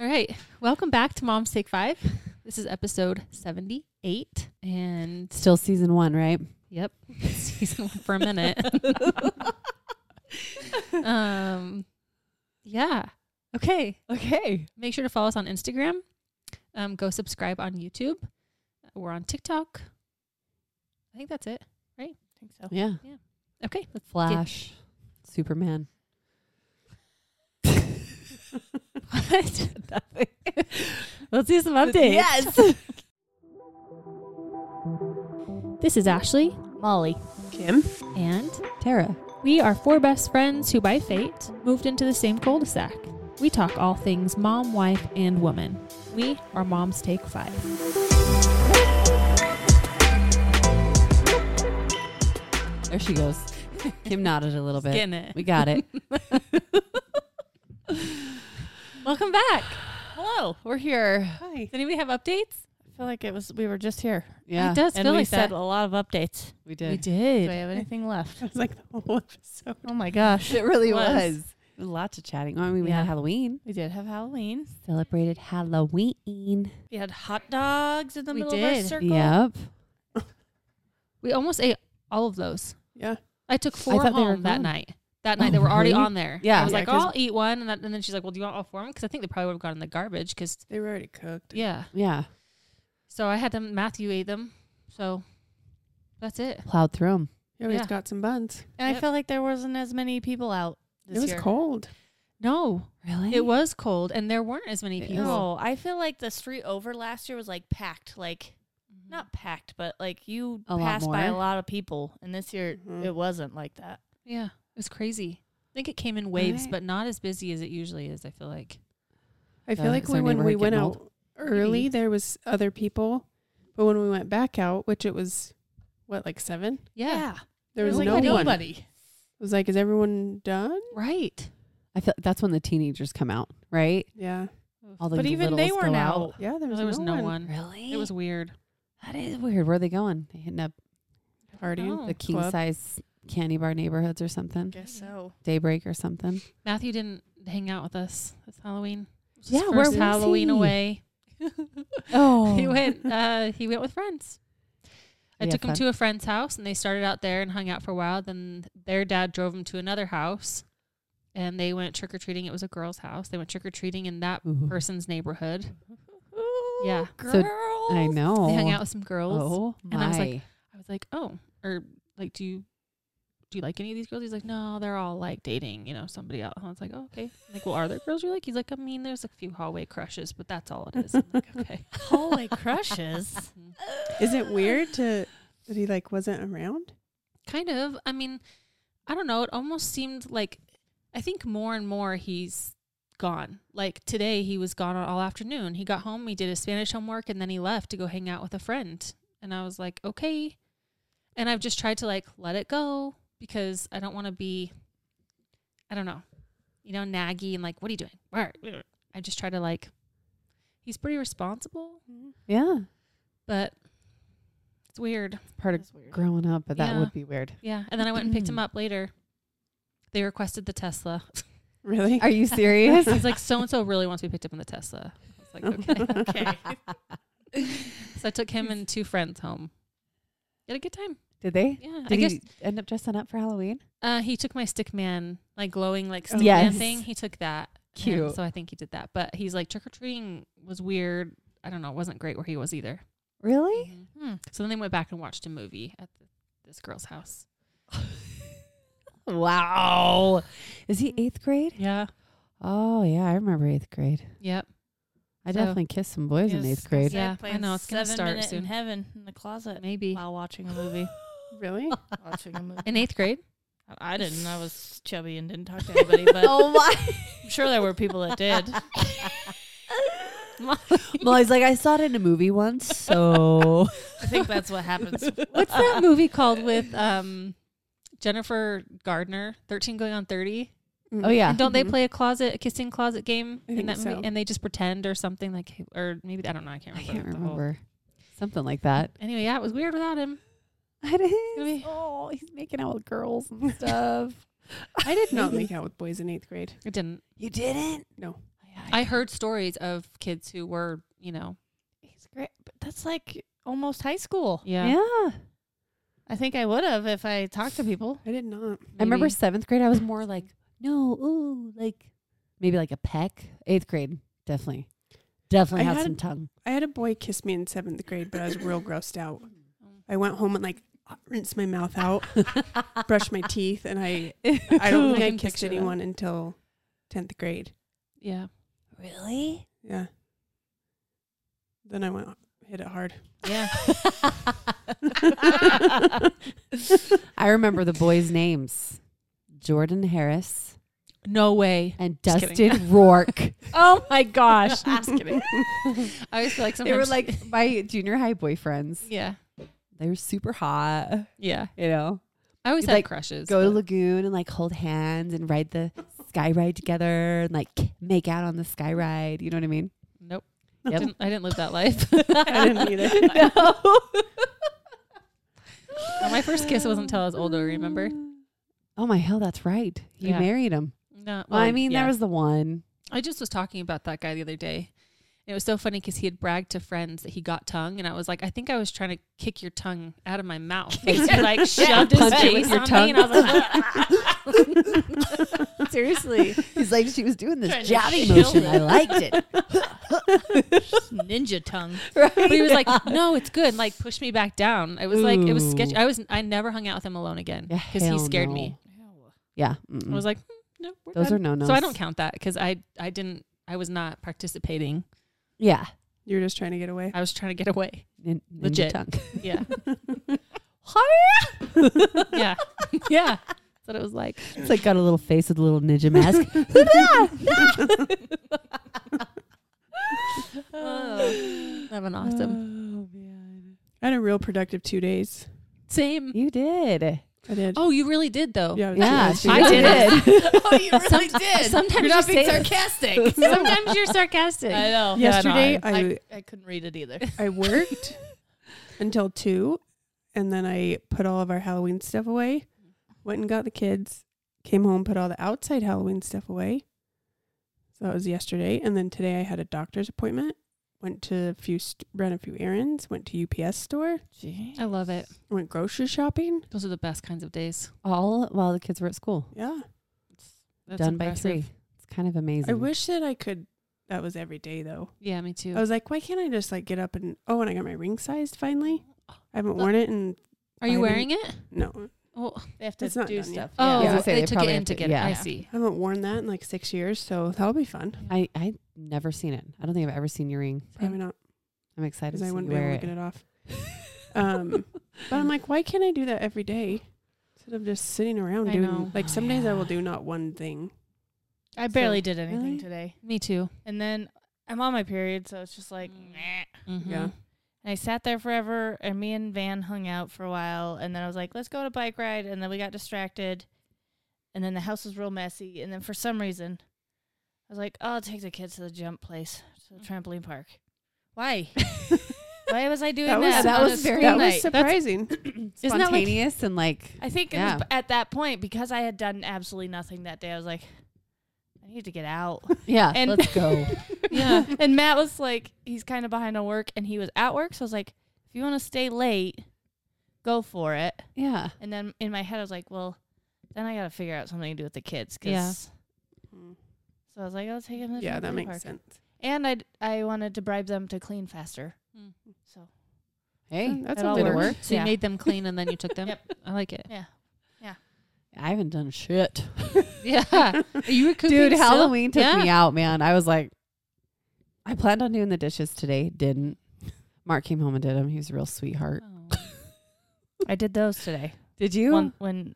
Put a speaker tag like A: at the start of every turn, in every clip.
A: All right. Welcome back to Mom's Take Five. This is episode 78. And
B: Still season one, right?
A: yep, season one for a minute. um, yeah. Okay.
B: Okay.
A: Make sure to follow us on Instagram. Um, go subscribe on YouTube. We're on TikTok. I think that's it.
C: think so.
B: Yeah.
A: Okay. Let's
B: Flash, Superman.
A: what?
B: Let's do some updates.
C: Yes.
A: This is Ashley,
B: Molly,
C: Kim.
A: and
B: Tara.
A: We are four best friends who, by fate, moved into the same cul de sac. We talk all things mom, wife, and woman. We are Moms Take Five.
B: There she goes. Kim nodded a little bit.
A: Getting it.
B: We got it.
A: Welcome back. Hello.
B: We're here.
C: Hi.
A: Does anybody have updates?
C: I feel like it was we were just here.
B: Yeah,
A: It does
C: and
A: feel
C: we
A: like
C: said
A: that.
C: a lot of updates.
B: we
A: We
B: did.
C: Do I
A: did.
C: have anything left?
B: was like the whole episode.
C: Oh my gosh.
B: It really
C: Was.
B: was. Lots of chatting. Oh, I mean, we
C: Yeah.
B: had Halloween.
C: We did have Halloween.
B: Celebrated Halloween.
C: We had hot dogs in the
A: We
C: middle of
A: did.
C: our circle.
B: Yep.
A: We almost ate all of those.
D: Yeah.
A: I took four
B: thought they were
A: home that
B: gone.
A: night. That
B: Oh,
A: night they were already
B: really?
A: on there.
B: Yeah.
A: I was
D: Yeah,
A: like,
D: 'cause-
A: I'll eat one, and, that, and then she's like, Well, do you want all four of them? Because I think they probably would have gone in the garbage. Because
D: They were already cooked.
A: yeah,
B: Yeah.
A: so I had them. Matthew ate them. So that's it.
B: Plowed through them.
D: Yeah, we
A: Yeah.
D: just got some buns.
C: And
A: Yep.
C: I felt like there wasn't as many people out this
D: it was
C: year.
D: cold.
A: No,
B: Really?
A: It was cold, and there weren't as many
D: It
A: people.
C: No, I feel like the street over last year was like packed, like not packed, but like you
B: A lot
C: passed by a
B: more.
C: lot of people. And this year
B: Mm-hmm.
D: Mhm.
C: it wasn't like that.
A: Yeah, it was crazy. I think it came in waves,
D: Right.
A: but not as busy as it usually is. I feel like.
D: I feel
B: Yeah,
D: like
B: it's
D: we,
B: our
D: when we
B: neighborhood
D: went
B: getting
D: out early, there was other people, but when we went back out, which it was what like seven,
A: Yeah,
D: there
C: It
D: was,
C: was like
D: no one. It
C: nobody.
D: was like, is everyone done?
A: right.
B: I feel that's when the teenagers come out, right?
D: Yeah,
B: All the
C: But even they
B: littles
C: were
B: go
C: now.
D: yeah. There was,
A: there was no, one.
B: Really?
A: It was weird.
B: That is weird. Where are they going? They hitting up
D: party.
A: No.
B: the king size candy bar neighborhoods or something,
C: Guess so.
B: daybreak or something.
A: Matthew didn't hang out with us this Halloween. It was his
B: Yeah, where
A: first
B: was
A: Halloween
B: he?
A: away.
B: Oh,
A: He went. Uh, he went with friends. I
B: Yeah,
A: took him
B: fun.
A: to a friend's house, and they started out there and hung out for a while. Then their dad drove him to another house, and they went trick or treating. It was a girl's house. They went trick or treating in that
B: Ooh.
A: person's neighborhood.
C: Ooh,
A: Yeah.
C: Girl.
B: So, I know.
A: Oh, They hung out with some girls.
B: Oh my!
A: and I was like, I was like, oh, or like, do you do you like any of these girls? He's like, no, they're all like dating, you know, somebody else. And I was like, oh, okay. I'm like, well, are there girls you like? He's like, I mean, there's a few hallway crushes, but that's all it is. I'm like, okay.
C: hallway crushes.
D: Is it weird to that he like wasn't around?
A: kind of. I mean, I don't know. It almost seemed like I think more and more he's gone. Like today, he was gone all afternoon. He got home, he did his Spanish homework, and then he left to go hang out with a friend. And I was like, okay. And I've just tried to like let it go because I don't want to be, I don't know, you know, naggy and like, what are you doing? Where? I just try to like, he's pretty responsible,
B: yeah,
A: but it's weird.
B: it's part of
C: That's weird.
B: growing up, but that
A: Yeah.
B: would be weird.
A: Yeah, and then I went and picked him up later. They requested the Tesla.
D: Really?
B: Are you serious?
A: He's like, so and so really wants to be picked up in the Tesla. I was like, okay.
C: okay.
A: so I took him and two friends home. Had a good time.
B: Did they?
A: Yeah,
B: Did
A: I guess
B: he end up dressing up for Halloween?
A: uh, he took my stick man, like glowing like stick man
B: Oh, Yes.
A: thing. He took that. And
B: Cute.
A: so I think he did that. But he's like trick or treating was weird. I don't know. It wasn't great where he was either. Mm-hmm.
B: Really?
C: Hmm.
A: So then they went back and watched a movie at th- this girl's house.
B: Wow! Is he eighth grade?
A: Yeah.
B: Oh yeah, I remember eighth grade.
A: Yep.
B: I
A: So-
B: definitely kissed some boys in
C: Yes,
B: eighth grade.
A: Yeah,
C: I played
A: I know, it's gonna
C: seven
A: start
C: minute
A: soon.
C: in heaven in the closet
A: Maybe
C: while watching a movie.
D: really?
C: watching a movie.
A: in eighth grade.
C: I didn't. I was chubby and didn't talk to anybody, but
B: Oh my!
C: I'm sure there were people that did.
B: Molly's like, I saw it in a movie once, so
C: I think that's what happens.
A: What's that movie called with um Jennifer Gardner, 13 going on 30?
B: oh yeah.
A: And don't they
D: Mhm.
A: play a closet, a kissing closet game
D: I
A: in
D: think
A: that movie?
D: so.
A: And they just pretend or something like, or maybe, I don't know. I can't
B: I
A: remember.
B: can't
A: the whole-
B: remember. Something like that.
A: Anyway, yeah, it was weird without him.
B: It
A: Maybe.
B: is. Oh, he's making out with girls and stuff.
D: I did not make out with boys in eighth grade.
A: It didn't.
B: You didn't?
D: No.
B: Yeah,
A: I heard stories of kids who were, you know,
C: He's great, but that's like almost high school.
A: yeah.
C: I think I would have if I talked to people.
D: I did not.
B: I remember
A: maybe.
B: seventh grade, I was more like, no, ooh, like maybe like a peck. Eighth grade, definitely. Definitely
D: I
B: had,
D: had-
B: some tongue.
D: I had a boy kiss me in seventh grade, but I was real grossed out. I went home and like rinsed my mouth out, brushed my teeth, and I I don't think
A: I
D: I
A: can
D: kissed
A: picture that.
D: anyone until tenth grade.
A: Yeah.
B: Really?
D: Yeah. Then I went hit it hard.
A: Yeah.
B: I remember the boys' names Jordan Harris
A: No way.
B: and
A: Just kidding.
B: Dustin Rourke.
A: Oh my gosh. Just kidding. I always feel like
B: they
A: sometimes
B: were like my junior high boyfriends.
A: Yeah.
B: They were super hot,
A: Yeah.
B: you know?
A: I always
B: You'd,
A: had
B: like,
A: crushes.
B: Go to
A: but-
B: Lagoon and like hold hands and ride the sky ride together and like make out on the sky ride. You know what I mean?
A: Nope.
B: Yep.
A: Didn't, I didn't live that life.
D: I didn't either.
A: No, my first kiss wasn't until I was older, remember?
B: Oh my hell, that's right. You
A: Yeah.
B: married him.
A: No.
B: Well, I mean,
A: yeah.
B: there was the one.
A: I just was talking about that guy the other day. It was so funny because he had bragged to friends that he got tongue, and I was like, I think I was trying to kick your tongue out of my mouth. And he, like shoved his
B: punch it with
A: face
B: your
A: on
B: tongue.
A: me, and I was like, "Uh."
B: Seriously. He's like, she was doing
C: Trying
B: this
C: to
B: jabbing
C: shield
B: motion.
C: it.
B: I liked it.
C: Ninja tongue.
A: but he was like, no, it's good. And, like pushed me back down. It was like it was sketchy.
B: Ooh.
A: I was I never hung out with him alone again
B: Yeah,
A: because he
B: hell
A: scared
B: no.
A: me.
B: Yeah.
A: I was
B: mm-mm.
A: like, "Mm, no, we're
B: Those
A: good."
B: are no no.
A: so I don't count that because I I didn't I was not participating.
B: Yeah.
D: You were just trying to get away.
A: I was trying to get away.
B: Nin- ninja
A: Legit.
B: tongue.
A: Yeah, yeah, yeah. That's what it was like.
B: It's like got a little face with a little ninja mask.
A: Oh, having awesome.
B: Oh, man.
D: I had a real productive two days.
A: Same.
B: You did.
D: I did.
A: Oh, you really did though.
D: yeah, I was
B: Yeah.
D: two
B: she
D: days.
A: I did it.
C: oh, you really did.
A: sometimes
C: You're not
A: you
C: being
A: say-
C: sarcastic.
A: Sometimes you're sarcastic.
C: I know.
D: Yesterday,
C: I, know.
D: I,
C: I, I couldn't read it either.
D: I worked until two, and then I put all of our Halloween stuff away. Went and got the kids. Came home, put all the outside Halloween stuff away. So that was yesterday, and then today I had a doctor's appointment. Went to a few st- ran a few errands. Went to UPS store.
A: I love it.
D: Went grocery shopping.
A: Those are the best kinds of days.
B: All while the kids were at school.
D: Yeah,
A: That's
B: Done by
A: impressive.
B: three. It's kind of amazing.
D: I wish that I could. That was every day though.
A: Yeah, me too.
B: Oh,
D: I was like, why can't I just like get up and oh, and I got my ring sized finally. I haven't worn it, and
A: Are you
D: I
A: wearing it?
D: no,
A: Oh,
C: They have to
D: It's not
C: do
D: done yet.
C: stuff.
A: oh,
B: Yeah, I was gonna say,
A: they,
B: they
A: took it
B: probably
A: in
B: have
A: to
B: to-
A: get
B: yeah.
A: it. I see.
D: I haven't worn that in like six years, so that'll be fun.
B: I I never seen it. I don't think I've ever seen your ring.
D: Probably not
B: I'm excited
D: because
B: to
D: I
B: see you
D: wouldn't be able
B: wear
D: to
B: it.
D: get it off. Um, but I'm like, why can't I do that every day instead of just sitting around
A: I
D: doing
A: know.
D: like
B: Oh,
D: some days I will
B: yeah.
D: do not one thing.
C: I barely
D: So-
C: did anything
D: Really?
C: today.
A: Me too.
C: And then I'm on my period, so it's just like,
A: Mm.
C: meh.
B: Mm-hmm.
A: Mhm.
D: Yeah.
C: And I sat there forever, and me and Van hung out for a while, and then I was like, let's go on a bike ride, and then we got distracted, and then the house was real messy, and then for some reason, I was like, oh, I'll take the kids to the jump place, to the trampoline park. Why? Why was I doing that?
D: That was-
B: that
C: on
B: was
C: a
B: very-
C: school
D: That was
C: night?
D: surprising.
B: Isn't that like, and like
C: I think it
B: Yeah.
C: was at that point because I had done absolutely nothing that day. I was like, I need to get out.
B: yeah,
C: And-
B: let's go.
A: Yeah.
C: and Matt was like, he's kind of behind on work, and he was at work. So I was like, if you want to stay late, go for it.
B: yeah.
C: And then in my head, I was like, well, then I got to figure out something to do with the kids. 'cause-
A: Yeah.
C: So I was like, I'll take them. To the
D: Mm. yeah, that
C: trampoline
D: makes
C: park.
D: sense.
C: And I I wanted to bribe them to clean faster.
B: Hmm.
A: Mm.
C: So
B: Hey,
D: That's
C: it all
D: a good
C: worked.
D: work.
A: So you
C: Yeah.
A: made them clean and then you took them.
C: Yep.
A: I like it.
B: I haven't done shit.
A: Yeah. you were cooking
B: Dude,
A: still?
B: Halloween took
A: Yeah.
B: me out, man. I was like, I planned on doing the dishes today, didn't. Mark came home and did them. He was a real sweetheart.
A: Oh.
C: I did those today.
B: Did you?
C: One, when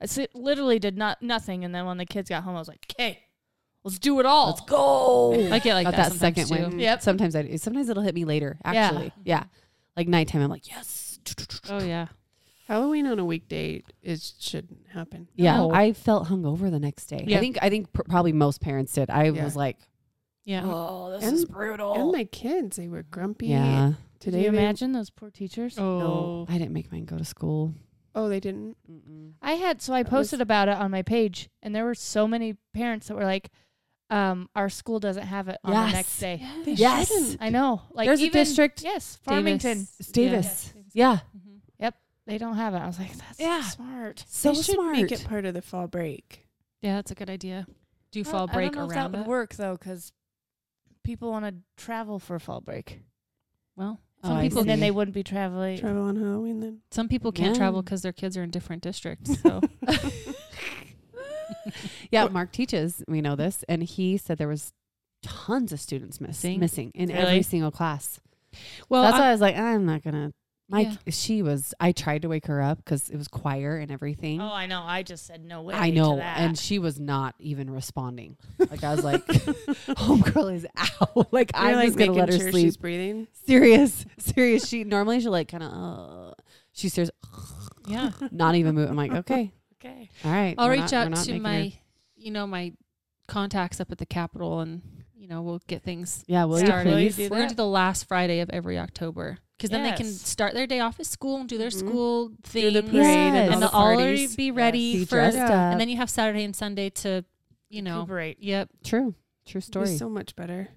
C: I si- literally did not nothing, and then when the kids got home, I was like, okay, let's do it all.
B: Let's go.
A: I get like
B: Got
A: that,
B: that second
A: sometimes, too.
B: win.
C: Yep.
B: Sometimes I do. Sometimes it'll hit me later.
C: Yeah.
B: Actually, yeah. Like nighttime, I'm like, yes.
A: Oh yeah.
D: Halloween on a weekday is shouldn't happen.
B: Yeah,
A: No.
B: I felt hungover the next day.
A: Yeah.
B: I think I think pr- probably most parents did. I
D: Yeah.
B: was like,
A: Yeah.
B: oh, this
D: And-
B: is
D: And
B: brutal.
D: my kids, they were grumpy.
B: Yeah,
C: Can
D: Today,
C: you
D: they-
C: imagine those poor teachers?
A: Oh.
B: no, I didn't make mine go to school.
D: oh, they didn't.
B: Mm-mm.
C: I had so I
D: That was-
C: posted about it on my page, and there were so many parents that were like, um, our school doesn't have it on the next
B: Yes.
C: day.
D: They
B: Yes.
D: shouldn't.
C: I know. Like
B: There's a
C: even-
B: district,
C: Yes, Farmington.
B: It's Davis. Yeah.
A: Mm-hmm.
C: They don't have it. I was like, that's
B: Yeah.
C: smart.
B: So
D: they should
B: smart.
D: make it part of the fall break.
A: Yeah, that's a good idea. Do
C: Well,
A: fall break
C: I don't know if
A: around
C: that would
A: it.
C: work though, because people want to travel for fall break.
A: Well,
B: Oh,
A: some
B: I
A: people
C: and then
B: see.
C: they wouldn't be traveling.
D: Travel on Halloween then.
A: some people can't
B: Yeah.
A: travel because their kids are in different districts. So
B: yeah, Mark teaches. We know this, and he said there was tons of students miss,
A: Missing?
B: missing in
C: Really?
B: every single class.
A: well,
B: That's
A: I-
B: why I was like, I'm not gonna. Mike,
A: Yeah.
B: she was. I tried to wake her up because it was choir and everything.
C: Oh, I know. I just said no way.
B: I
C: to
B: know,
C: that.
B: and she was not even responding. Like I was like, "Homegirl is out." Like I
D: You're,
B: was gonna
D: making
B: let her
D: sure
B: sleep.
D: She's breathing.
B: serious, serious. She normally she like kind of. Uh, she stares,
A: yeah.
B: not even move. I'm like, okay,
C: okay.
B: all right.
A: I'll
B: we're
A: reach
B: not- we're
A: out
B: not
A: to
B: making her-
A: my, you know, my contacts up at the Capitol, and you know, we'll get things
B: Yeah, will
A: Yeah,
B: you
A: will
C: you
B: please?
C: do
A: We're gonna do
C: that.
A: the last Friday of every October because then they can
C: Yes.
A: start their day off at school and do their
D: Mhm.
A: school
D: Through
A: thing,
D: the parade and,
A: and
B: Yes.
D: all
A: they'll
D: the
A: already
D: parties.
A: be ready
B: Be
A: for.
B: dressed
D: Yeah.
B: up.
A: And then you have Saturday and Sunday to, you know,
C: Recuperate.
A: yep,
B: True, true
D: It'd be
B: story.
D: so much better.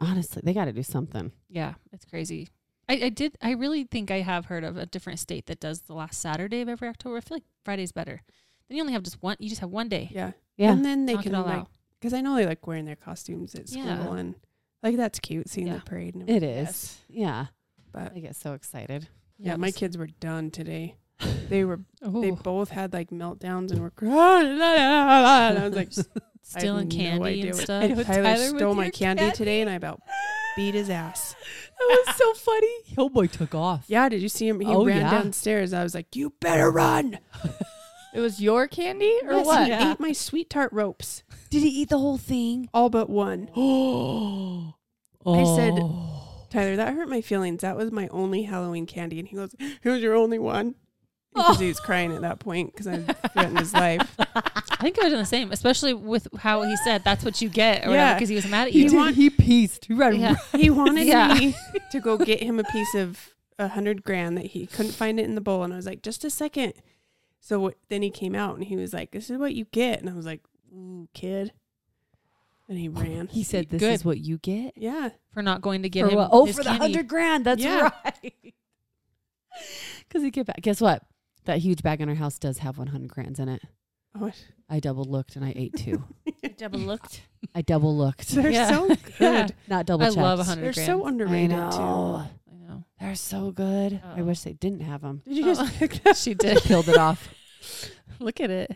B: Honestly, they got to do something.
A: yeah, it's crazy. I, I did. I really think I have heard of a different state that does the last Saturday of every October. I feel like Friday's better. Then you only have just one. You just have one day.
D: Yeah.
B: Yeah,
D: And then they
A: Knock it
D: can
A: all
D: like
A: out.
D: because I know they like wearing their costumes at school
A: Yeah.
D: and like that's cute seeing
A: Yeah.
D: the parade. And
B: it
D: everything,
B: is.
C: Yes.
B: Yeah,
D: But
B: I get so excited.
D: yeah, my kids were done today. They were they
A: Ooh,
D: both had like meltdowns and were and I was like
A: stealing
D: no
A: candy
D: idea
A: and
D: what-
A: stuff.
B: I know
D: Tyler
B: with
D: stole my
B: your
D: candy today, and I about beat his ass.
B: that was so funny. Homeboy took off.
D: Yeah, did you see him? He
B: Oh,
D: ran
B: yeah.
D: downstairs. I was like, "You better run!"
C: It was your candy or
D: Yes,
C: what?
D: He
A: Yeah.
D: ate my sweet tart ropes,
B: Did he eat the whole thing?
D: all but one.
B: Oh,
D: I said- Tyler, that hurt my feelings. That was my only Halloween candy, and he goes, "It was your only one," because he was crying at that point because I threatened his life.
A: I think I would have done the same, especially with how he said that's what you get, or
D: Yeah.
A: because he was mad at
D: He
A: you.
D: did- want-
B: he pieced. He ran.
A: Yeah.
D: He wanted
A: Yeah.
D: me to go get him a piece of a hundred grand that he couldn't find it in the bowl, and I was like, "Just a second. So wh- then he came out and he was like, "This is what you get," and I was like, "Ooh, kid," and he ran.
B: He said, "This
A: Good.
B: is what you get."
D: Yeah,
A: for not going to get him.
B: what? oh,
A: his
B: for the
A: candy.
B: hundred grand. That's
D: Yeah.
B: right. Because he get back. Guess what? That huge bag in our house does have one hundred grands in it.
D: Oh, it-
B: I double looked and I ate two.
C: double looked.
B: I double looked,
D: they're
A: Yeah.
D: so good.
A: Yeah.
B: not double.
A: I love
B: checked.
A: a hundred
D: They're
A: grand.
D: so underrated
B: I
D: too.
B: know.
A: I know.
B: They're so good. I
A: Oh.
B: wish they didn't have Oh. them.
D: Did you guys?
A: she did.
B: Killed it off.
A: Look at it.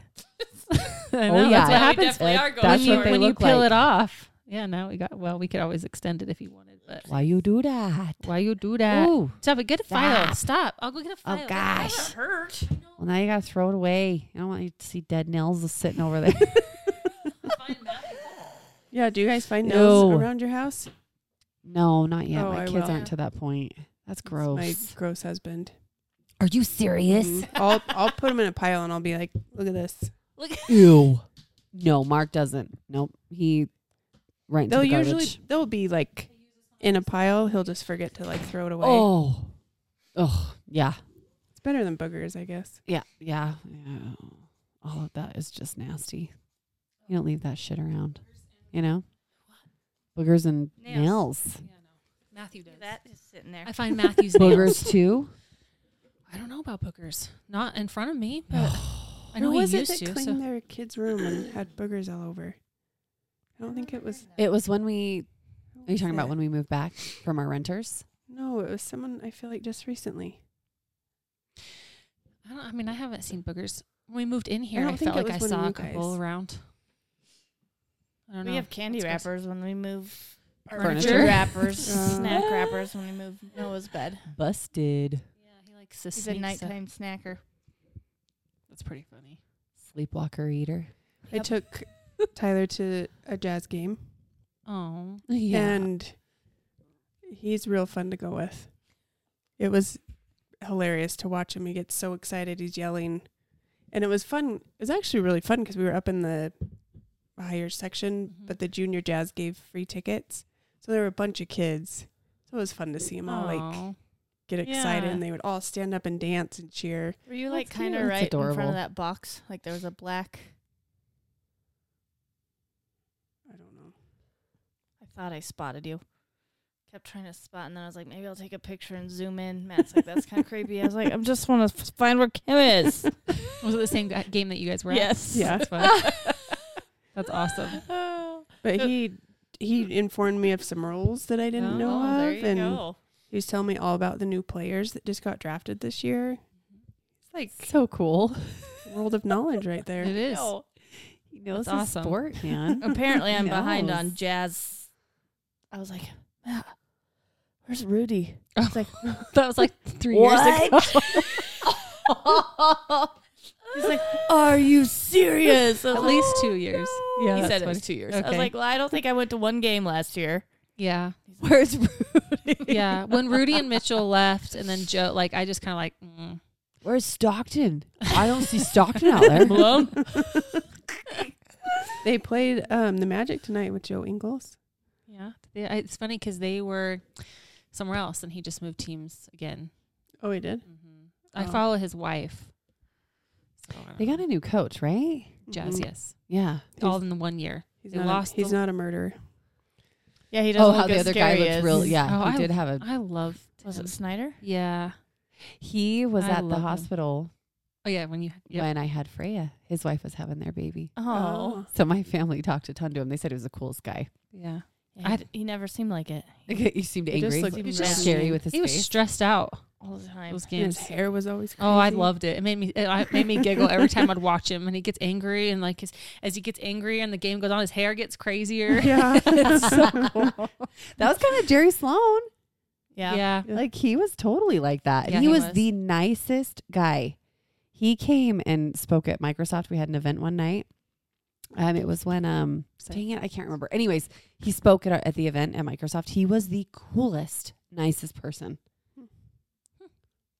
B: oh yeah,
A: That's what happens
B: That-
C: are going
B: that's
A: when you,
B: what they
A: when you
B: look
A: peel
B: like.
A: it off. Yeah, now we got. Well, we could always extend it if you wanted, but
B: Why you do that?
A: why you do that?
B: Ooh.
A: Stop it. Get a file.
B: Stop.
A: Stop. I'll go get a
B: Oh
A: file.
B: gosh.
C: hurt.
B: Well, now you gotta throw it away. I don't want you to see dead nails sitting over there.
D: yeah. Do you guys find nails
B: No.
D: around your house?
B: no, not yet.
D: Oh,
B: My
D: I
B: kids
D: will.
B: aren't to that point. That's
D: It's
B: gross.
D: My gross husband.
B: Are you serious?
D: Mm. I'll I'll put them in a pile and I'll be like, "Look at this."
B: Ew. No, Mark doesn't. Nope. He right into
D: They'll
B: the garbage.
D: usually they'll be like in a pile. He'll just forget to like throw it away.
B: oh. Oh yeah.
D: It's better than boogers, I guess.
B: Yeah. Yeah. yeah. All of that is just nasty. You don't leave that shit around. You know? Boogers and nails.
A: Nails. Yeah, no. Matthew does.
C: That is sitting there.
A: I find Matthew's nails.
B: Boogers too.
A: I don't know about boogers. Not in front of me, but I know
D: Who
A: he
D: was
A: used
D: it that
A: to. So.
D: cleaned their kid's room and had boogers all over? I don't think it was.
B: It was when we
D: who
B: are you
D: was
B: talking about
D: it?
B: when we moved back from our renters?
D: No, it was someone I feel like just recently.
A: I, don't, I mean, I haven't seen boogers. When we moved in here, I,
D: don't think
A: felt
D: it
A: like I
D: was one of
A: saw a
D: you
A: couple
D: guys.
A: around. I don't
C: we
A: know.
C: have candy
A: That's gross.
C: wrappers when we move.
B: Furniture.
C: wrappers,
D: Uh.
C: snack wrappers when we move Noah's bed.
B: Busted.
A: Yeah, he likes to
C: He's a
A: sneak stuff.
C: nighttime snacker.
A: That's pretty funny.
B: Sleepwalker eater.
D: I took Tyler to a jazz game,
A: Oh,
B: Yeah.
D: and he's real fun to go with. It was hilarious to watch him. He gets so excited, he's yelling, and it was fun. It was actually really fun because we were up in the higher section,
C: Mm-hmm.
A: Mhm.
D: but the junior jazz gave free tickets, so there were a bunch of kids. So it was fun to see them all like
A: Aw.
D: get excited,
C: Yeah.
D: and they would all stand up and dance and cheer.
C: Were you
B: That's
C: like kind of
B: cute. That's
C: right in front
B: adorable.
C: of that box? Like there was a black.
D: I don't know.
C: thought I spotted you. Kept trying to spot, and then I was like, maybe I'll take a picture and zoom in. Matt's like, that's kind of creepy. I was like, I am just want to f- find where Kim is.
A: Was it the same guy- game that you guys were at?
C: yes.
D: Yeah.
A: That's fun. That's awesome.
C: Oh,
D: But he he informed me of some rules that I didn't
A: Oh,
D: know
C: well,
D: of,
C: there you
D: and
C: go.
D: he was telling me all about the new players that just got drafted this year.
C: It's like
B: So cool.
D: World of knowledge right
A: It
D: there.
A: is.
C: no.
B: He knows
A: That's
B: his
A: awesome.
B: sport, man.
C: Apparently, I'm behind
B: knows?
C: on jazz. I was like, Matt, where's Rudy? It's like,
A: That was like three years ago.
C: What? He's like, are you serious? I was
A: At
C: like,
A: least two years.
B: yeah.
C: he
B: that's
C: said it
B: funny.
C: was two years. I was
A: Okay.
C: like, well, I don't think I went to one game last year.
A: Yeah.
B: Where's Rudy?
A: Yeah. When Rudy and Mitchell left, and then Joe, like, I just kind of like, mm.
B: Where's Stockton? I don't see Stockton out there.
C: Blum.
D: They played um, the Magic tonight with Joe Ingles.
A: yeah. They- I- It's funny because they were somewhere else, and he just moved teams again.
D: Oh, he did.
A: hmm I
D: Oh.
A: follow his wife. So, I don't
B: They got
A: know.
B: a new coach, right?
A: Jazz,
D: Mhm.
A: yes.
B: Yeah.
A: All in the one year.
D: He's
A: They
D: not.
A: lost
D: a, he's
A: the-
D: not a murderer.
C: Yeah, he doesn't
B: Oh,
C: look
B: how the
C: as
B: other guy
C: scary
B: looked
C: as-
B: real. Yeah,
A: Oh,
B: he
A: I-
B: did have a.
A: I loved.
C: Was
A: him.
C: it Snyder?
A: Yeah.
B: He was
A: I
B: at
A: love
B: the
A: him.
B: hospital
A: Oh yeah. When you. Yep.
B: when I had Freya. His wife was having their baby.
C: Oh.
B: So my family talked a ton to him. They said he was the coolest guy.
A: Yeah.
C: Yeah,
A: I
C: he-
A: d-
C: he never seemed like it. He-
B: He seemed
D: He just
B: angry.
D: looked
B: He was
C: mad.
B: just scary with his
A: He was
B: face.
A: stressed out
C: all the time.
A: those
D: And his
A: games.
D: hair was always. Crazy.
A: Oh, I loved it. It made me it, I- it made me giggle every time I'd watch him. And he gets angry, and like his as he gets angry, and the game goes on, his hair gets crazier.
D: Yeah, it's so cool.
B: that was kind of Jerry Sloan.
C: yeah.
A: Yeah,
B: Like he was totally like that.
A: Yeah,
B: he
A: he
B: was,
A: was.
B: the nicest guy. He came and spoke at Microsoft. We had an event one night. Um, it was when um,
A: So-
B: dang it, I can't remember. Anyways, he spoke at our, at the event at Microsoft. He was the coolest, nicest person.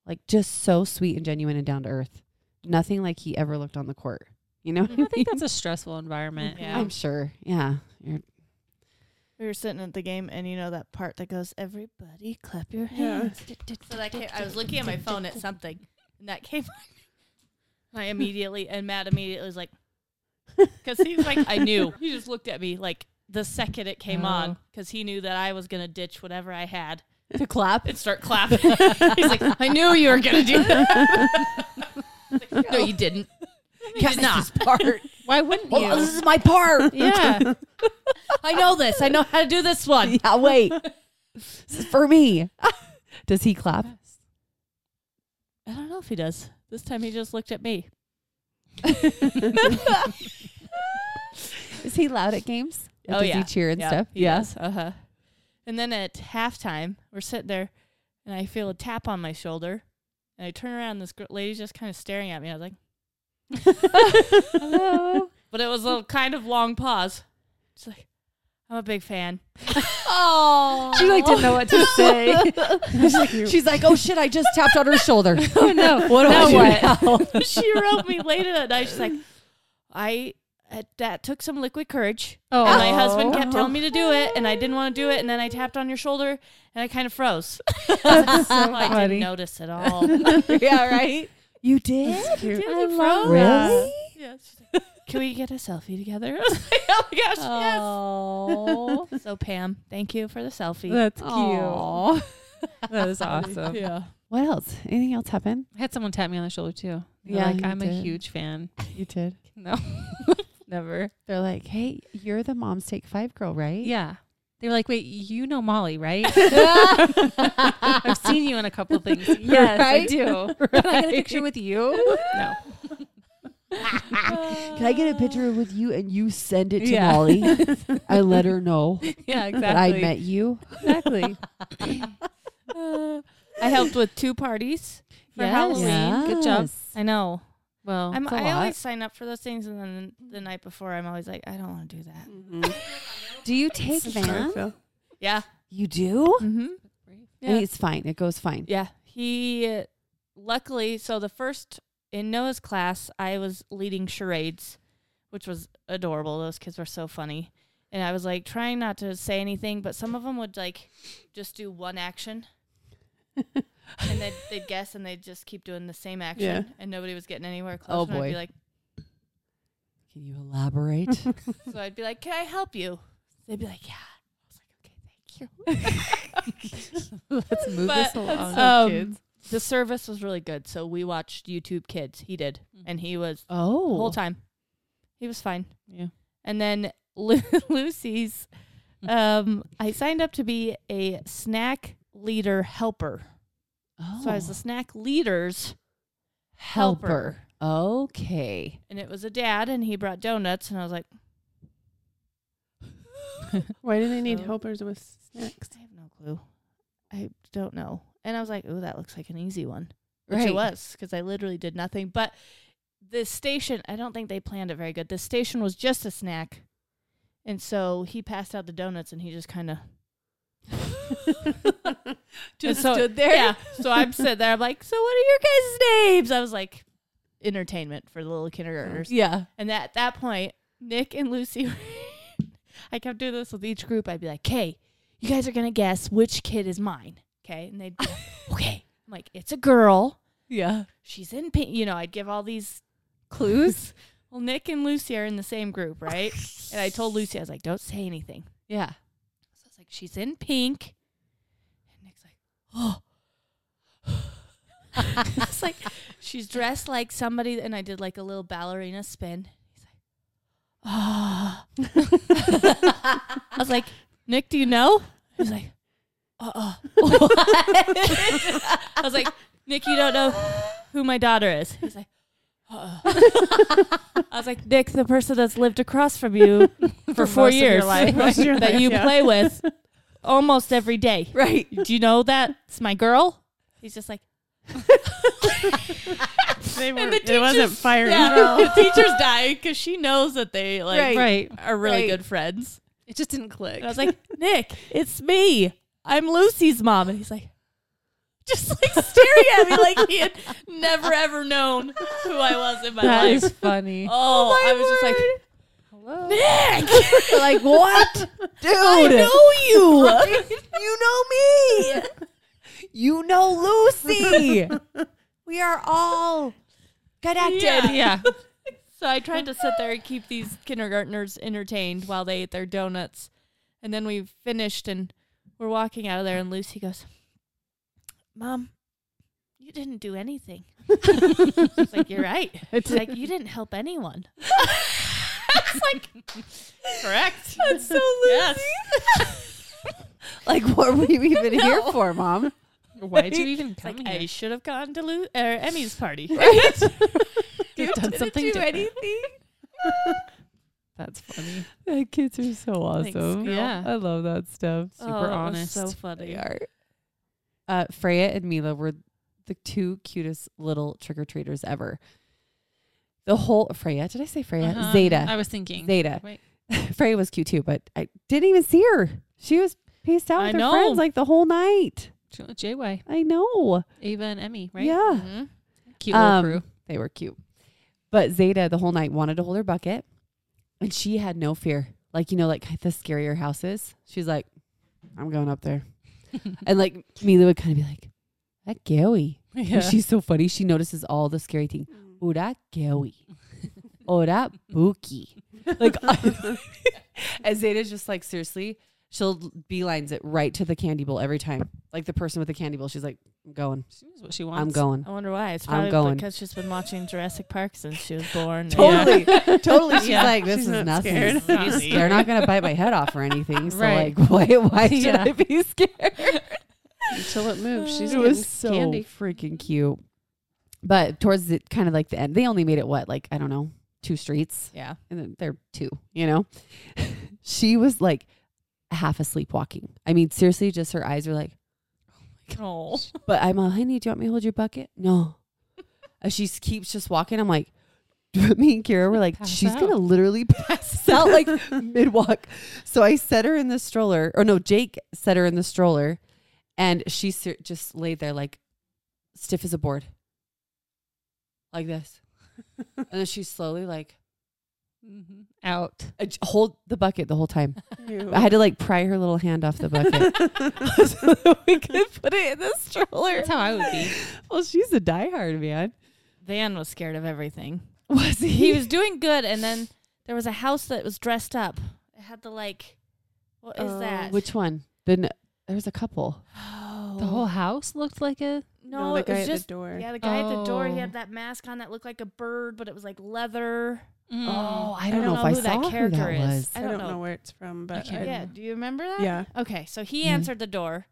B: Like just so sweet and genuine and down to earth. Nothing like he ever looked on the court. You know, what I
A: I think
B: mean?
A: that's a stressful environment.
C: Yeah.
B: I'm sure. Yeah, You're-
C: We were sitting at the game, and you know that part that goes, "Everybody, clap your
D: Yeah.
C: hands." So that came, I was looking at my phone at something, and that came. I immediately and Matt immediately was like, because he's like, I knew. He just looked at me like the second it came
A: Oh.
C: on, because he knew that I was gonna ditch whatever I had
B: to clap.
C: and start clapping. he's like, I knew you were gonna do that. Like, no, you didn't. You did not.
B: part.
A: Why wouldn't you?
B: Oh, this is my part.
C: Yeah, I know this. I know how to do this one.
B: Yeah, wait. this is for me. Does he clap?
A: Yes.
C: I don't know if he does. This time he just looked at me.
B: Is he loud at games? Like,
C: Oh,
B: does
C: yeah.
B: he cheer and stuff?
C: Yes. Uh huh. And then at halftime, we're sitting there, and I feel a tap on my shoulder, and I turn around, and this gr- lady's just kind of staring at me. I was like,
B: Hello.
C: but it was a kind of long pause. She's like, I'm a big fan.
B: Oh. She like didn't know what to say. She's like, oh shit, I just tapped on her shoulder. oh no. What do
C: Now
B: I do now?
C: she wrote me later that night. She's like, I. uh, That took some liquid courage.
A: Oh.
C: And my husband kept telling me to do it, and I didn't want to do it. And then I tapped on your shoulder, and I kind of froze.
B: That's
C: So I
B: funny.
C: didn't notice at all.
B: yeah, right? You did?
D: cute.
C: Dude,
B: I
C: you
B: love
C: froze.
B: that. Really?
C: Yeah, she's like, Can we get a selfie together? I was like, oh my gosh,
B: Oh.
C: yes. So Pam, thank you for the selfie.
D: That's cute.
B: Aw.
A: That is awesome.
C: yeah.
B: What else? Anything else happen?
A: I had someone tap me on the shoulder too. They're
B: Yeah,
A: like
B: you
A: I'm a
B: did.
A: huge fan.
B: You did.
A: No, never.
B: They're like, hey, you're the mom's take five girl, right?
A: Yeah, they were like, wait, you know Molly, right? I've
B: I've
A: seen you in a couple things.
B: Yes, I Right?
A: do. Can I get a picture with you? No.
B: Can I get a picture with you and you send it to
A: Yeah.
B: Molly? I let her know
A: Yeah, exactly.
B: that I met you.
A: Exactly.
C: I helped with two parties for
A: Yes.
C: Halloween.
A: Yeah. Good job.
B: Yes.
C: I know.
A: Well,
C: I'm,
B: it's a
C: I
B: lot.
C: always sign up for those things, and then the night before, I'm always like, I don't want to do that.
B: Do you take
D: Sorry,
B: van?
D: Phil.
C: Yeah.
B: You do?
C: Mm-hmm.
B: I mean, It's fine. It goes fine.
C: Yeah. He uh, luckily, so the first in Noah's class, I was leading charades, which was adorable. Those kids were so funny. And I was like trying not to say anything, but some of them would like just do one action. and they'd, they'd guess and they'd just keep doing the same action.
D: Yeah.
C: And nobody was getting anywhere close.
B: Oh,
C: and I'd be
B: boy.
C: like,
B: Can you elaborate?
C: so I'd be like, can I help you? They'd be like, yeah. I was like,
B: Let's move
C: But-
B: this along. Oh.
C: so Um,
B: kids.
C: The service was really good, so we watched YouTube Kids. He did, and he was
B: Oh,
C: the whole time. He was fine.
B: Yeah.
C: And then Lu- Lucy's, um, I signed up to be a snack leader helper.
B: Oh.
C: So I was the snack leader's
B: helper.
C: helper.
B: Okay.
C: and it was a dad, and he brought donuts, and I was like,
D: Why do they need
C: So-
D: helpers with snacks?
C: I have no clue. I don't know. And I was like, oh, that looks like an easy one. Which
B: Right.
C: it was because I literally did nothing. But the station, I don't think they planned it very good. The station was just a snack. And so he passed out the donuts and he just kind of.
B: Just
C: so,
B: stood there.
C: Yeah. So I'm sitting there. I'm like, so what are your guys' names? I was like, entertainment for the little kindergartners.
B: Yeah.
C: And at that point, Nick and Lucy, I kept doing this with each group. I'd be like, "Hey, you guys are gonna guess which kid is mine." Okay, and they'd be like, "Okay." I'm like, "It's a girl.
B: Yeah.
C: She's in pink." You know, I'd give all these clues. well, Nick and Lucy are in the same group, right? and I told Lucy, I was like, "Don't say anything."
B: Yeah.
C: So I was like, she's in pink. And Nick's like, oh. it's like she's dressed like somebody, and I did like a little ballerina spin. He's like, oh. I was like, Nick, do you know? He was like, uh uh I was like, Nick, you don't know who my daughter is. He's like, uh I was like, Nick, the person that's lived across from you for four
B: most of your
C: years
B: life.
D: Most of your
C: that
D: life,
C: you
D: yeah.
C: play with almost every day.
B: Right.
C: Do you know that? It's my girl. He's just like,
D: They were,
C: the
D: it wasn't
C: teachers-
D: firing.
C: yeah, the teacher's dying because she knows that they like
B: Right.
C: are really
B: Right.
C: good friends.
A: It just didn't click.
C: And I was like, Nick, it's me. I'm Lucy's mom. And he's like, just like staring at me like he had never ever known who I was in my
B: That
C: life.
B: is funny.
C: Oh, I was just like, Nick,
B: like what, dude?
C: I know you.
B: you know me. You know Lucy. we are all connected.
C: Yeah. So I tried to sit there and keep these kindergartners entertained while they ate their donuts. And then we finished and we're walking out of there, and Lucy goes, Mom, you didn't do anything. I was like, You're right. It's like, You didn't help anyone. It's like, Correct. That's so Lucy.
B: Like what were you even here for, mom?
A: Why'd you even come
C: Like,
A: here?
C: I should have gone to Lu- or Emmy's party.
A: You've done something different.
C: anything.
A: That's funny.
B: The kids are so awesome.
C: girl.
A: Yeah.
B: I love that stuff.
A: Super
C: oh, that was
A: honest.
C: So funny.
B: are. Uh, Freya and Mila were the two cutest little trick or treaters ever. The whole Freya, did I say Freya?
A: Uh-huh.
B: Zeta.
A: I was thinking.
B: Zeta.
A: Wait.
B: Freya was cute too, but I didn't even see her. She was paced out
C: I
B: with her
C: know.
B: friends like the whole night.
A: J- JY,
B: I know.
A: Ava, and Emmy, right?
B: Yeah.
C: Mhm.
A: Cute little
B: Um,
A: crew.
B: They were cute. But Zeta the whole night wanted to hold her bucket and she had no fear. Like, you know, like the scarier houses. She's like, I'm going up there. and like Mila would kind of be like, that Gowie.
A: Yeah.
B: She's so funny. She notices all the scary things.
D: Mm.
B: Oh, that Gowie. oh, that Buki. Like, and Zeta's just like, seriously, she'll beelines it right to the candy bowl every time. Like the person with the candy bowl, she's like, I'm going.
A: She knows what she wants.
B: I'm going.
C: I wonder why. It's
B: I'm
C: probably
B: going.
C: because she's been watching Jurassic Park since she was born.
B: Totally. Totally. She's
C: Yeah.
B: like, this
D: She's
B: is
D: not
B: nothing.
D: scared.
B: This is easy. They're not going to bite my head off or anything. So,
A: Right.
B: like, why, why should
A: Yeah.
B: I be scared?
D: Until it moves. She's
B: it
D: getting
B: was so
D: candy.
B: freaking cute. But towards the kind of like the end, they only made it what, like, I don't know, two streets.
C: Yeah.
B: And then they're two, you know? she was like half asleep walking. I mean, seriously, just her eyes were like,
C: Oh.
B: But I'm like, honey, do you want me to hold your bucket? No. And she s- keeps just walking. I'm like, me and Kira were like,
A: Pass
B: she's
A: out.
B: gonna literally pass out like mid walk. So I set her in the stroller, or no, Jake set her in the stroller, and she ser- just laid there like stiff as a board, like this. and then she slowly like
A: hmm Out.
B: uh, j- hold the bucket the whole time.
D: Ew.
B: I had to like pry her little hand off the bucket so that we could put it in the stroller.
A: That's how I would be.
B: Well, she's a diehard man.
C: Van was scared of everything.
B: Was he?
C: He was doing good, and then there was a house that was dressed up. It had the like, what is
D: Oh,
C: that?
B: Uh, Which one? Then there was a couple.
C: Oh.
A: The whole house looked like a.
C: no,
D: the
C: it was
D: guy at
C: just
D: the door.
C: yeah, the guy at the door. He
A: Oh.
C: had that mask on that looked like a bird, but it was like leather.
A: Mm.
B: Oh, I
C: I
B: don't, know,
C: don't know
B: if I
C: who that
B: saw
C: character
B: who that
C: is.
B: was.
C: I
D: I
C: don't
D: don't,
C: know.
D: know. where it's from, but
A: can't-
D: I-
C: Yeah, do you remember that?
D: yeah.
C: Okay, so he
B: Yeah.
C: answered the door,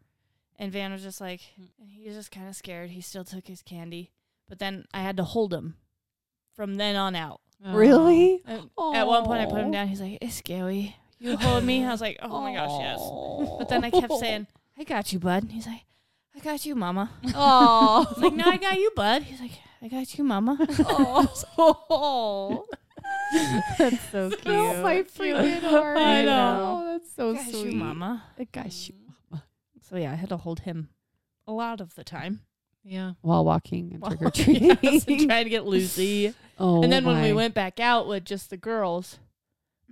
C: and Van was just like,
B: Mm.
C: and he was just kind of scared. He still took his candy, but then I had to hold him from then on out.
B: Oh. Really?
C: And At one point, I put him down. He's like, "It's scary. You hold me." I was like, "Oh my gosh, yes." But then I kept saying, "I got you, bud." And he's like, "I got you, mama."
A: Oh.
C: I was like, "No, I got you, bud." He's like, "I got you, mama."
A: oh.
B: that's so cute. Oh, my freaking heart.
C: I
B: I
C: know.
B: know. that's so
C: got
B: sweet.
C: you, mama.
B: I got you.
C: So yeah, I had to hold him a lot of the time.
A: Yeah.
B: While walking and
C: While-
B: trick or treating.
C: Yes, and trying to get Lucy.
B: oh,
C: and then when we
B: my.
C: went back out with just the girls,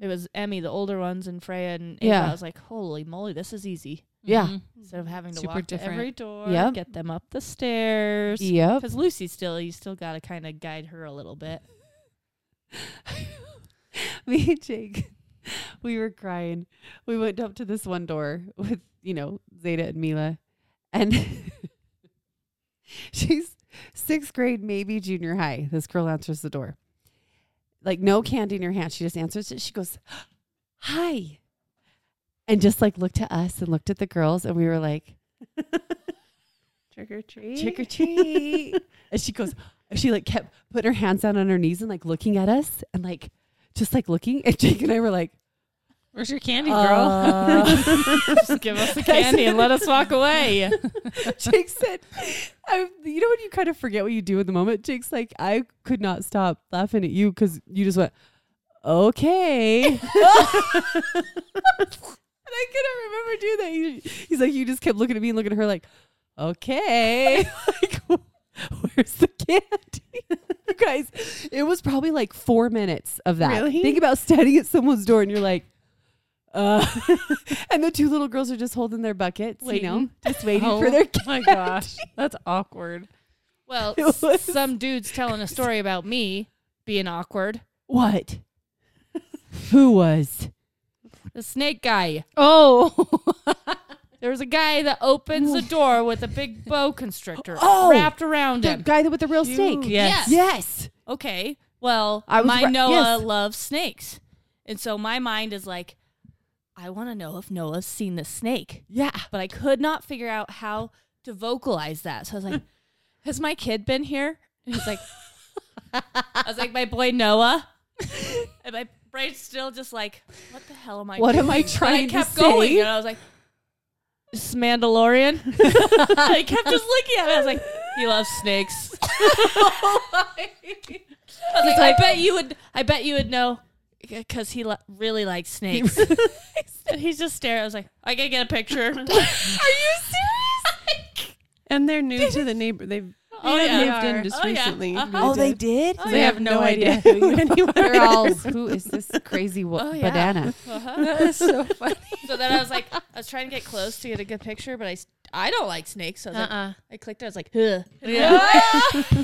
C: it was Emmy, the older ones, and Freya and Ava.
B: Yeah.
C: I was like, holy moly, this is easy.
B: Yeah.
A: Mhm.
C: Instead of having to
A: Super
C: walk to
A: different.
C: every door,
B: Yep.
C: get them up the stairs.
B: Yep.
C: Because Lucy's still, you still got to kind of guide her a little bit.
B: me and Jake, we were crying. We went up to this one door with, you know, Zeta and Mila. And she's sixth grade, maybe junior high. This girl answers the door. Like, no candy in her hand. She just answers it. She goes, Hi. And just like looked at us and looked at the girls. And we were like,
D: Trick or treat.
B: Trick or treat. and she goes, she like kept putting her hands down on her knees and like looking at us and like, just like looking. And Jake and I were like,
A: Where's your candy,
B: Uh,
A: girl?
C: just give us the candy and let us walk away.
B: Jake said, I, you know when you kind of forget what you do in the moment? Jake's like, I could not stop laughing at you because you just went, okay. and I couldn't remember doing that. He- he's like, you just kept looking at me and looking at her like, okay. like, where's the candy? you guys, it was probably like four minutes of that.
D: Really?
B: Think about standing at someone's door and you're like, uh, and the two little girls are just holding their buckets, you know,
A: Waiting.
B: just waiting
A: Oh
B: for their
A: my gosh. That's awkward.
C: Well,
B: It
C: s-
B: was-
C: some dude's telling a story about me being awkward.
B: What? Who was?
C: The snake guy.
A: Oh.
C: There was a guy that opens the door with a big bow constrictor
B: Oh!
C: wrapped around
B: The
C: him.
B: guy that with the real snake.
C: Yes.
B: Yes.
C: Okay. Well,
B: I was
C: my
B: ri-
C: Noah
B: yes.
C: loves snakes. And so my mind is like, I want to know if Noah's seen the snake.
B: Yeah.
C: But I could not figure out how to vocalize that. So I was like, Has my kid been here? And he's like, I was like, My boy Noah. And my brain's still just like, What the hell am I
B: What am I
C: doing? But
B: trying to
C: I kept
B: say?
C: going. And I was like, "This is Mandalorian. I kept just looking at it. I was like, he loves snakes.
B: Oh
C: I was like, I bet you would. I bet you would know because he lo- really likes snakes. and he's just staring. I was like, I gotta get a picture. Are you serious?
D: And they're new to the neighbor. They've
C: oh
D: they
C: yeah.
D: moved in just
C: Oh, yeah.
D: recently.
C: Uh-huh.
B: Oh, they did?
C: Oh,
D: They
C: yeah.
D: have no idea who you anyone
B: They're
D: is.
B: all, who is this crazy wo-
C: Oh, yeah.
B: banana?
C: Uh-huh.
B: That's so funny.
C: So then I was like, I was trying to get close to get a good picture, but I s- I don't like snakes. So I was like,
A: Uh-uh.
C: I clicked. it. I was like, Ugh.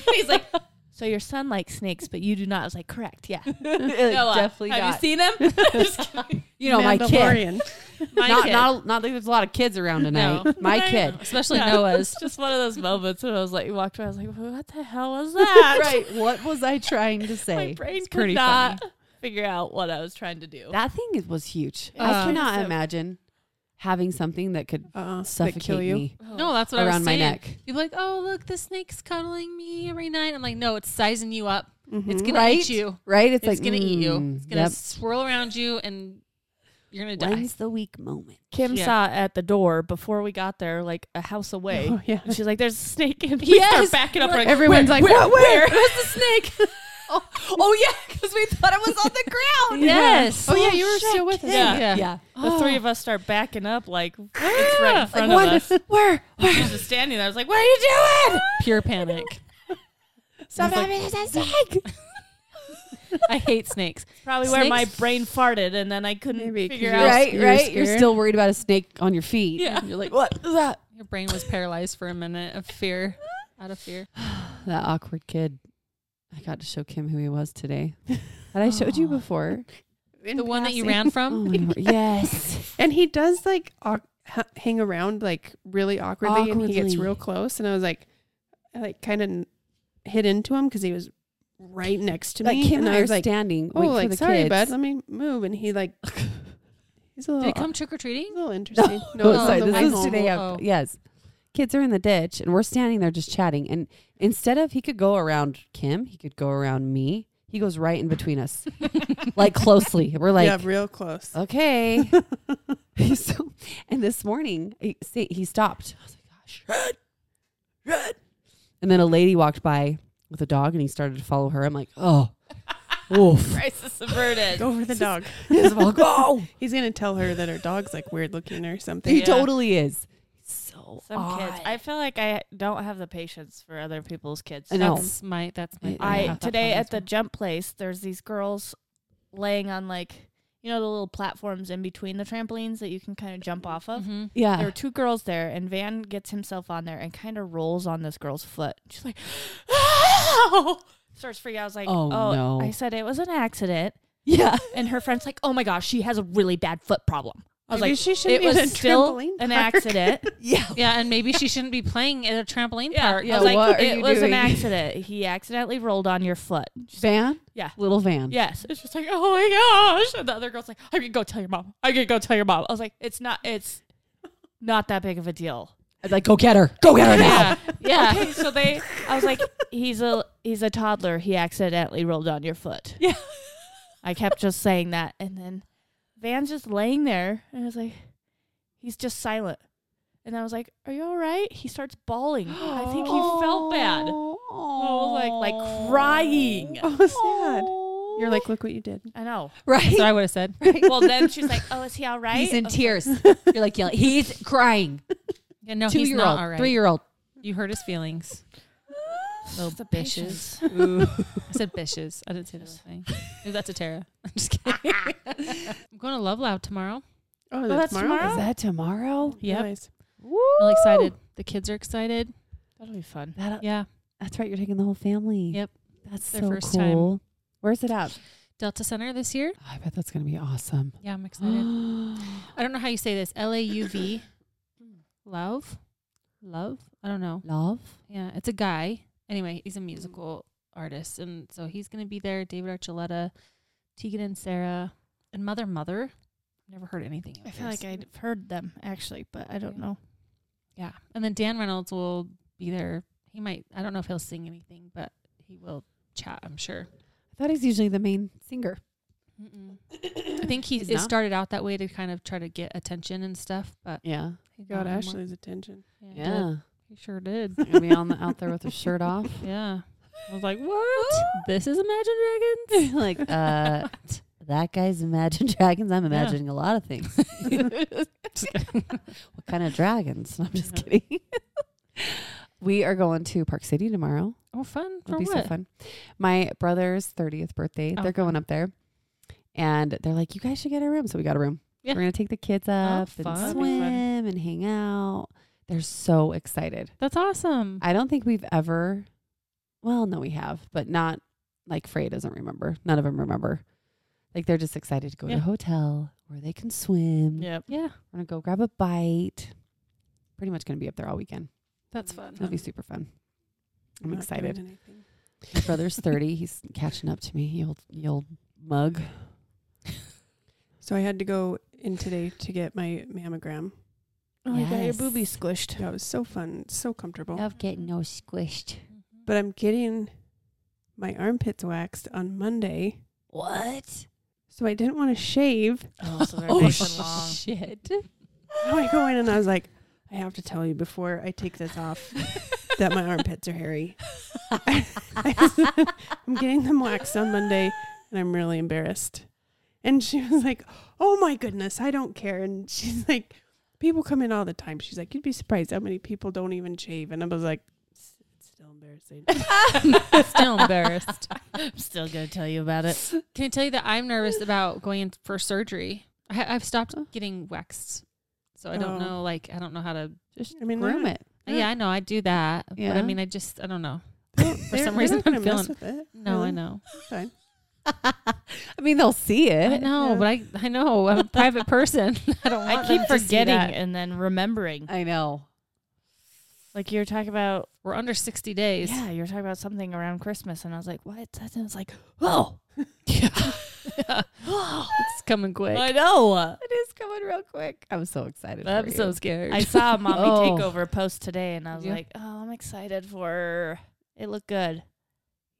C: he's like, so your son likes snakes, but you do not. I was like, correct, yeah. Noah,
B: definitely
C: have
B: got.
C: you seen them? Just kidding.
B: You know, my kid.
D: Mandalorian.
C: My
B: not,
C: kid.
B: not, not that there's a lot of kids around tonight.
C: No.
B: My
C: I
B: kid.
C: know.
A: Especially
C: Yeah.
A: Noah's.
C: It's just one of those moments when I was like, walked by, I was like, what the hell was that?
B: right. What was I trying to
C: My
B: say?
C: brain could
A: pretty
C: not figure out what I was trying to do.
B: That thing is- was huge.
A: Uh,
B: I cannot
C: so-
B: imagine having something that could
D: Uh-uh.
B: suffocate
D: That kill you.
B: me
C: Oh,
A: No, that's what I
B: around
A: was
B: my
A: saying.
B: neck.
A: You're like, oh, look, the snake's cuddling me every night. I'm like, no, it's sizing you up.
D: Mm-hmm.
A: It's gonna
B: Right?
A: eat you.
B: Right? It's,
A: It's,
B: like
A: gonna eat you.
B: mm,
A: It's gonna
B: yep.
A: swirl around you, and you're gonna die.
B: When's the weak moment?
C: Kim
A: Yeah.
C: saw at the door before we got there, like a house away.
D: Oh, yeah.
C: And she's like, there's a snake in here.
A: Yes.
C: backing up.
A: We're
C: Like,
A: like,
D: Everyone's like,
C: where,
D: "What? Where?"
C: Where's the snake?
B: Oh, oh yeah, because we thought it was on the ground.
A: Yes.
D: Oh, yeah, you were still with us.
C: Yeah.
A: Yeah.
B: Yeah. Oh. Ah.
C: The three of us start backing up, like, it's right in front of us.
B: Where? Where?
C: She's just standing there. I was like, what are you doing?
A: Pure panic.
B: Stop having a snake.
A: I hate snakes.
C: Probably where
A: Snakes-
C: my brain farted, and then I couldn't
D: Maybe, 'cause
C: figure
D: you're
C: out.
B: Right,
D: you're
B: right. You're
D: scared.
B: still worried about a snake on your feet.
C: Yeah.
B: You're like, what is that?
A: Your brain was paralyzed for a minute of fear, out of fear.
B: That awkward kid. I got to show Kim who he was today. That I showed you before.
D: In
A: The one that you
D: passing.
A: ran
B: Oh
A: from.
B: my word. Yes.
D: And he does like au- ha- hang around like really awkwardly, and he gets
B: Awkwardly.
D: real close. And I was like, I like kind of hit into him because he was right next to
B: Like
D: me,
B: Kim and I
D: I
B: are
D: was like,
B: standing.
D: "Oh,
B: waiting for
D: like
B: the
D: sorry,
B: kids.
D: bud, let me move." And he like, he's a
A: Did
B: Oh.
D: little,
A: it come trick or
D: he's
A: treating?
D: a little interesting.
B: No,
A: it's
D: on
B: Oh, sorry,
A: the
B: this
A: way
B: is
A: home.
B: today.
A: Oh.
B: Out, yes, kids are in the ditch, and we're standing there just chatting. And instead of he could go around Kim, he could go around me. He goes right in between us, like closely. We're like,
D: yeah, real close.
B: okay. so, and this morning, he, see, he stopped. I was like, gosh, red, red. And then a lady walked by with a dog, and he started to follow her. I'm like, oh, woof.
C: Crisis subverted.
D: Go for the dog.
B: He's like, go.
D: He's gonna tell her that her dog's like weird looking or something.
B: He
C: Yeah.
B: totally is. So
C: Some kids.
B: odd.
C: I feel like I don't have the patience for other people's kids.
B: I know.
A: That's my. That's my.
B: Yeah.
C: I
A: have that
C: today
A: problem
C: at
A: as
C: the
A: well.
C: jump place, there's these girls laying on like you know the little platforms in between the trampolines that you can kind of jump off of.
A: Mhm.
B: yeah.
C: There were two girls there, and Van gets himself on there and kind of rolls on this girl's foot. She's like, "Ow!" starts freaking. out. I was like,
B: Oh,
C: "Oh,
B: no.
C: I said it was an accident.
B: yeah.
C: And her friend's like, "Oh my gosh, she has a really bad foot problem." I was
D: Maybe
C: like,
D: she should
C: "It
D: be at
C: was
D: a
C: still
D: trampoline
C: an
D: park."
C: accident."
B: Yeah.
A: Yeah, and maybe she shouldn't be playing at a trampoline
C: yeah,
A: park.
B: yeah,
C: I was like,
B: what are
C: "It
B: you
C: was
B: doing?"
C: an accident. He accidentally rolled on your foot." She's like,
B: Van?
C: Yeah.
B: Little van.
C: Yes. It's just like, oh my gosh. And the other girl's like, I can go tell your mom. I can go tell your mom. I was like, it's not it's not that big of a deal.
B: I'd like, go get her. Go get her now.
C: Yeah. Yeah. Okay, so they I was like, he's a he's a toddler. He accidentally rolled on your foot.
B: Yeah.
C: I kept just saying that and then Van's just laying there and I was like he's just silent. And I was like, Are you all right? He starts bawling. I think he felt bad. Oh, like like crying.
D: Oh, sad. You're like, look what you did.
C: I know.
B: right?
A: That's what I would have said.
C: Well, then she's like, "Oh, is he all right?"
B: He's
C: I
B: in
C: was
B: tears.
D: Oh,
B: You're like yelling. He's crying.
A: Yeah, no,
B: Two
A: he's
B: year
A: not
B: old,
A: all right.
B: three year old.
A: you hurt his feelings. Little
C: The
A: bitches.
C: patience.
A: I said bitches. I didn't say the other thing. Maybe that's a Tara. I'm just kidding. I'm going to Love Loud tomorrow.
D: Oh,
C: that's tomorrow?
B: Is that tomorrow?
A: Yep.
D: Nice.
A: Really excited. The kids are excited.
C: That'll be fun.
B: That,
A: Yeah.
B: that's right. You're taking the whole family.
A: Yep.
B: That's
A: Their
B: so
A: first time.
B: cool. Where's it at?
A: Delta Center this year.
B: Oh, I bet that's going to be awesome.
A: Yeah, I'm excited. I don't know how you say this. L A U V. Love. Love. I don't know.
B: Love.
A: Yeah, it's a guy. Anyway, he's a musical artist, and so he's gonna be there. David Archuleta, Tegan and Sarah, and Mother Mother. Never heard anything. Of
C: I feel
A: this.
C: like I've heard them actually, but I don't
A: Yeah.
C: know.
A: Yeah, and then Dan Reynolds will be there. He might. I don't know if he'll sing anything, but he will chat. I'm sure.
B: I thought he's usually the main singer.
A: I think he
B: He's
A: it
B: not?
A: started out that way to kind of try to get attention and stuff, but
B: Yeah.
A: he not
D: Got
A: anymore.
D: Ashley's attention.
A: Yeah, he did.
B: Yeah.
A: he sure did.
B: Going to be on the, out there with his shirt off.
A: Yeah, I was like, what? this is Imagine Dragons.
B: like, uh, that guy's Imagine Dragons. I'm imagining a lot of things. what kind of dragons? I'm just kidding. we are going to Park City tomorrow.
A: Oh, fun for
B: It'll be
A: what?
B: so fun. My brother's 30th birthday.
A: Oh,
B: they're going up there. And they're like, you guys should get a room. So we got a room.
A: Yeah. Oh,
B: We're going to take the kids up
A: fun. That'd
B: and
C: be fun.
B: swim and hang out. They're so excited.
A: That's awesome.
B: I don't think we've ever, well, no, we have, but not like Frey doesn't remember. None of them remember. Like they're just excited to go
A: Yeah.
B: to a hotel where they can swim.
C: Yep.
A: yeah,
B: We're going to go grab a bite. Pretty much going to be up there all weekend.
A: that's fun.
B: It'll be super fun. I'm
D: Not
B: excited.
D: doing anything.
B: My brother's 30. He's catching up to me. You old, you old mug.
D: So I had to go in today to get my mammogram.
C: Oh, I got your
B: Yes.
C: booby squished.
D: That was so fun, so comfortable.
B: Of getting all squished.
D: But I'm getting my armpits waxed on Monday,
B: What?
D: so I didn't want to shave.
C: Oh, so they're
B: Oh,
C: nice and long.
B: shit.
D: Now I go in and I was like, I have to tell you before I take this off that my armpits are hairy. I'm getting them waxed on Monday, and I'm really embarrassed. And she was like, "Oh my goodness, I don't care." And she's like, "People come in all the time." She's like, "You'd be surprised how many people don't even shave." And I was like, "It's it's still embarrassing."
A: Still embarrassed.
C: I'm still gonna tell you about it.
A: Can I tell you that I'm nervous about going in for surgery? I, I've stopped getting waxed, so I don't
D: Oh.
A: know. Like I don't know how to.
B: Just
D: I mean,
B: groom
D: they're-
B: it.
A: Yeah, I know I do that, but
B: Yeah.
A: I mean, I just I don't know.
D: for
A: some reason,
D: I'm
A: I'm
D: mess with it.
A: No, I
D: really.
A: know.
D: Fine.
B: I mean, they'll see it.
A: I know,
D: Yeah.
A: but I I know I'm a private person. I don't. Want
C: I keep
A: them to see
C: forgetting
A: that.
C: and then remembering.
B: I know.
C: Like you were talking about,
A: We're under sixty days.
C: yeah, you were talking about something around Christmas, and I was like, what? That's and I was like, oh, yeah,
A: It's coming quick.
C: I know.
B: It is coming real quick. I'm so excited.
A: I'm
B: for
A: so
B: you.
A: scared.
C: I saw Mommy
B: Oh.
C: Takeover post today, and I was
A: Yeah.
C: like, oh, I'm excited for. Her. It looked good.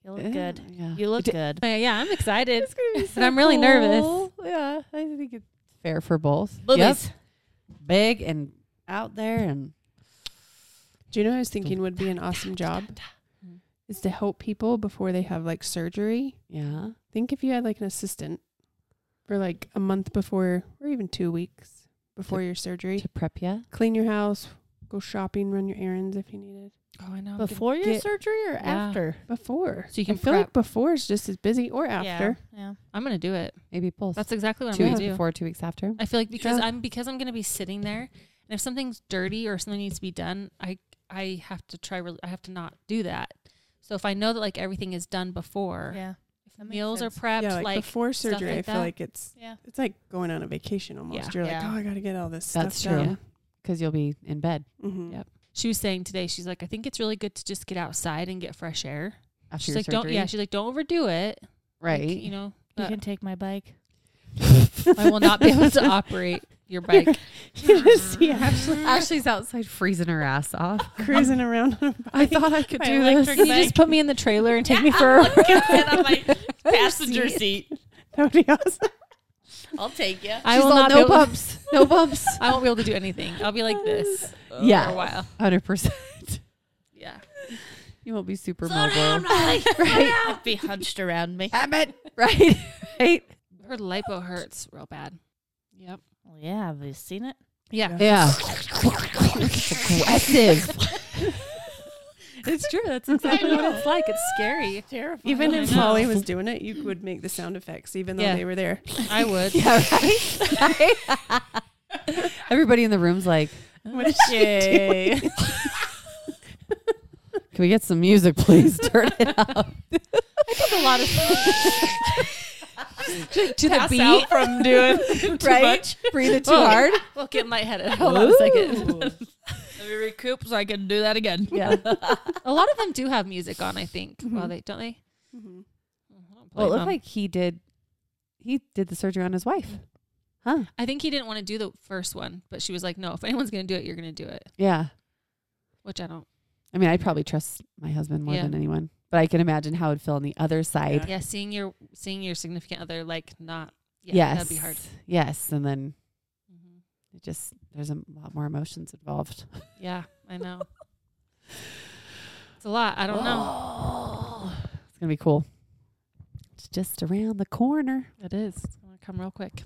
C: You look good.
B: Yeah.
C: You look
B: It-
C: good.
A: Uh, yeah, I'm excited.
B: It's gonna be
A: But I'm really nervous.
B: cool. Yeah, I think it's fair for both.
C: Boobies.
B: Yep. Big and out there and
D: Do you know what I was thinking would be an awesome job? Mm. Is to help people before they have like surgery.
B: yeah.
D: Think if you had like an assistant for like a month before or even two weeks before your surgery.
B: To prep ya.
D: Clean your house, go shopping, run your errands if you needed.
A: Oh, I know.
C: Before your
D: get-
C: surgery or
A: Yeah.
C: after?
D: Before.
A: So you can
D: I feel like before is just as busy or after.
C: Yeah. yeah.
A: I'm gonna do it.
B: Maybe both.
A: That's exactly what
B: two
A: I'm
B: weeks
A: gonna do.
B: before, two weeks after.
A: I feel like because
D: Yeah.
A: I'm because I'm gonna be sitting there, and if something's dirty or something needs to be done, I I have to try. Re- I have to not do that. So if I know that like everything is done before,
C: Yeah. That
A: if
C: makes
A: meals
C: sense.
A: are prepped,
D: Yeah, like,
A: like,
D: before
A: stuff
D: surgery,
A: like
D: I feel
A: that.
D: like it's
C: Yeah.
D: it's like going on a vacation almost.
A: Yeah.
D: You're like,
C: Yeah.
D: oh, I got to get all this
B: That's
D: stuff
B: true.
D: done.
B: Because you'll be in bed
D: Mhm.
A: Yep. she was saying today, she's like, I think it's really good to just get outside and get fresh air.
B: after
A: She's
B: your
A: like,
B: surgery.
A: don't yeah. She's like, don't overdo it. Like,
B: right.
A: you know,
C: You
A: uh,
C: can take my bike.
A: I will not be able to operate your bike.
D: You just see Ashley
B: Ashley's outside freezing her ass off.
D: cruising around on a
B: I thought I could
C: My
B: do this.
C: electric
A: Can you just put me in the trailer and take me for a ride?
C: on my passenger seat.
D: That would be awesome.
C: I'll take you.
A: I
B: She's
A: will
B: all,
A: not be
B: no
A: able-
B: bumps. No bumps.
A: I won't be able to do anything. I'll be like this for
B: yeah.
A: a while.
B: Hundred percent.
A: Yeah.
B: You won't be super mobile.
C: right. Be hunched around me.
B: Abbott. Right. Right.
A: Her lipo hurts real bad. Yep.
C: Well, yeah, have you seen it?
A: Yeah.
B: Yeah. Aggressive.
A: It's true. That's exactly what it's like. It's scary.
C: Terrifying.
D: Even
A: I
D: if
A: know.
D: Molly was doing it, you would make the sound effects, even though
A: Yeah.
D: they were there.
A: I would.
B: Yeah, right? Everybody in the room's like,
D: What is
C: Yay.
B: can we get some music, please? Turn it up.
A: a lot of
B: to the beat.
C: from doing too
B: right?
C: much.
B: Breathe it too
A: Oh.
B: hard.
A: Well, get lightheaded. Hold on a second.
C: Let me recoup so I can do that again.
B: Yeah.
A: A lot of them do have music on, I think.
C: Mm-hmm.
A: Well, they don't they?
D: Mhm.
B: Well, it looked like um, he did. He did the surgery on his wife. Huh?
A: I think he didn't want to do the first one, but she was like, "No, if anyone's going to do it, you're going to do it."
B: Yeah.
A: Which I don't.
B: I mean, I probably trust my husband more
A: Yeah.
B: than anyone, but I can imagine how it'd feel on the other side.
A: Yeah, seeing your seeing your significant other like not. Yeah,
B: yes.
A: that'd be hard.
B: Yes. And then
A: Mhm.
B: it just, there's a lot more emotions involved.
A: Yeah, I know. It's a lot. I don't know.
B: know. It's going to be cool. It's just around the corner.
C: Oh.
A: It is. It's going to come real quick.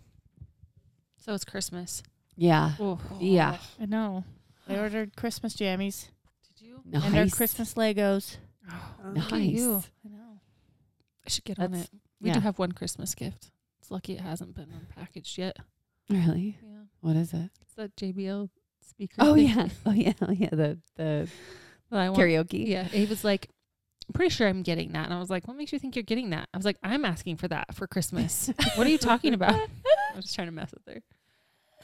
A: So it's Christmas.
B: Yeah.
A: Oh,
B: Yeah.
C: I know. I ordered Christmas jammies
A: Did you?
B: Nice.
C: and our Christmas Legos.
B: Nice.
D: Um,
A: Look at you.
C: I know.
A: I should get on
B: That's-
A: it. We do
B: yeah.
A: have one Christmas gift. It's lucky it hasn't been unpackaged yet.
B: Really?
A: Yeah.
B: What is it?
A: It's that JBL speaker.
B: Oh,
A: thing
B: yeah. Oh, yeah. Oh, yeah. The, the
A: That I want.
B: karaoke.
A: Yeah. He was like, I'm pretty sure I'm getting that. And I was like, what makes you think you're getting that? I was like, I'm asking for that for Christmas. what are you talking about? I was just trying to mess with her.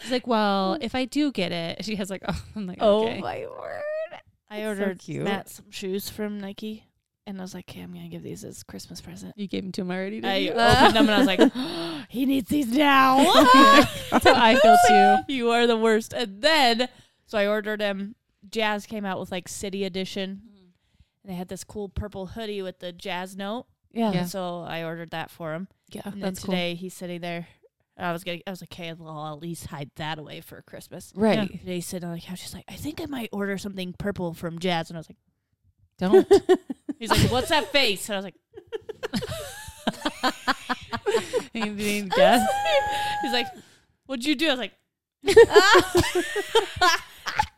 A: She's like, well, if I do get it, she has like, oh, I'm like, okay.
B: my word.
C: I
B: That's so
C: ordered
B: cute.
C: Matt some shoes from Nike, and I was like, "Okay, I'm gonna give these as a Christmas present."
A: You gave him to him already. didn't
C: I
A: you?
C: opened them and I was like, "He needs these now."
A: That's how I feel too.
C: you are the worst. And then, so I ordered him. Jazz came out with like City Edition,
A: Mm.
C: and they had this cool purple hoodie with the jazz note.
B: Yeah.
A: Yeah.
C: So I ordered that for him.
A: Yeah,
C: And then
A: that's cool.
C: today he's sitting there. and I was gonna, I was like, "Okay, well, I'll at least hide that away for Christmas."
B: Right.
C: Today he's sitting on the couch. He's like, "I think I might order something purple from Jazz," and I was like.
A: Don't.
C: He's like, "What's that face?" And I was like,
A: you didn't
C: "Yes." He's like, "What'd you do?" I was like, "Ah."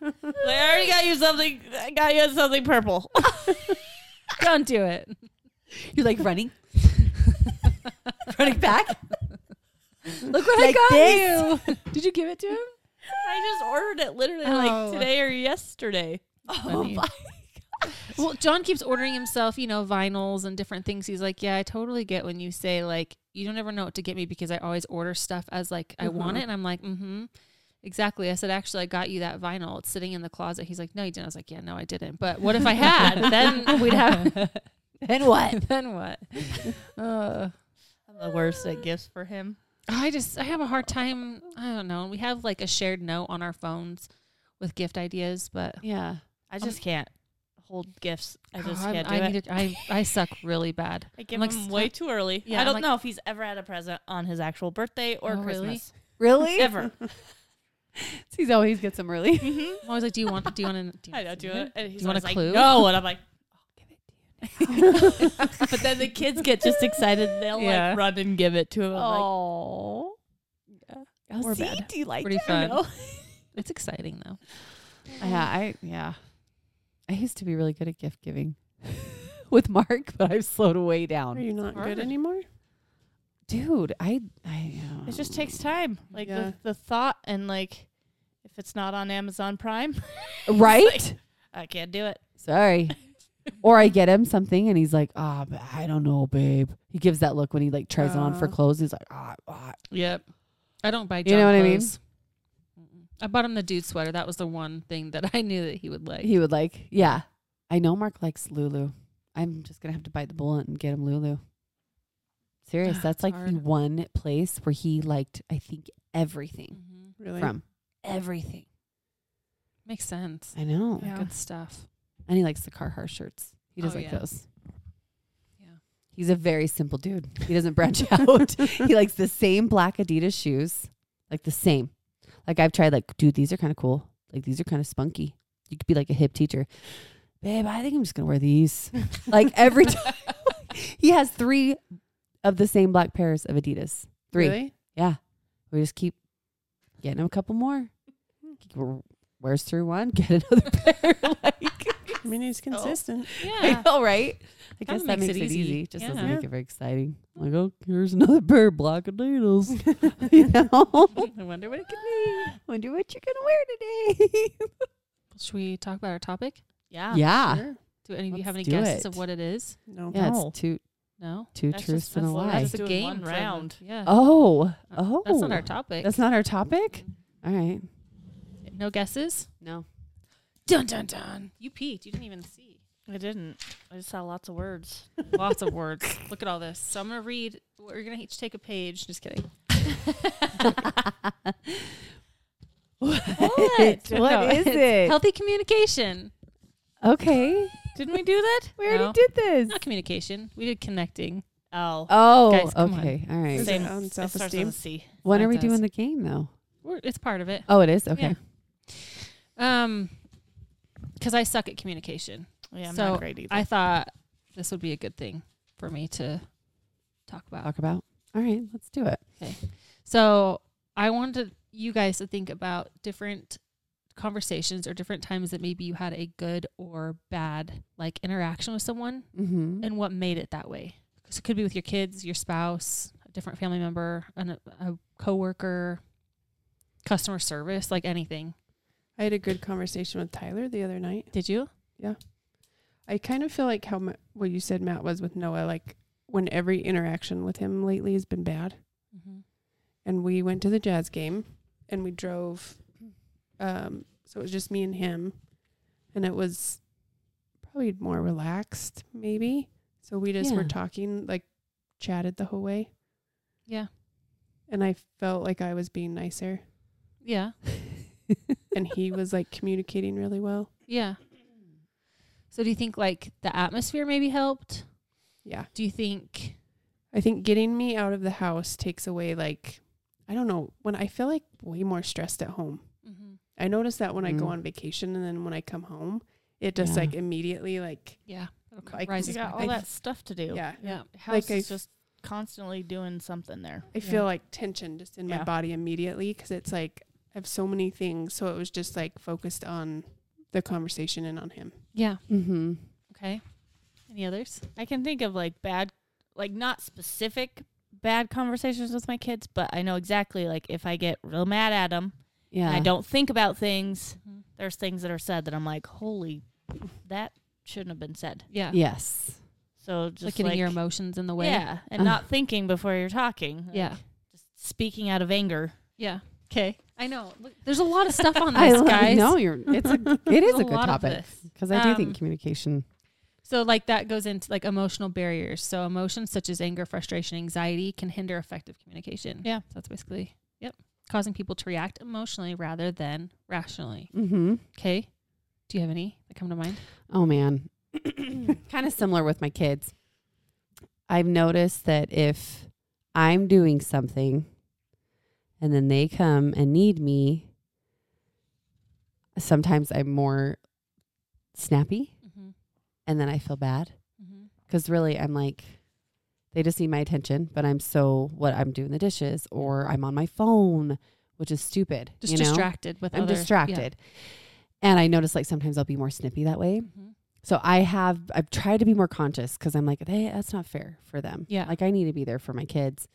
C: "I already got you something. I got you something purple."
A: Don't do it.
B: You're like running, running back.
A: Look what I
B: Like
A: got
B: this.
A: you. Did you give it to him?
C: I just ordered it literally
A: Oh.
C: Oh, like today or yesterday.
A: Funny.
B: my
A: Well, John keeps ordering himself, you know, vinyls and different things. He's like, "Yeah, I totally get when you say like you don't ever know what to get me because I always order stuff as like I want
D: Mhm.
A: it." And I'm like, "Mm-hmm, exactly." I said, "Actually, I got you that vinyl. It's sitting in the closet." He's like, "No, you didn't." I was like, "Yeah, no, I didn't." But what if I had? then we'd have.
B: and what?
A: then what? Uh,
C: I'm the worst at gifts for him.
A: I just I have a hard time. I don't know. We have like a shared note on our phones with gift ideas, but
B: Yeah.
C: I
A: Um,
C: just can't hold gifts. I just
A: God,
C: can't do
A: I,
C: it.
A: need to- I I suck really bad.
C: I give
A: I'm like,
C: him way too early.
A: Yeah,
C: I
A: I'm
C: don't
A: like-
C: know if he's ever had a present on his actual birthday or
A: Oh, really?
C: Christmas.
B: Really?
C: Ever.
B: He's always gets them early.
C: mm-hmm.
A: I'm always like, "Do you want? Do you want to?
C: I don't do
A: it?
C: it. And he's
A: you want
C: always
A: a
C: like,
A: clue?
C: No, and I'm like, but then the kids get just excited. and They'll
A: Yeah.
C: like run and give it to him. I'm like,
B: Oh. Oh,
C: We're
B: see,
C: bad.
B: do you like
A: Pretty
B: it or
A: fun.
B: no?
A: It's exciting though.
B: Yeah, I yeah. I used to be really good at gift giving with Mark, but I've slowed way
D: Are
B: down.
D: you not
A: Hard.
D: good anymore?
B: Dude, I I um,
C: it just takes time. Like
D: Yeah.
C: the, the thought and like, if it's not on Amazon Prime,
B: right.
C: I can't do it.
B: Sorry. or I get him something and he's like, ah, but I don't know, babe. He gives that look when he like tries it on for
D: Uh.
B: clothes. He's like, ah, ah.
A: Yep. I don't buy.
B: You know
A: John
B: what I mean?
A: clothes. Mm-mm. I bought him the dude sweater. That was the one thing that I knew that he would like.
B: he would like, yeah. I know Mark likes Lulu. I'm just gonna have to bite the bullet and get him Lulu. Serious.
A: Ah,
B: That's
A: it's
B: like the
A: hard.
B: one place where he liked, I think, everything
A: Mhm.
D: Really?
B: from. Everything.
A: Makes sense.
B: I know.
D: Yeah.
A: Good stuff.
B: And he likes the Carhartt shirts. He does
A: Oh,
B: like
A: yeah.
B: those.
A: Yeah.
B: He's a very simple dude. He doesn't branch out. he likes the same black Adidas shoes, like the same. Like I've tried, like, dude, these are kind of cool. Like these are kind of spunky. You could be like a hip teacher, babe. I think I'm just gonna wear these. like every time, he has three of the same black pairs of Adidas. Three.
D: Really?
B: Yeah. We just keep getting him a couple more. Wears through one, get another pair. like.
D: I mean, he's
A: Oh.
D: consistent.
A: Yeah.
B: I know, right? I
A: Kinda
B: guess that makes it, easy. Just doesn't
A: Yeah.
B: make it very exciting. Like, oh, here's another pair of black needles. you know?
A: I wonder what it could be.
B: Wonder what you're gonna wear today. Ah,
A: Should we talk about our topic?
C: Yeah.
A: Ah.
B: yeah.
D: Sure.
A: Do any of you
B: Let's
A: have any
B: do
A: guesses
B: it.
A: of what it is?
D: No.
B: Yeah,
C: No.
B: it's two
A: No.
B: two
C: That's
B: truths
C: just-
B: and a
C: that's the
B: lie.
C: last
A: That's a
C: doing
A: game
C: one
A: for the-
C: round.
A: Yeah.
B: Oh. Oh.
A: That's not our topic.
B: That's not our topic?
A: Mm.
B: All right.
A: No guesses?
B: No.
A: Dun dun dun. You peeked. You didn't even see.
C: I didn't. I just saw lots of words.
A: Lots of words. Look at all this. So I'm gonna read. We're gonna each take a page. Just kidding.
B: What is
A: No,
B: it?
A: Healthy communication.
B: Okay.
C: Didn't we do that?
B: We already
A: No.
B: did this.
A: Not communication. We did connecting.
C: Oh.
B: Oh,
A: Guys, come on.
B: okay. All right.
D: Is it
C: Same.
D: on
C: It starts with
D: self-esteem?
C: a C.
B: When
A: Mine
B: are we
A: does.
B: doing the game though?
A: We're, it's part of it.
B: Oh, it is? Okay.
A: Um, because I suck at communication.
C: Yeah, I'm
A: So,
C: not great either.
A: I thought this would be a good thing for me to talk about.
B: Talk about. All right, let's do it.
A: So I wanted you guys to think about different conversations or different times that maybe you had a good or bad like interaction with someone
B: Mm-hmm.
A: and what made it that way. 'Cause it could be with your kids, your spouse, a different family member, an, a coworker, customer service, like anything.
D: I had a good conversation with Tyler the other night.
A: Did you?
D: I kind of feel like how Ma- what you said, Matt, was with Noah. Like when every interaction with him lately has been bad.
A: Mm-hmm.
D: And we went to the jazz game, and we drove. Um, so it was just me and him, and it was probably more relaxed, maybe. So we just were
B: Yeah.
D: talking, like chatted the whole way,
A: Yeah.
D: and I felt like I was being nicer,
A: Yeah.
D: and he was like communicating really well.
A: Yeah. So do you think like the atmosphere maybe helped?
D: Yeah.
A: Do you think
D: I think getting me out of the house takes away like I don't know when I feel like way more stressed at home. I notice that when I go
B: Mm.
D: on vacation and then when I come home, it just
B: Yeah.
D: like immediately like
A: yeah.
D: I-
A: rises
C: you
A: back
C: got all
A: up.
C: that stuff to do.
D: yeah.
A: Yeah.
C: House
D: Like
C: is
D: I-
C: just constantly doing something there.
D: I feel like tension just in my
C: Yeah.
D: body immediately because it's like I have so many things. So it was just like focused on the conversation and on him.
A: Yeah.
B: Mm-hmm.
A: Okay. Any others?
C: I can think of like bad, like not specific bad conversations with my kids, but I know exactly like if I get real mad at them
B: Yeah.
C: and I don't think about things,
A: Mhm.
C: there's things that are said that I'm like, holy, that shouldn't have been said.
A: Yeah.
B: Yes.
C: So just
A: Like getting your emotions in the way. Uh-huh.
C: yeah, and
B: Ugh.
C: not thinking before you're talking. Like,
A: Yeah.
C: just speaking out of anger.
A: Yeah.
C: Okay,
A: I know. Look, there's a lot of stuff on this,
B: love-
A: guys.
B: No, you're. It's a. It is
A: There's
B: a good
A: lot of
B: topic
A: this.
B: because I do
A: Um,
B: think communication.
A: So, like that goes into like emotional barriers. So, emotions such as anger, frustration, anxiety can hinder effective communication.
C: Yeah.
A: So that's basically yep, causing people to react emotionally rather than rationally.
B: Mm-hmm.
A: Okay. Do you have any that come to mind?
B: Oh man. kind of similar with my kids. I've noticed that if I'm doing something and then they come and need me, sometimes I'm more snappy
A: Mm-hmm.
B: and then I feel bad
A: Mm-hmm.
B: cuz really I'm like they just need my attention, but I'm so what I'm doing the dishes or I'm on my phone, which is stupid.
A: Just
B: you know?
A: distracted with
B: I'm
A: other- yeah.
B: distracted. And I notice like sometimes I'll be more snippy that way.
A: Mhm.
B: So I have I've tried to be more conscious because I'm like, hey, that's not fair for them.
A: Yeah.
B: Like I need to be there for my kids.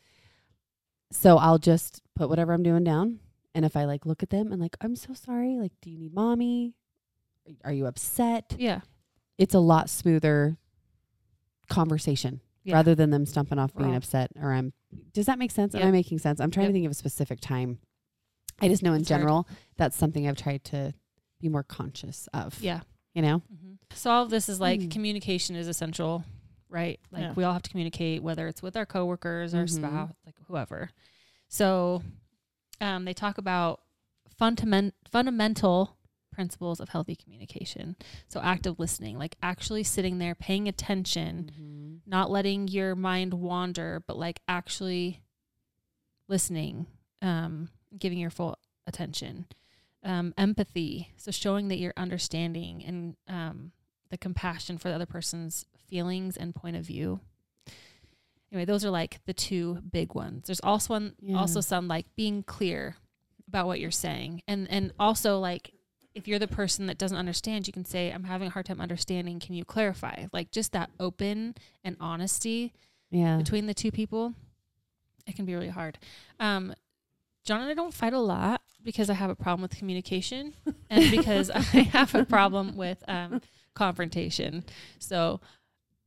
B: So I'll just put whatever I'm doing down. And if I like look at them and like, I'm so sorry, like, do you need mommy? Are you upset?
A: Yeah.
B: It's a lot smoother conversation
A: Yeah.
B: rather than them stumping off being
A: Raw.
B: upset or I'm does that make sense?
A: Yep.
B: Am I making sense? I'm trying
A: Yep.
B: to think of a specific time. I just know in
A: It's hard.
B: general that's something I've tried to be more conscious of.
A: Yeah.
B: You know?
A: Mm-hmm. So all of this is like
B: Mm.
A: communication is essential, right? Like
C: Yeah.
A: we all have to communicate, whether it's with our coworkers, our
B: Mhm.
A: spouse, like whoever. So um, they talk about fundament- fundamental principles of healthy communication. So active listening, like actually sitting there, paying attention, not letting your mind wander, but like actually listening, um, giving your full attention. Um, empathy, so showing that you're understanding and um, the compassion for the other person's feelings and point of view. Anyway, those are like the two big ones. There's also one,
B: Yeah.
A: also some like being clear about what you're saying, and and also like if you're the person that doesn't understand, you can say, "I'm having a hard time understanding. Can you clarify?" Like just that open and honesty
B: Yeah.
A: between the two people, it can be really hard. Um, John and I don't fight a lot because I have a problem with communication and because I have a problem with um, confrontation. So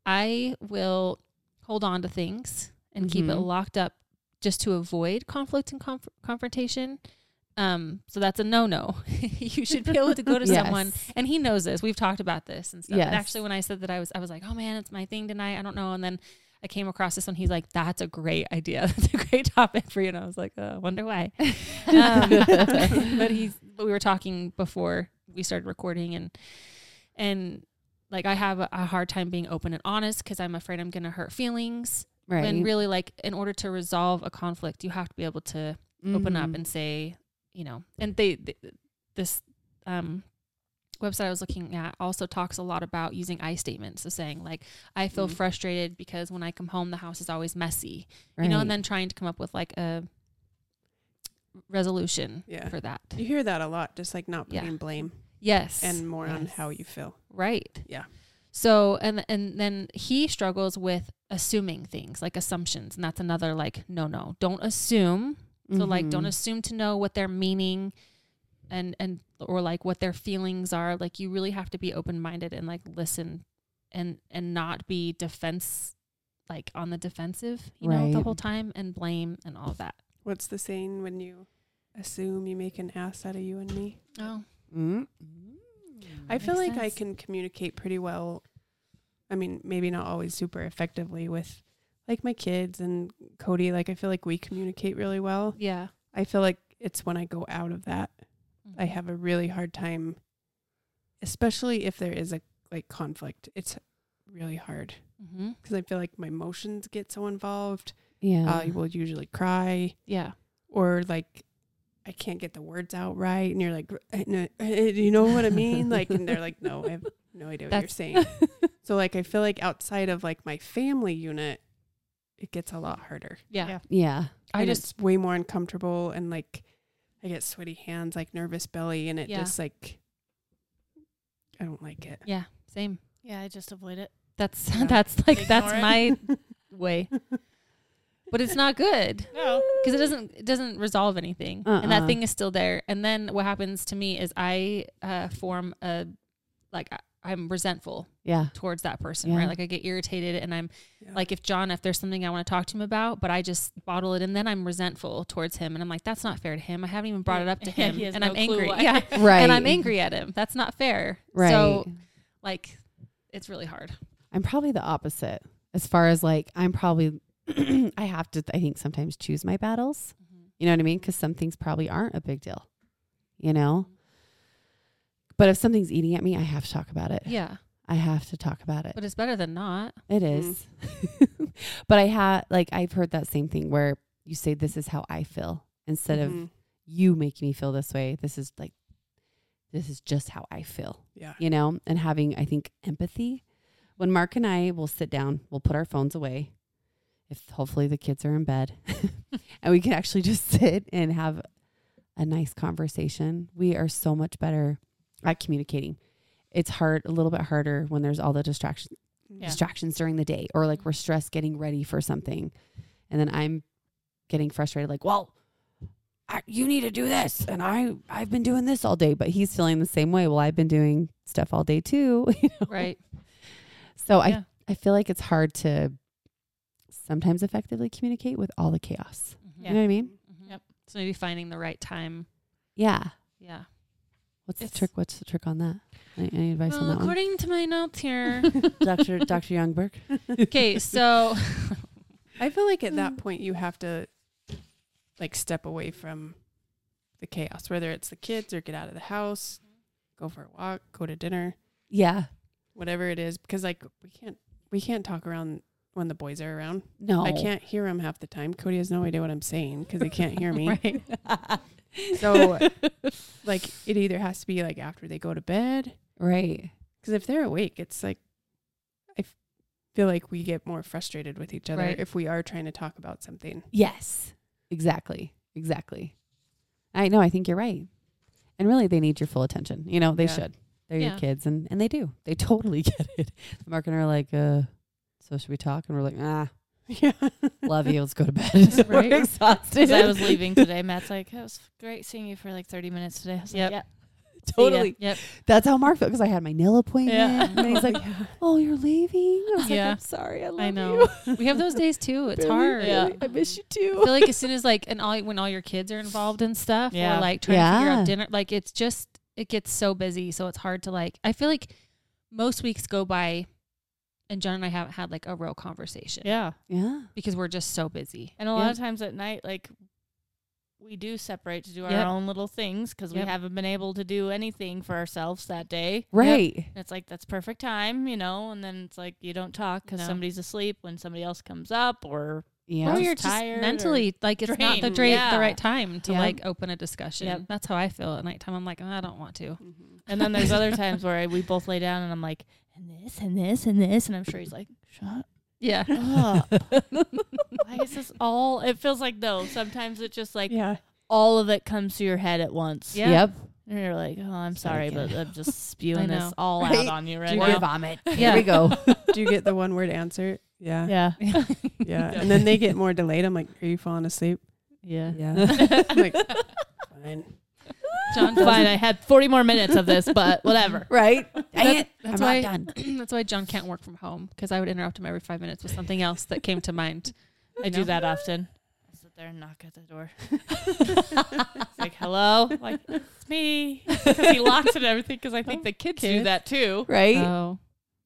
A: I will hold on to things and keep it
B: Mhm.
A: locked up just to avoid conflict and conf- confrontation. Um, so that's a no no. you should be able to go to someone
B: Yes.
A: and he knows this. We've talked about this and stuff. And
B: Yes.
A: actually, when I said that, I was I was like, oh man, it's my thing tonight. I don't know. And then I came across this one. He's like, that's a great idea. That's a great topic for you. And I was like, uh, I wonder why. um, but he's but we were talking before we started recording and and like I have a, a hard time being open and honest because I'm afraid I'm gonna hurt feelings.
B: Right.
A: And really, like in order to resolve a conflict, you have to be able to open up
D: Mm-hmm.
B: Mhm.
A: and say, you know, and they, th this um, website I was looking at also talks a lot about using I statements. So saying like, I feel
D: Mm-hmm.
B: Mm.
A: frustrated because when I come home, the house is always messy, you know, and
B: Right.
A: then trying to come up with like a resolution
D: Yeah.
A: for that.
D: You hear that a lot, just like not
A: Yeah.
D: putting blame
A: Yes.
D: and more on
B: Yes.
D: how you feel.
A: Right.
D: Yeah.
A: So and and then he struggles with assuming things like assumptions, and that's another like no no don't assume. So like don't
B: Mhm.
A: assume to know what their meaning, and and or like what their feelings are. Like you really have to be open minded and like listen, and and not be defense, like on the defensive, you know, the
B: Right.
A: whole time and blame and all that.
D: What's the saying when you assume you make an ass out of you and me?
A: Oh
B: Mm.
D: I feel
A: Makes
D: like I
A: sense.
D: can communicate pretty well. I mean, maybe not always super effectively with like my kids and Cody. Like, I feel like we communicate really well.
A: yeah.
D: I feel like it's when I go out of that,
C: mm-hmm.
D: I have a really hard time, especially if there is a like conflict. It's really hard
A: Mm-hmm.
D: because I feel like my emotions get so involved.
B: Yeah.
A: Uh,
D: I will usually cry
A: Yeah.
D: or like I can't get the words out right, and you're like, "No, eh, do you know what I mean? Like, and they're like, no, I have no idea what you're
B: That's-
D: saying. so like, I feel like outside of like my family unit, it gets a lot harder.
A: Yeah.
C: Yeah.
B: yeah.
A: I
D: And
A: just
D: it's way more uncomfortable, and like I get sweaty hands, like nervous belly, and it
A: Yeah.
D: just like I don't like it.
A: yeah same.
C: yeah, I just avoid it.
A: That's
D: Yeah.
A: that's like that's
C: Ignore it.
A: my way, but it's not good.
C: No.
A: because it doesn't it doesn't resolve anything and that
B: Uh-uh.
A: thing is still there and then what happens to me is i uh, form a like I- I'm resentful
B: Yeah.
A: towards that person,
B: Yeah.
A: right? Like I get irritated and I'm
D: Yeah.
A: like if John, if there's something I want to talk to him about, but I just bottle it and then I'm resentful towards him and I'm like, that's not fair to him. I haven't even brought it up to
C: Yeah,
A: him
C: he has
A: and
C: no
A: I'm
C: clue
A: angry.
C: why.
A: Yeah.
B: Right.
A: And I'm angry at him. That's not fair.
B: Right.
A: So like it's really hard.
B: I'm probably the opposite as far as like, I'm probably, I have to, I think, sometimes choose my battles.
C: Mm-hmm.
B: You know what I mean? Because some things probably aren't a big deal, you know? But if something's eating at me, I have to talk about it.
A: Yeah.
B: I have to talk about it.
A: But mm. it's better than not.
B: It is. but I have like I've heard that same thing where you say this is how I feel instead
A: Mm-hmm.
B: of
D: Mhm.
B: you make me feel this way. This is like this is just how I feel.
D: Yeah.
B: You know, and having I think empathy. When Mark and I will sit down, we'll put our phones away if hopefully the kids are in bed and we can actually just sit and have a nice conversation. We are so much better at communicating. It's hard, a little bit harder when there's all the distractions
C: Yeah.
B: distractions during the day or like we're stressed getting ready for something and then i'm getting frustrated like well I, you need to do this and i i've been doing this all day but he's feeling the same way well i've been doing stuff all day too you know?
A: Right.
B: so
A: Yeah.
B: i i feel like it's hard to sometimes effectively communicate with all the chaos you
C: Mm-hmm.
A: Mhm.
B: know what i mean
A: Mhm.
C: Yep.
A: So maybe finding the right time.
B: yeah
A: Yeah.
B: what's
A: It's-
B: the trick what's the trick on that any, any advice
A: Well,
B: on that
A: according to my notes here.
B: one dr dr youngberg
A: okay, so
D: I feel like at that point you have to like step away from the chaos, whether it's the kids or get out of the house, go for a walk, go to dinner,
B: yeah
D: whatever it is, because like we can't we can't talk around when the boys are around.
B: no
D: I can't hear them half the time. Cody has no idea what I'm saying because he can't hear me.
A: right.
D: So like it either has to be like after they go to bed,
B: right
D: because if they're awake, it's like I f- feel like we get more frustrated with each other
A: Right.
D: if we are trying to talk about something.
B: Yes, exactly, exactly. I know. I think you're right. And really, they need your full attention. You know, they
D: Yeah.
B: should. They're
A: Yeah.
B: your kids, and and they do. They totally get it. Mark and I are like, uh, so should we talk? And we're like, ah,
D: Yeah,
B: love you. Let's go to bed. So
A: Right.
B: We're exhausted.
C: Because I was leaving today, Matt's like, "It was great seeing you for like 30 minutes today." I was
A: Yep.
C: like,
B: totally.
A: Yep.
B: That's how Mark felt because I had my nail appointment,
C: Yeah.
B: and then he's like, oh, you're leaving. I was
A: Yeah.
B: like, I'm sorry. I love
A: I
B: you.
A: know. we have those days too. It's
B: Barely,
A: hard.
B: barely.
C: Yeah.
B: I miss you
A: I
B: too.
A: feel like as soon as like and all when all your kids are involved and stuff,
C: Yeah.
A: or like trying to figure
B: Yeah.
A: out dinner, like it's just it gets so busy, so it's hard to like. I feel like most weeks go by, and John and I haven't had like a real conversation
C: Yeah.
B: Yeah.
A: because we're just so busy.
C: And a lot
B: Yep.
C: of times at night, like we do separate to do our
A: Yep.
C: own little things because
A: Yep.
C: we haven't been able to do anything for ourselves that day.
B: Right.
C: And it's like that's perfect time, you know. And then it's like you don't talk because
A: No.
C: somebody's asleep when somebody else comes up, or
B: Yeah.
A: or
C: Just
A: you're just
C: tired or
A: mentally like it's not the
C: drained.
A: dra-
C: Yeah.
A: the right time to
B: Yeah.
A: like open a discussion.
C: Yep.
A: That's how I feel at nighttime. I'm like, "Oh, I don't want to.
C: and then there's other times where I, we both lay down and I'm like, and this and this and this, and I'm sure he's like, shut
A: Yeah,
C: up. Why is this all? It feels like no. Sometimes it just like
D: yeah.
C: all of it comes to your head at once.
A: Yeah.
B: Yep.
C: And you're like, oh, I'm
B: Just gotta
C: sorry,
B: get
C: but I'm just spewing
A: know.
C: this all
B: Right?
C: out on you right
B: Do
C: now.
B: your vomit.
A: Yeah.
B: Here we go.
D: Do you get the one word answer? Yeah.
C: Yeah.
D: Yeah. And then they get more delayed. I'm like, are you falling asleep?
C: Yeah.
D: Yeah. I'm like, fine.
A: John.
C: Fine, I had 40 more minutes of this, but whatever.
B: right. Dang it.
A: that's
B: I'm
A: why-
B: not done.
A: That's why John can't work from home because I would interrupt him every five minutes with something else that came to mind.
C: I
A: You
C: do
A: know?
C: that often. I sit there and knock at the door. It's like, hello? I'm Like, it's me. 'Cause he locks it and everything because I
B: Oh,
C: think the kids, do
A: Kids.
C: that too.
B: Right.
A: Oh,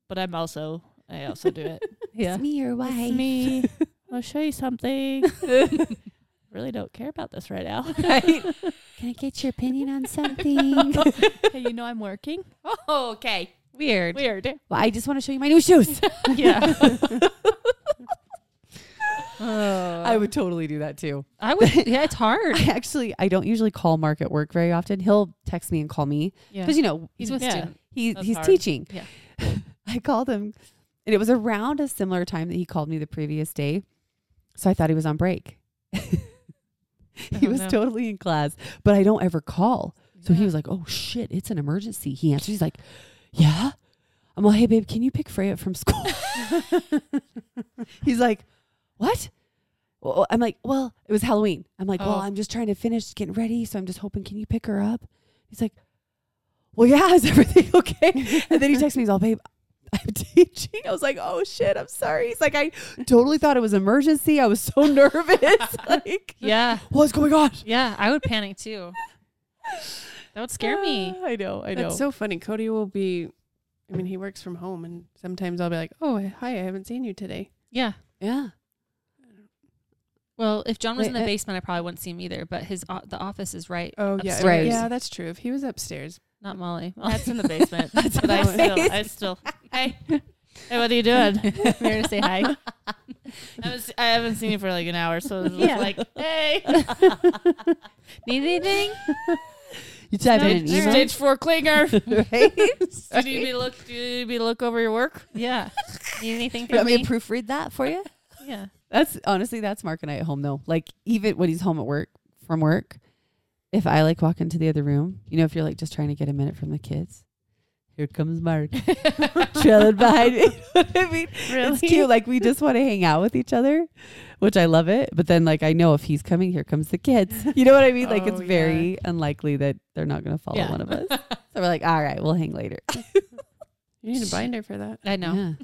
C: But I'm also, I also do it.
A: yeah.
B: me, your wife.
C: It's me. I'll show you something. really don't care about this right now.
B: Right? Can I get your opinion on something? well,
C: hey, you know I'm working? Oh, okay.
A: Weird.
C: Weird.
B: I just want to show you my new shoes.
A: Yeah. Oh,
B: I would totally do that too.
A: I would. Yeah, it's hard.
B: I actually, I don't usually call Mark at work very often. He'll text me and call me
A: Yeah.
B: because you know
A: He's with
C: Yeah.
A: student.
B: he,
C: That's
B: he's
C: hard.
B: teaching.
A: Yeah.
B: I called him, and it was around a similar time that he called me the previous day, so I thought he was on break. he
A: Oh,
B: was
A: no.
B: totally in class, but I don't ever call. So he
A: Yeah.
B: was like, "Oh shit, it's an emergency." He answers. He's like, "Yeah." I'm like, "Hey babe, can you pick Frey up from school?" he's like, "What?" Well, I'm like, "Well, it was Halloween." I'm like,
A: Oh.
B: "Well, I'm just trying to finish getting ready, so I'm just hoping can you pick her up?" He's like, well, yeah, is everything okay? And then he texts me, he's all, babe, I'm teaching. I was like, oh shit, I'm sorry. He's like, I totally thought it was emergency. I was so nervous. like,
A: Yeah.
B: what's going on?
A: Yeah. I would panic too. That would scare me.
B: Ah, I know, I know.
D: That's so funny. Cody will be. I mean, he works from home, and sometimes I'll be like, "Oh, hi, I haven't seen you today."
A: Yeah.
B: yeah.
A: Well, if John was in
B: Wait,
A: the
B: uh,
A: basement, I probably wouldn't see him either. But his o the office is right,
D: Oh
A: yeah,
D: yeah,
B: Upstairs.
D: yeah, that's true. If he was upstairs,
A: not Molly.
C: That's in the basement.
B: That's
C: but I
B: in the
C: still, I still. Hey, hey, what are you doing?
A: We're gonna say hi.
C: I, was, I haven't seen you for like an hour, so it was
A: Yeah.
C: like, hey,
A: Need anything?
B: You type
A: No,
B: in an
A: there
B: email.
C: stage four clinger. Do
B: right?
C: you need me to look? Do you need me to look over your work?
A: Yeah. Need anything
B: You
A: from
B: want me
A: me?
B: to proofread that for you?
A: yeah.
B: That's honestly, that's Mark and I at home though. Like even when he's home at work from work, if I like walk into the other room, you know, if you're like just trying to get a minute from the kids, here comes Mark trailing behind. me. You know what I mean,
C: Really?
B: it's cute. Like we just want to hang out with each other, which I love it. But then like I know if he's coming, here comes the kids. You know what I mean? Like it's
C: Oh, yeah.
B: very unlikely that they're not going to follow
A: Yeah.
B: one of us. So we're like, all right, we'll hang later.
D: you need a binder for that.
A: I know.
B: Yeah.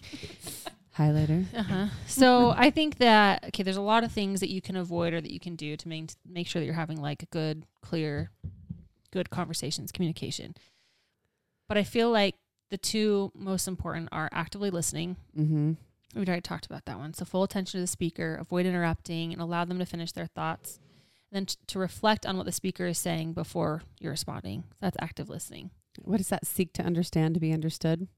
B: Highlighter.
A: Uh-huh. So I think that okay, there's a lot of things that you can avoid or that you can do to make make sure that you're having like a good, clear, good conversations, communication. But I feel like the two most important are actively listening.
B: Mm-hmm.
A: We've already talked about that one. So full attention to the speaker, avoid interrupting, and allow them to finish their thoughts. And then t- to reflect on what the speaker is saying before you're responding. That's active listening.
B: What is that? Seek to understand, to be understood.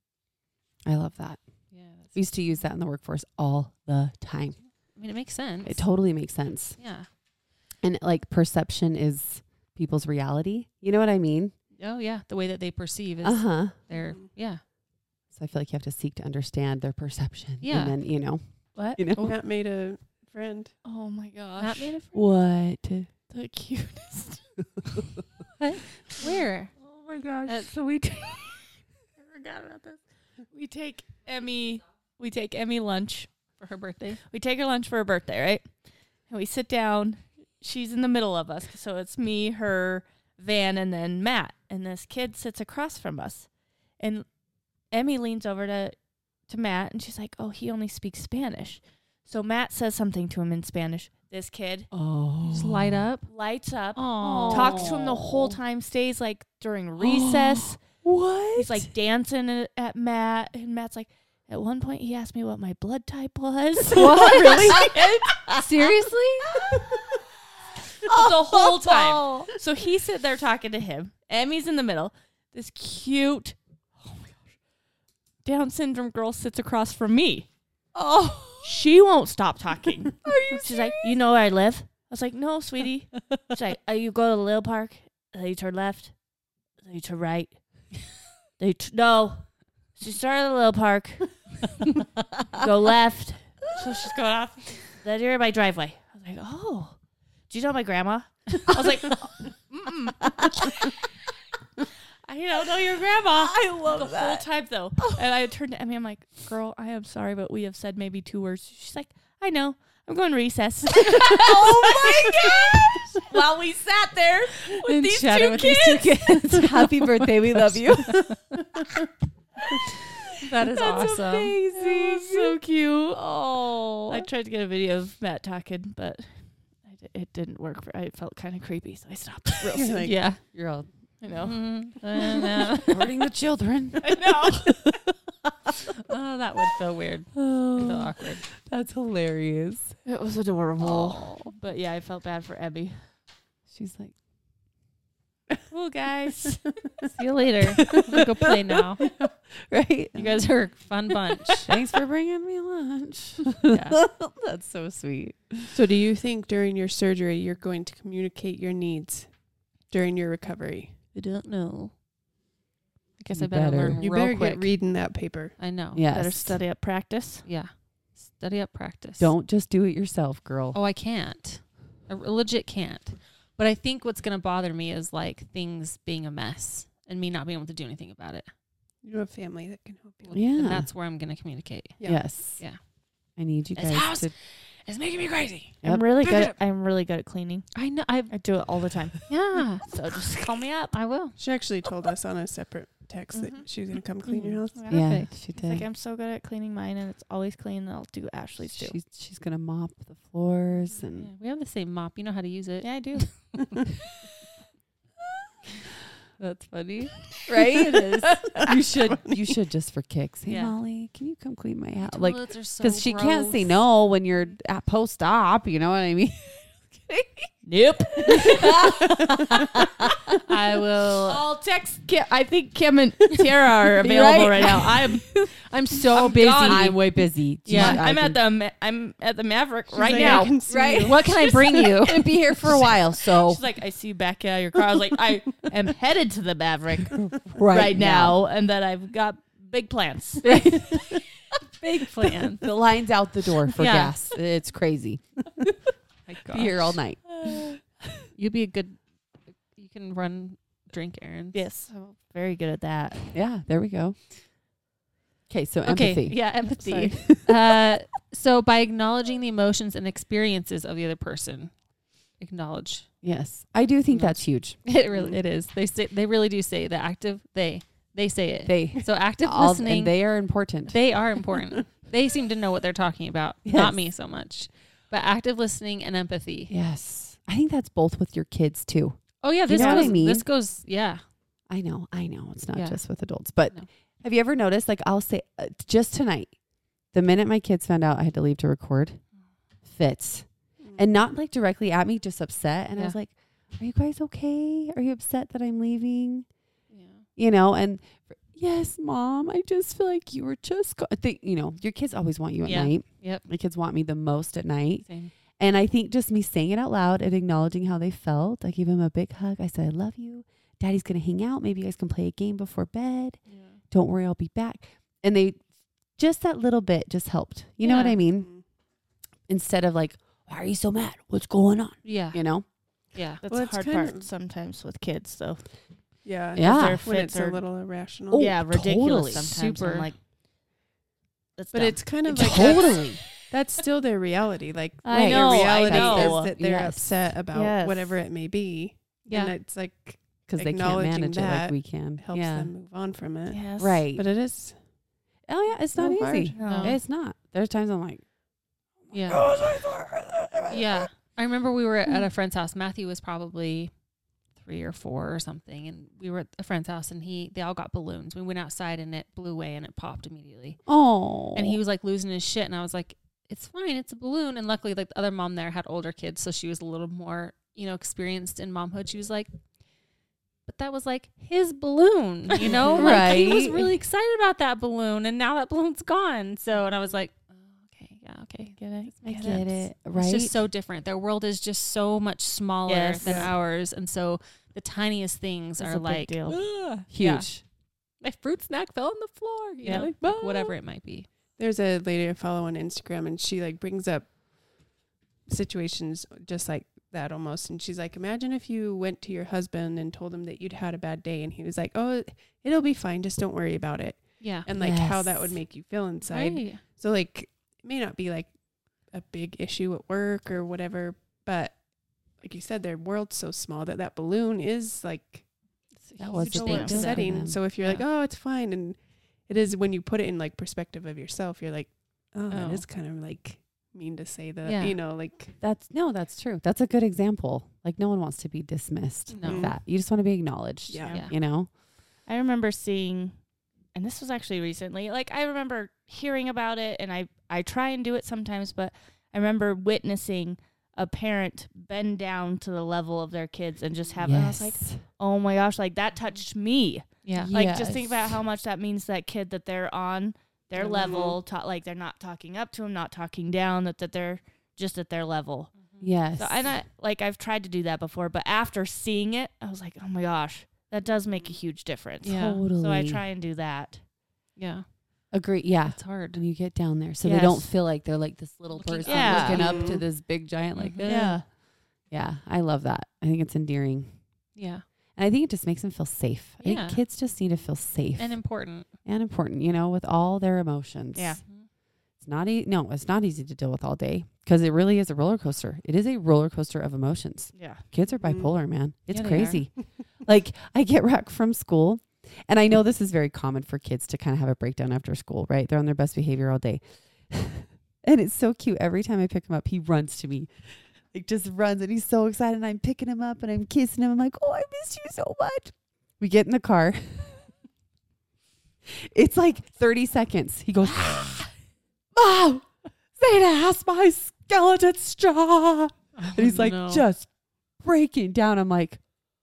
B: I love that.
A: Yeah, that's,
B: I used to use that in the workforce all the time.
A: I mean it makes sense.
B: It totally makes sense.
A: yeah.
B: And like perception is people's reality. You know what I mean?
A: Oh yeah, the way that they perceive is
B: Uh huh.
A: their yeah.
B: So I feel like you have to seek to understand their perception.
A: Yeah.
B: And then, you know,
C: What?
B: you know.
D: Oh, Matt made a friend.
C: Oh my gosh.
A: Not made of
B: What?
C: the cutest.
A: where?
C: Oh my gosh.
D: So we
C: I forgot about this. We take Emmy. We take Emmy lunch.
A: for her birthday.
C: We take her lunch for her birthday, right? And we sit down. She's in the middle of us, so it's me, her, Van, and then Matt. And this kid sits across from us, and Emmy leans over to to Matt, and she's like, "Oh, he only speaks Spanish." So Matt says something to him in Spanish. This kid
B: Oh.
A: Just light up.
C: lights up,
A: Aww.
C: talks to him the whole time, stays like during recess.
B: What?
C: He's like dancing at- at Matt, and Matt's like, at one point he asked me what my blood type was.
B: What? Really? Seriously?
C: the whole time. So he's sitting there talking to him. Emmy's in the middle. This cute, oh my gosh, Down syndrome girl sits across from me.
B: Oh.
C: She won't stop talking.
B: Are you
C: She's like, "You know where I live?" I was like, "No, sweetie." She's like, uh, "You go to Lil Park, then you turn left, then you turn right, then you t- no." She started at Lil Park, go left. So she's going off. Then you're in my driveway. I was like, "Oh, do you know my grandma?" I was like, Mm-mm. "I don't know your grandma." I love the
B: that. Oh.
C: whole time though. And I turned to Emmy. I'm like, "Girl, I am sorry, but we have said maybe two words." She's like, "I know." I'm going recess.
B: oh my gosh.
C: While we sat there with
B: And
C: these
B: chatted
C: two
B: with
C: kids.
B: these two kids. Happy birthday. We love you.
A: That is
B: That's
A: awesome.
B: amazing.
C: so cute.
B: Oh.
C: I tried to get a video of Matt talking, but I d- it didn't work. For, I felt kind of creepy, so I stopped. Real soon.
D: like,
A: yeah.
B: You're all
C: I know.
A: Mm, I know.
B: hurting the children.
C: I know.
A: oh, that would feel weird. It'd
D: Oh.
A: feel awkward.
B: That's hilarious.
C: It was adorable. But yeah, I felt bad for Emmy.
B: She's like,
C: Well, guys,
A: See you later. I'm gonna go play now.
B: right?
A: You guys are a fun bunch.
B: Thanks for bringing me lunch.
A: Yeah.
B: That's so sweet.
D: So do you think during your surgery you're going to communicate your needs during your recovery?
A: We don't know. I guess
B: You
A: I better,
B: better.
A: learn
D: You
A: real
D: better
A: quick.
D: get reading that paper.
A: I know.
B: Yes.
C: better study up practice.
A: Yeah. Study up practice.
B: Don't just do it yourself, girl.
A: Oh, I can't. I r- legit can't. But I think what's gonna bother me is like things being a mess and me not being able to do anything about it.
D: You have family that can help you.
B: yeah.
A: And that's where I'm gonna communicate.
D: Yeah.
B: Yes.
A: Yeah.
B: I need you
A: This
B: guys
A: house
B: to
A: It's making me crazy.
B: Yep.
C: I'm really
A: Pick
C: good.
A: it
C: At, I'm really good at cleaning.
A: I know. I
C: I do it all the time.
A: yeah.
C: So just call me up.
A: I will.
D: She actually told us on a separate text that
C: Mhm.
D: she was gonna come clean your
C: Mm-hmm.
D: house.
B: Yeah,
A: Perfect.
B: she
C: It's like
B: did.
C: I'm so good at cleaning mine, and it's always clean. And I'll do Ashley's too.
B: She's she's gonna mop the floors and
A: Yeah, we have the same mop. You know how to use it.
C: yeah, I do.
B: That's funny, right? it is. You should you should just for kicks. Hey
A: Yeah.
B: Molly, can you come clean my house? Like
A: Toilets are so
B: because she can't say
A: gross.
B: no when you're at post op. You know what I mean?
C: Nope.
B: I will.
C: I'll text. Kim. I think Kim and Tara are
B: available
C: available
B: right
C: right now. I'm I'm so
B: Busy.
C: busy.
B: I'm way busy. Gee,
C: yeah,
B: I
C: I'm
B: can-
C: at the Ma- I'm at the Maverick
D: She's
C: right
D: like, I
C: now.
D: can see
B: Right.
D: you.
B: What can I bring you? I'm gonna be here for a while, so
C: She's like, I see you back out of your car. I was like, I am headed to the Maverick right, now, and that I've got big plans.
A: Big plan.
B: the line's out the door for
C: Yeah.
B: gas. It's crazy. Be here all night.
A: You'd be a good. You can run drink errands.
C: Yes, I'm very good at that.
B: Yeah, there we go. Okay, so
A: Okay,
B: empathy.
C: Yeah, empathy.
A: Sorry. uh, so by acknowledging the emotions and experiences of the other person, acknowledge
B: Yes, I do think
A: No.
B: that's huge.
A: it.
B: Mm-hmm.
A: Really, it is. They say they really do say the active. They they say it.
B: They
A: so active
B: all
A: listening.
B: and they are important.
A: They are important. they seem to know what they're talking about,
B: Yes.
A: not me so much. But active listening and empathy.
B: yes, I think that's both with your kids too.
A: Oh yeah, this
B: know what I
A: goes.
B: mean?
A: This goes. Yeah,
B: I know, I know. It's not
A: Yeah.
B: just with adults, but
A: No.
B: have you ever noticed? Like, I'll say uh, just tonight, the minute my kids found out I had to leave to record, fits, and not like directly at me, just upset.
A: Mm.
B: And I
A: Yeah.
B: was like, "Are you guys okay? Are you upset that I'm leaving?"
A: yeah,
B: you know, and yes, mom, I just feel like you were just, go-. They, you know, your kids always want you at
A: Yeah.
B: night.
A: Yep.
B: My kids want me the most at night.
A: same.
B: And I think just me saying it out loud and acknowledging how they felt, I gave them a big hug. I said, I love you. Daddy's going to hang out. Maybe you guys can play a game before bed.
A: Yeah.
B: Don't worry, I'll be back. And they, just that little bit just helped. You know what
A: Yeah.
B: I mean? Instead of like, why are you so mad? What's going on?
A: Yeah,
B: You know?
A: yeah,
C: That's
D: Well,
C: the
D: it's
C: hard
D: kind
C: part
D: of-
C: sometimes with kids, though. 'cause
D: Yeah.
B: Yeah.
C: Their
D: When
C: fits
D: it's a
C: are
D: little irrational.
B: Oh,
C: yeah ridiculous
B: totally.
C: sometimes.
A: Super.
C: I'm like, that's
D: But
C: dumb.
D: it's kind of like that's,
B: Totally.
D: that's still their reality. Like
C: I
D: their
C: know, I
D: reality
C: know.
D: is that they're
B: Yes.
D: upset about
C: Yes.
D: whatever it may be.
A: yeah.
D: And it's like
B: Because they can't
D: Acknowledging
B: manage it like
D: that
B: we can.
D: helps
B: yeah.
D: them move on from it.
C: yes.
B: Right.
D: But it is
B: oh, yeah. It's
D: so
B: not
D: hard.
B: easy.
A: No.
B: It's not. There's times I'm like, uh,
A: Yeah. yeah. I remember we were at
B: Mm.
A: a friend's house. Matthew was probably three or four or something, and we were at a friend's house, and he they all got balloons. We went outside, and it blew away, and it popped immediately.
B: oh.
A: And he was like losing his shit, and I was like, "It's fine, it's a balloon." And luckily, like the other mom there had older kids, so she was a little more you know experienced in momhood. She was like. But that was like his balloon, you know. Like, he was
B: Right.
A: really excited about that balloon, and now that balloon's gone. So, and I was like, oh, "Okay, yeah, okay,
C: Get it?
B: I get it. Right.
A: it's just so different. Their world is just so much smaller
C: Yes.
A: than
C: Yeah.
A: ours, and so the tiniest things
C: It's
A: are
C: a big
A: like
C: deal.
A: "Ugh." Yeah.
B: huge.
A: My fruit snack fell on the floor. You
C: Yeah.
A: know,
D: Like,
A: like, whatever it might be.
D: There's a lady I follow on Instagram, and she like brings up situations just like that almost. And she's like, imagine if you went to your husband and told him that you'd had a bad day, and he was like, "Oh, it'll be fine. Just don't worry about it."
A: Yeah,
D: And like how that would
B: Yes.
D: make you feel inside. So like, it may not be like a big issue at work or whatever, but like you said, their world's so small that that balloon is like
B: That was
A: Huge
B: a
D: so
A: thing
B: big deal.
A: to them.
B: upsetting.
D: upsetting. So if you're like, "Oh, it's fine," and it is when you put it in like perspective of yourself, you're like, "Oh, that
A: Oh.
D: is kind of like mean to say that."
A: Yeah.
D: You know, like
B: That's no, that's true. That's a good example. Like no one wants to be dismissed like
A: No.
B: that. You just want to be acknowledged.
D: Yeah.
A: Yeah.
B: You know?
C: I remember seeing, and this was actually recently. Like I remember hearing about it, and I I try and do it sometimes, but I remember witnessing a parent bend down to the level of their kids and just have. And I was like,
B: Yes.
C: oh my gosh, like that touched me.
A: Yeah,
B: Yeah.
C: Like just think about
B: Yes.
C: how much that means to that kid that they're on their
D: Mhm.
C: level. Ta- like they're not talking up to him, not talking down. That that they're just at their level.
B: Yes.
C: So and I like I've tried to do that before, but after seeing it, I was like, oh my gosh, that does make a huge difference.
A: Yeah.
B: totally
C: So I try and do that.
A: yeah.
B: agree. Yeah.
A: It's hard.
B: When you get down there. So they don't
C: Yes.
B: feel like they're like this little
A: Looking
B: person
C: up.
B: looking up
D: Mhm.
B: to this big giant like
A: Mhm.
B: "Ugh." Yeah. I love that. I think it's endearing.
A: Yeah,
B: And I think it just makes them feel safe. I
A: Yeah.
B: think kids just need to feel safe
A: and
B: and,
A: important.
B: important, you know, with all their emotions.
C: Yeah.
B: It's not e- no, it's not easy to deal with all day. because it really is a roller coaster. It is a roller coaster of emotions.
C: Yeah.
B: Kids are
D: Mhm.
B: bipolar, man. It's
C: Mm. Yeah, they are.
B: crazy. like I get back from school, and I know this is very common for kids to kind of have a breakdown after school, right? They're on their best behavior all day. and it's so cute. Every time I pick him up, he runs to me. Like just runs and he's so excited and I'm picking him up and I'm kissing him. I'm like, "Oh, I missed you so much." We get in the car. it's like 30 seconds. He goes, "Mom, Zeta has my skeleton straw." And he's
A: Oh,
B: like just breaking down. I'm like,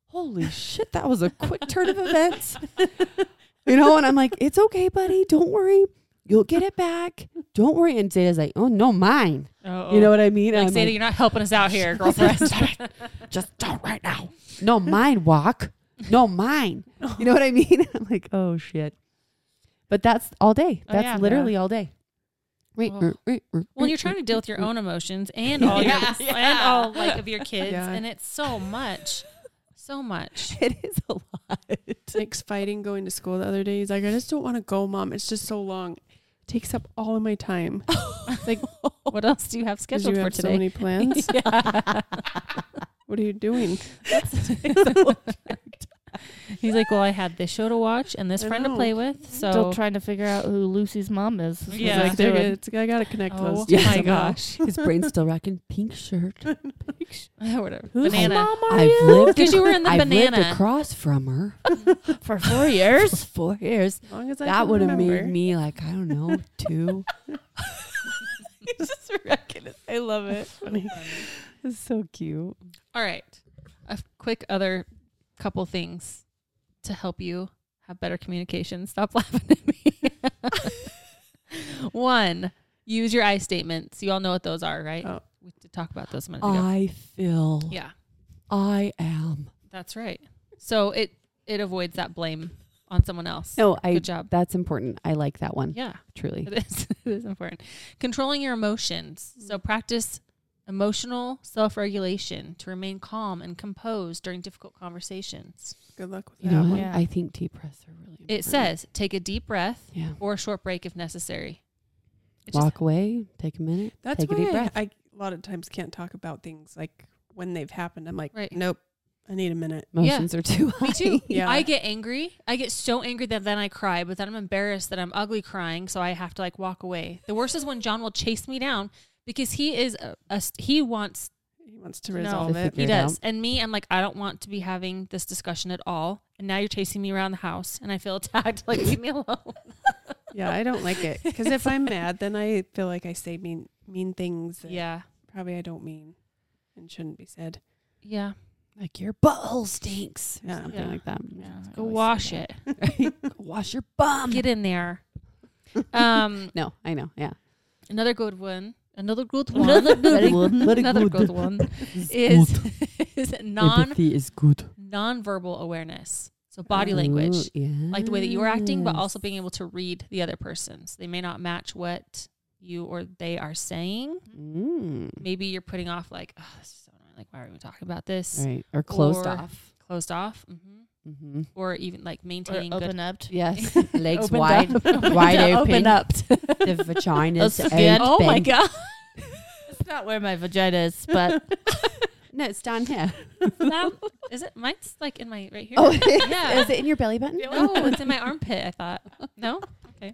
B: holy shit, that was a quick turn of events. you know, and I'm like, it's okay, buddy. Don't worry. You'll get it back. Don't worry. And Zeta's like, oh, no, mine.
A: oh,
B: You know what I mean? And
A: Like,
B: I'm
A: Zeta,
B: like,
A: you're not helping us out here, girlfriend.
B: just don't right now. No, mine, walk. No, mine. You know what I mean? I'm like, oh, shit. But that's all day.
C: Oh,
B: That's
C: yeah.
B: literally all day. Wait,
A: Well- well, you're trying to deal with your own emotions and all
C: Yeah.
A: your and
C: Yeah.
A: all like of your kids,
D: Yeah.
A: and it's so much, so much.
B: It is a lot.
D: Nick's fighting going to school the other day. He's like, I just don't want to go, mom. It's just so long. It takes up all of my time.
A: Like, what else do you have
D: 'Cause
A: scheduled
D: you
A: for
D: have so
A: today?
D: many plans.
A: yeah.
D: What are you doing?
A: He's like, well, I had this show to watch and this
D: I
A: friend to
D: know.
A: play with, so
C: Still trying to figure out who Lucy's mom is. This was
A: Yeah.
D: He's
C: like
D: like, "They're
C: doing-
D: good. It's- I gotta connect
A: oh
D: those.
B: Yeah.
A: my
D: somehow."
A: gosh,
B: His brain's still rocking pink shirt.
A: whatever,
D: Who's
A: banana.
D: mom are
B: I've
D: you?
B: lived
A: Because you were in the
B: I've lived
A: banana.
B: across from her
C: for four years.
B: for four years.
D: As long as I
B: that
D: can
B: would have
D: remember.
B: made me like I don't know two.
C: I love it.
B: It's so cute.
A: All right, a f- quick other couple things to help you have better communication. Stop laughing at me. One, use your I statements. You all know what those are, right?
D: Oh.
A: We did talk about those a minute ago.
B: I feel.
A: Yeah,
B: I am.
A: that's right. So it it avoids that blame on someone else.
B: No, I.
A: Good job.
B: That's important. I like that one.
A: Yeah.
B: Truly.
A: It is. It is important. Controlling your emotions.
B: Mm-hmm.
A: So practice emotional self-regulation to remain calm and composed during difficult conversations.
D: Good luck with
B: You
D: that
B: know,
D: one.
B: what?
C: Yeah.
B: I think deep breaths are really.
A: It
B: important.
A: says take a deep breath
B: Yeah.
A: or a short break if necessary. It just-
B: Walk away. Take a minute.
D: That's
B: take
D: why
B: a deep
D: I-
B: breath.
D: I, a lot of times can't talk about things like when they've happened. I'm like,
A: Right.
D: nope, I need a minute.
B: Emotions are too high.
A: me too.
D: Yeah.
A: I get angry. I get so angry that then I cry, but then I'm embarrassed that I'm ugly crying, so I have to like walk away. The worst is when John will chase me down because he is a, a st- he wants
D: He wants to
C: No.
D: resolve
B: To
D: it.
B: figure
A: He
B: it
A: does.
B: out.
A: And me, I'm like, I don't want to be having this discussion at all. And now you're chasing me around the house and I feel attacked. Like, leave me alone.
D: Yeah, I don't like it because if I'm mad, then I feel like I say mean mean things that
A: yeah.
D: probably I don't mean and shouldn't be said.
A: Yeah.
B: Like your butthole stinks. Or
D: Yeah.
B: Something
A: Yeah.
B: like that.
C: Yeah.
A: Go wash it.
B: it. wash your bum.
A: Get in there. Um,
B: no, I know. Yeah.
A: another good one. Another good one.
B: Another good
A: Very-
B: one. Very
A: Another
B: good.
A: good one
B: It's
A: is is non
B: Empathy is good.
A: nonverbal awareness. So body language, like the way that you are acting, but also being able to read the other person's. They may not match what you or they are saying.
B: Mm.
A: Maybe you're putting off like, oh, this is so annoying. Like, why are we talking about this?
B: Right. Or closed
A: Or-
B: off.
A: closed off, hmm
B: Mm-hmm.
A: or even like
C: Or
A: maintaining good.
C: open up.
B: Yes.
A: Legs
B: Legs wide, wide open.
A: open up.
B: The vagina's
C: That's good.
A: Oh my god!
C: It's not where my vagina is, but
B: No, it's down here.
A: That- Is it? Mine's like in my right here.
B: Oh, yeah.
A: Yeah.
B: is it in your belly button?
A: No, it's in my armpit. I thought. No.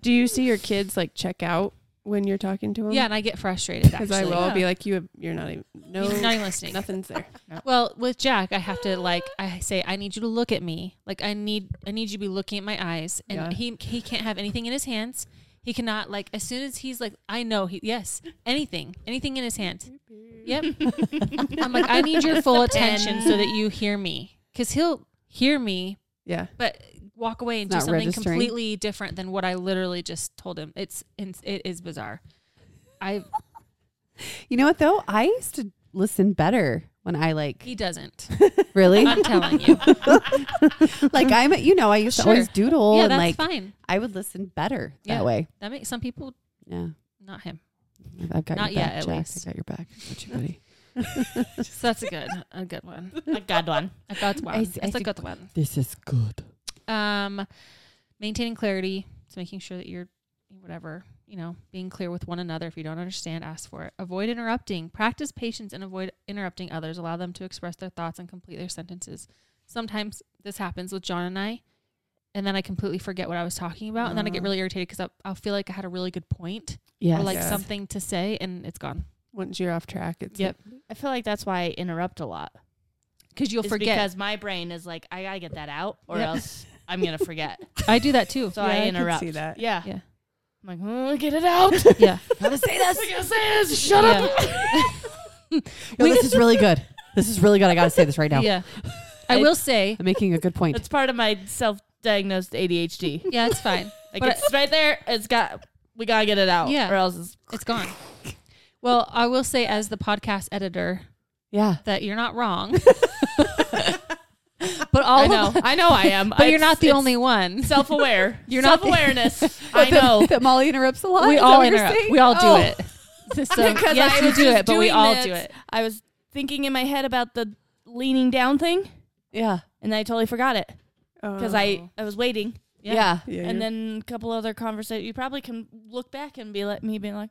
D: Do you see your kids like check out when you're talking to them?
A: Yeah, and I get frustrated
D: because
A: actually.
D: Um, I will I'll
A: Yeah.
D: be like, you have, you're not even no,
A: He's not even listening.
D: nothing's there.
A: Well, with Jack, I have to like I say I need you to look at me. Like I need I need you to be looking at my eyes, and
D: Yeah.
A: he he can't have anything in his hands. He cannot like as soon as he's like I know he yes anything anything in his hands. Yep. I'm like I need your full attention so that you hear me because he'll hear me
D: Yeah,
A: but walk away and do
B: Not
A: something
B: registering.
A: completely different than what I literally just told him. It's it's- it is bizarre. I
B: You know what though? I used to listen better when I like
A: he doesn't.
B: really
A: I'm telling you.
B: like I'm you know I used to
A: Sure.
B: always doodle
A: yeah,
B: and
A: that's
B: like
A: fine.
B: I would listen better
A: Yeah.
B: that way.
A: That makes some people
B: Yeah.
A: not him.
B: I've- I've got
A: Not
B: your
A: yet,
B: back,
A: at
B: Jack.
A: least.
B: I got your back. I got you, buddy.
A: So that's a good a good one.
C: a good one.
A: I got one.
B: I see- I
A: That's a
B: see.
A: good one.
B: This is good.
A: Um, maintaining clarity, it's making sure that you're whatever you know, being clear with one another. If you don't understand, ask for it. Avoid interrupting. Practice patience and avoid interrupting others. Allow them to express their thoughts and complete their sentences. Sometimes this happens with John and I, and then I completely forget what I was talking about, and then I get
D: Oh.
A: really irritated because I, I feel like I had a really good point
B: Yes.
A: or like
D: Yes.
A: something to say, and it's gone.
D: Once you're off track, it's
A: Yep.
C: I feel like that's why I interrupt a lot.
A: Because you'll
C: It's
A: forget.
C: because my brain is like, I gotta get that out, or
A: Yep.
C: else I'm gonna forget.
A: I do that too.
C: So
D: Yeah, I
C: I
D: could
C: interrupt.
D: see that.
C: Yeah.
A: Yeah.
C: I'm like, "Mm, get it out.
A: yeah.
B: Gotta say this.
C: I gotta say this. Shut up.
B: No, this is really good. This is really good. I gotta say this right now.
A: Yeah. I
C: I-
A: will say,
B: I'm making a good point.
C: That's part of my self-diagnosed ADHD.
A: yeah, it's fine.
C: Like
A: But I-
C: it's right there. It's got. We gotta get it out.
A: Yeah.
C: Or else it's
A: It's gone. Well, I will say, as the podcast editor,
B: yeah.
A: that you're not wrong. but all
C: I
A: of-
C: know. I know I am.
A: but you're not the only one.
C: Self aware.
A: You're
C: You're
A: not the-
C: self awareness. I know.
B: that Molly interrupts a lot.
A: we
B: Is that
A: all
B: what you're
A: interrupt.
B: saying?
A: We all do
B: Oh.
A: it. um, So,
C: Because
A: yes,
C: I
A: you
C: was
A: do
C: just
A: it, but we
C: doing
A: all
C: this.
A: do it.
C: I was thinking in my head about the leaning down thing,
B: Yeah.
C: and I totally forgot it because I
A: Oh.
C: I was waiting,
A: Yeah.
B: Yeah.
D: Yeah,
C: and
D: you're-
C: then a couple other conversations. You probably can look back and be like me being like,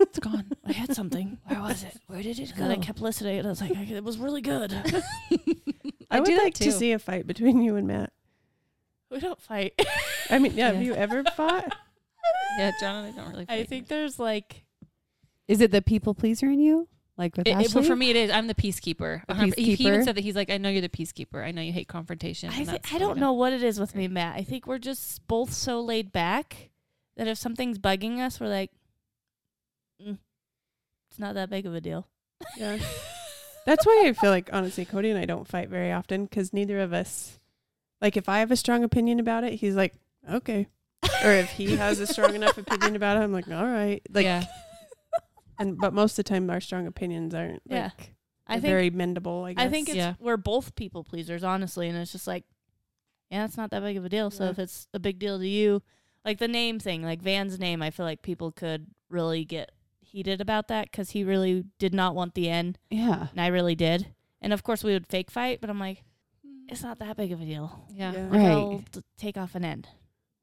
A: It's gone.
C: I had something. Where was it?
B: Where did it
C: And then I kept listening, and I was like, I, it was really good.
D: I,
A: I
D: would
A: do that
D: like
A: too.
D: to see a fight between you and Matt.
C: we don't fight.
D: I mean, yeah,
A: Yeah.
D: have you ever fought?
A: Yeah, John and I don't really.
C: I
A: fight.
C: think there's like
B: Is it the people pleaser in you? Like with
A: It- it-
B: Ashley?
A: well, for me, it is. I'm the peacekeeper.
B: The
A: 100%. He- He even
B: peacekeeper.
A: said that he's like, I know you're the peacekeeper. I know you hate confrontation.
C: I,
A: and
C: th-
A: that's
C: I
A: totally
C: don't
A: fine.
C: know what it is with me, Matt. I think we're just both so laid back that if something's bugging us, we're like, "Mm, it's not that big of a deal.
D: Yeah. That's why I feel like honestly, Cody and I don't fight very often because neither of us, like, if I have a strong opinion about it, he's like, okay, or if he has a strong enough opinion about it, I'm like, all right, like,
A: yeah,
D: and but most of the time our strong opinions aren't like
C: Yeah. I
D: they're
C: think
D: very mendable. I guess.
C: I think it's
A: Yeah.
C: we're both people pleasers, honestly, and it's just like, yeah, it's not that big of a deal. So
D: Yeah.
C: if it's a big deal to you, like the name thing, like Van's name, I feel like people could really get heated about that because he really did not want the end,
B: Yeah.
C: and I really did. And of course, we would fake fight, but I'm like, it's not that big of a deal.
A: yeah,
D: yeah,
B: Right.
C: I'll t- take off an end.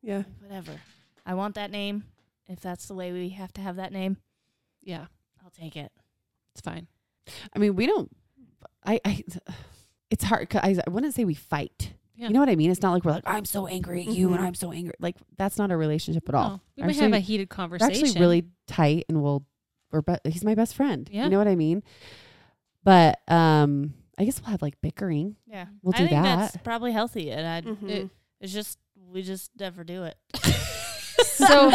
D: yeah.
C: Whatever. I want that name. If that's the way we have to have that name,
A: yeah.
C: I'll take it.
A: It's fine.
B: I mean, we don't. I. I it's hard. 'cause I, I wouldn't say we fight.
A: Yeah. Mm-hmm.
B: You know what I mean? It's not like we're like I'm so angry at you and
D: Mhm.
B: I'm so angry. Like that's not a relationship at all.
A: No, we might have
B: Actually-
A: a heated
B: We're
A: conversation.
B: actually really tight and we'll we're be- he's my best friend.
A: Yeah.
B: You know what I mean? But um I guess we'll have like bickering.
C: Yeah.
B: We'll
C: I
B: do
C: think that's
B: that.
C: probably healthy. And I,
D: Mhm.
C: it, it's just, we just never do it.
A: so.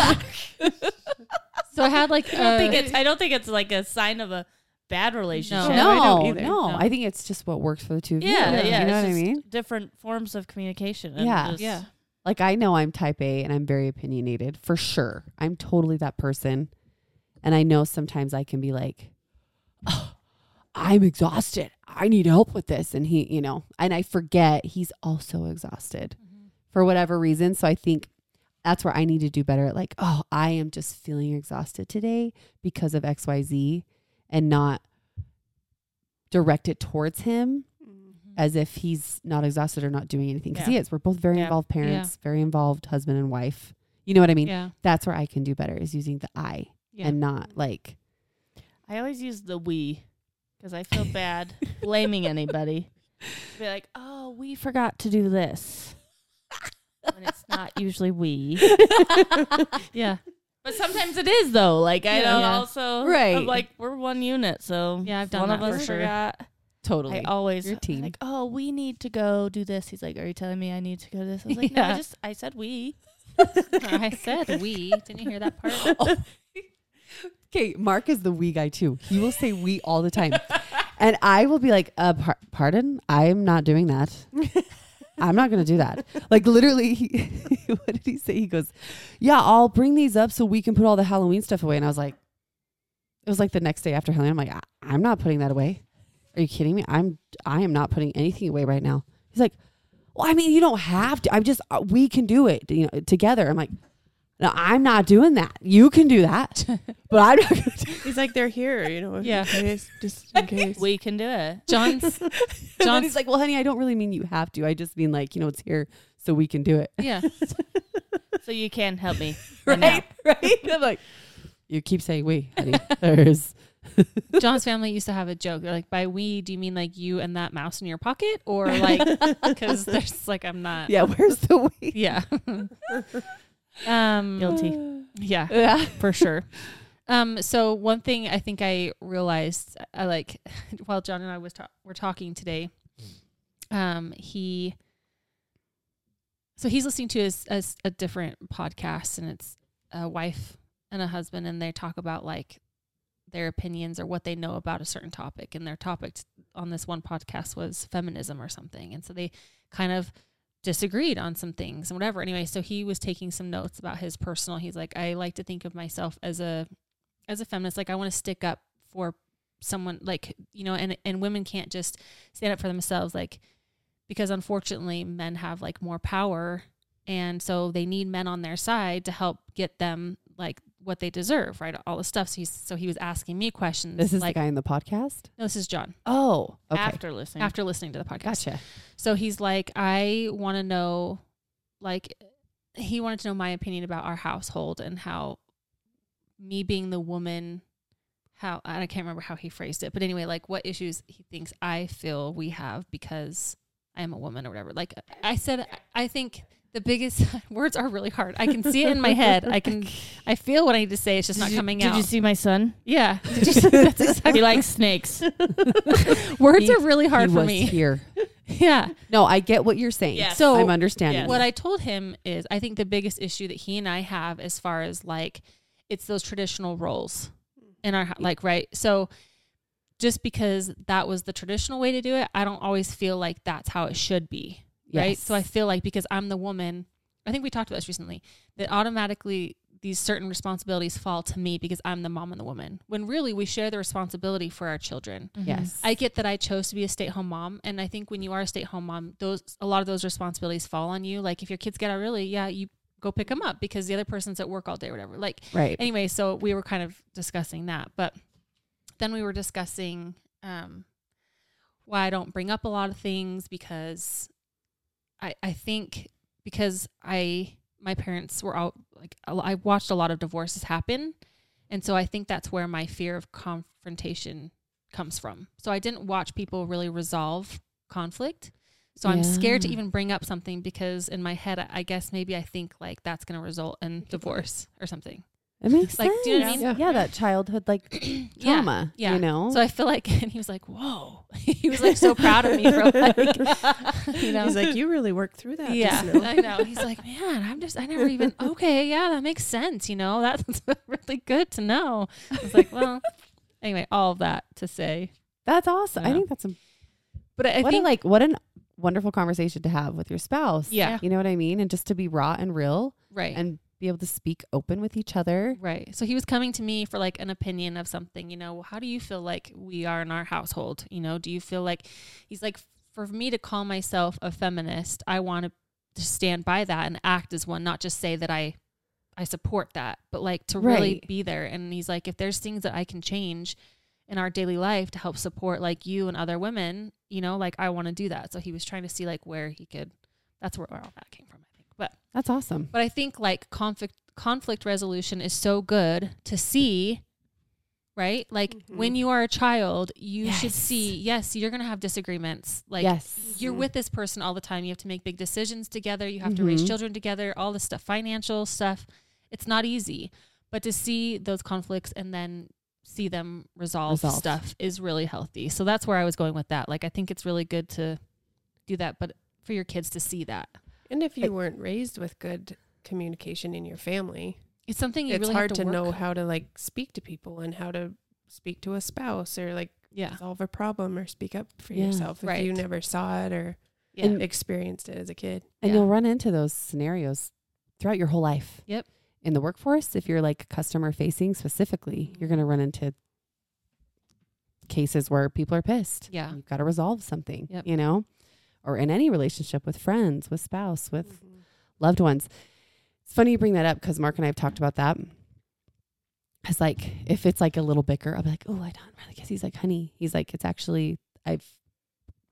A: so I had like uh,
C: I don't
A: a-
C: think it's, I don't think it's like a sign of a bad relationship.
A: No,
B: No,
D: Oh, I don't
B: no,
D: either.
A: No.
B: I think it's just what works for the two of you.
C: Yeah.
A: Yeah.
C: Yeah.
B: You know
C: it's
B: what I
C: just
B: mean?
C: Different forms of communication. and
B: Yeah.
C: just-
A: yeah.
B: Like I know I'm type A and I'm very opinionated for sure. I'm totally that person. And I know sometimes I can be like "Oh, I'm exhausted. I need help with this. And he, you know, and I forget he's also exhausted. for whatever reason. So I think that's where I need to do better at like, oh, I am just feeling exhausted today because of XYZ and not direct it towards him as if he's not exhausted or not doing anything. Cause he is. We're both very
C: Mm-hmm. Yeah.
B: involved parents, very involved husband and wife. You know what I mean?
A: Yeah.
B: That's where I can do better is using the I
A: Yeah.
B: and not like,
C: I always use the we because I feel bad blaming anybody. Be like, oh, we forgot to do this. When it's not usually we.
A: yeah.
C: But sometimes it is though. Like I
A: Yeah.
C: don't
A: Yeah.
C: also
B: Right.
C: I'm like we're one unit, so
A: Yeah, I've done
C: one
A: that
C: of us
A: for sure.
C: forgot.
B: totally.
C: I always
B: Your
C: I'm
B: team.
C: like, oh, we need to go do this. He's like, are you telling me I need to go to this? I was like, no,
A: Yeah.
C: I just I said we.
A: I said we. Didn't you hear that part?
B: Okay, Mark is the we guy too. He will say we all the time. And I will be like, uh, par- pardon? I'm not doing that. I'm not going to do that. Like, literally, he, what did he say? He goes, Yeah, I'll bring these up so we can put all the Halloween stuff away. And I was like, It was like the next day after Halloween. I'm like, I- I'm not putting that away. Are you kidding me? I'm, I am not putting anything away right now. He's like, Well, I mean, you don't have to. I'm just, uh, we can do it you know, together. I'm like, No, I'm not doing that. You can do that, but I'm not going to
D: He's like they're here, you know. if-
A: Yeah.
D: in case, just in case.
C: We can do it.
A: John's.
B: And then
A: John's
B: he's like, "Well, honey, I don't really mean you have to. I just mean like, you know, it's here so we can do it."
A: yeah.
C: So you can help me.
B: right?
C: now.
B: Right? I'm like, you keep saying we, honey. There's
A: John's family used to have a joke. They're like, by we, do you mean like you and that mouse in your pocket? Or like, because there's like, I'm not.
B: yeah. Where's the we?
A: Yeah. um,
C: Guilty.
A: Yeah,
B: Yeah.
A: for sure. Um, so one thing I think I realized, I like, while John and I was ta- were talking today, um, he, so he's listening to his, a, a different podcast, and it's a wife and a husband, and they talk about like their opinions or what they know about a certain topic, and their topic t- on this one podcast was feminism or something, and so they kind of disagreed on some things and whatever. Anyway, so he was taking some notes about his personal. He's like, I like to think of myself as a as a feminist. Like I want to stick up for someone like, you know, and and women can't just stand up for themselves like because unfortunately men have like more power and so they need men on their side to help get them like what they deserve, right? All the stuff. So he's so he was asking me questions.
B: This is
A: like
B: the guy in the podcast.
A: no, this is John
B: Oh, okay.
C: After listening.
A: after listening to the podcast.
B: Gotcha.
A: So he's like, I want to know, like, he wanted to know my opinion about our household and how me being the woman, how, and I can't remember how he phrased it, but anyway, like what issues he thinks I feel we have because I am a woman or whatever. Like I said, I think the biggest words are really hard. I can see it in my head. I can, I feel what I need to say. It's just not
C: Did you-
A: coming
C: Did
A: out.
C: you see my son?
A: yeah. That's
C: He
A: exactly
C: likes snakes.
A: Words
B: He-
A: are really hard
B: he
A: for
B: was
A: me.
B: here.
A: Yeah.
B: No, I get what you're saying.
C: Yes.
A: So-
B: I'm understanding.
C: Yes.
A: what I told him is I think the biggest issue that he and I have as far as like it's those traditional roles in our hou- like right so just because that was the traditional way to do it I don't always feel like that's how it should be right so I
B: Yes.
A: feel like because I'm the woman I think we talked about this recently that automatically these certain responsibilities fall to me because I'm the mom and the woman when really we share the responsibility for our children
C: Mm-hmm.
B: yes.
A: I get that I chose to be a stay-at-home mom, and I think when you are a stay-at-home mom, those a lot of those responsibilities fall on you. Like if your kids get out early, yeah, you go pick them up because the other person's at work all day, or whatever. Like
B: right.
A: anyway, so we were kind of discussing that, but then we were discussing um, why I don't bring up a lot of things because I I think because I my parents were all like a lo- I watched a lot of divorces happen, and so I think that's where my fear of confrontation comes from. So I didn't watch people really resolve conflict. So I'm scared to
B: Yeah.
A: even bring up something because in my head, I- I guess maybe I think like that's going to result in divorce or something.
B: It makes
A: like,
B: sense.
A: do you know what I
B: Yeah.
A: mean?
B: that childhood like
A: Yeah.
B: trauma.
A: yeah.
B: You know.
A: So I feel like, and he was like, "Whoa!" he was like so proud of me for like, you know,
D: He's like, you really worked through that.
A: yeah,
D: Yeah. Just now.
A: I know. He's like, "Man, I'm just, I never even." Okay, yeah, that makes sense. You know, that's really good to know. I was like, well, anyway, all of that to say,
B: that's awesome.
A: I
B: I
A: know.
B: think that's a,
A: but I
B: what a,
A: think,
B: like what an wonderful conversation to have with your spouse.
A: yeah,
B: You know what I mean? And just to be raw and real
A: right,
B: and be able to speak open with each other.
A: right. So he was coming to me for like an opinion of something. You know, how do you feel like we are in our household? You know, do you feel like he's like, for me to call myself a feminist, I want to to stand by that and act as one, not just say that I I support that, but like to really
B: Right.
A: be there. And he's like, if there's things that I can change in our daily life to help support like you and other women, you know, like I want to do that. So he was trying to see like where he could. That's where all that came from, I think. But
B: That's awesome.
A: but I think like conflict conflict resolution is so good to see, right? Like when you are a child, you should
B: Mm-hmm. Yes.
A: see, yes, you're gonna have disagreements. Like
B: yes.
A: you're
D: Mm-hmm.
A: with this person all the time. You have to make big decisions together. You have to raise
B: Mhm.
A: children together, all this stuff, financial stuff. It's not easy. But to see those conflicts and then see them resolve
B: Resolved.
A: stuff is really healthy. So that's where I was going with that. Like I think it's really good to do that, but for your kids to see that.
D: And if
B: Like-
D: you weren't raised with good communication in your family,
A: It's something you
D: it's
A: really
D: hard
A: have
D: to,
A: to, work.
D: know how to like speak to people and how to speak to a spouse or like
A: Yeah.
D: solve a problem or speak up for
B: Yeah.
D: yourself if
A: Ah. Right.
D: you never saw it or
A: Yeah.
B: And-
D: experienced it as a kid.
B: And
A: Yeah.
B: you'll run into those scenarios throughout your whole life.
A: Yep.
B: In the workforce, if you're like customer facing specifically, you're going to run into cases where people are pissed.
A: Yeah.
B: You've got to resolve something,
A: Yep.
B: you know, or in any relationship with friends, with spouse, with
A: Mm-hmm.
B: loved ones. It's funny you bring that up because Mark and I have talked about that. It's like if it's like a little bicker, I'll be like, "Oh, I don't really." Because he's like, "Honey," he's like, "It's actually I've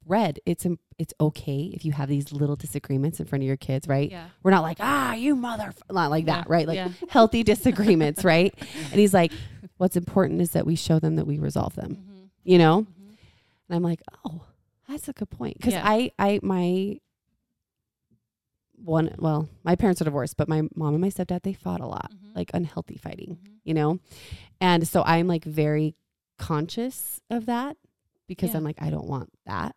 B: read it's im- it's okay if you have these little disagreements in front of your kids, right?
A: Yeah.
B: We're not like, ah, you mother, not like that,
A: Yeah.
B: right? Like
A: Yeah.
B: healthy disagreements, right? And he's like, what's important is that we show them that we resolve them,
A: Mhm.
B: you know?
A: Mhm.
B: And I'm like, oh, that's a good point. Cause
A: Yeah.
B: I, I, my one, well, my parents are divorced, but my mom and my stepdad, they fought a lot,
A: Mhm.
B: like unhealthy fighting,
A: Mhm.
B: you know? And so I'm like very conscious of that because
A: Yeah.
B: I'm like, I don't want that.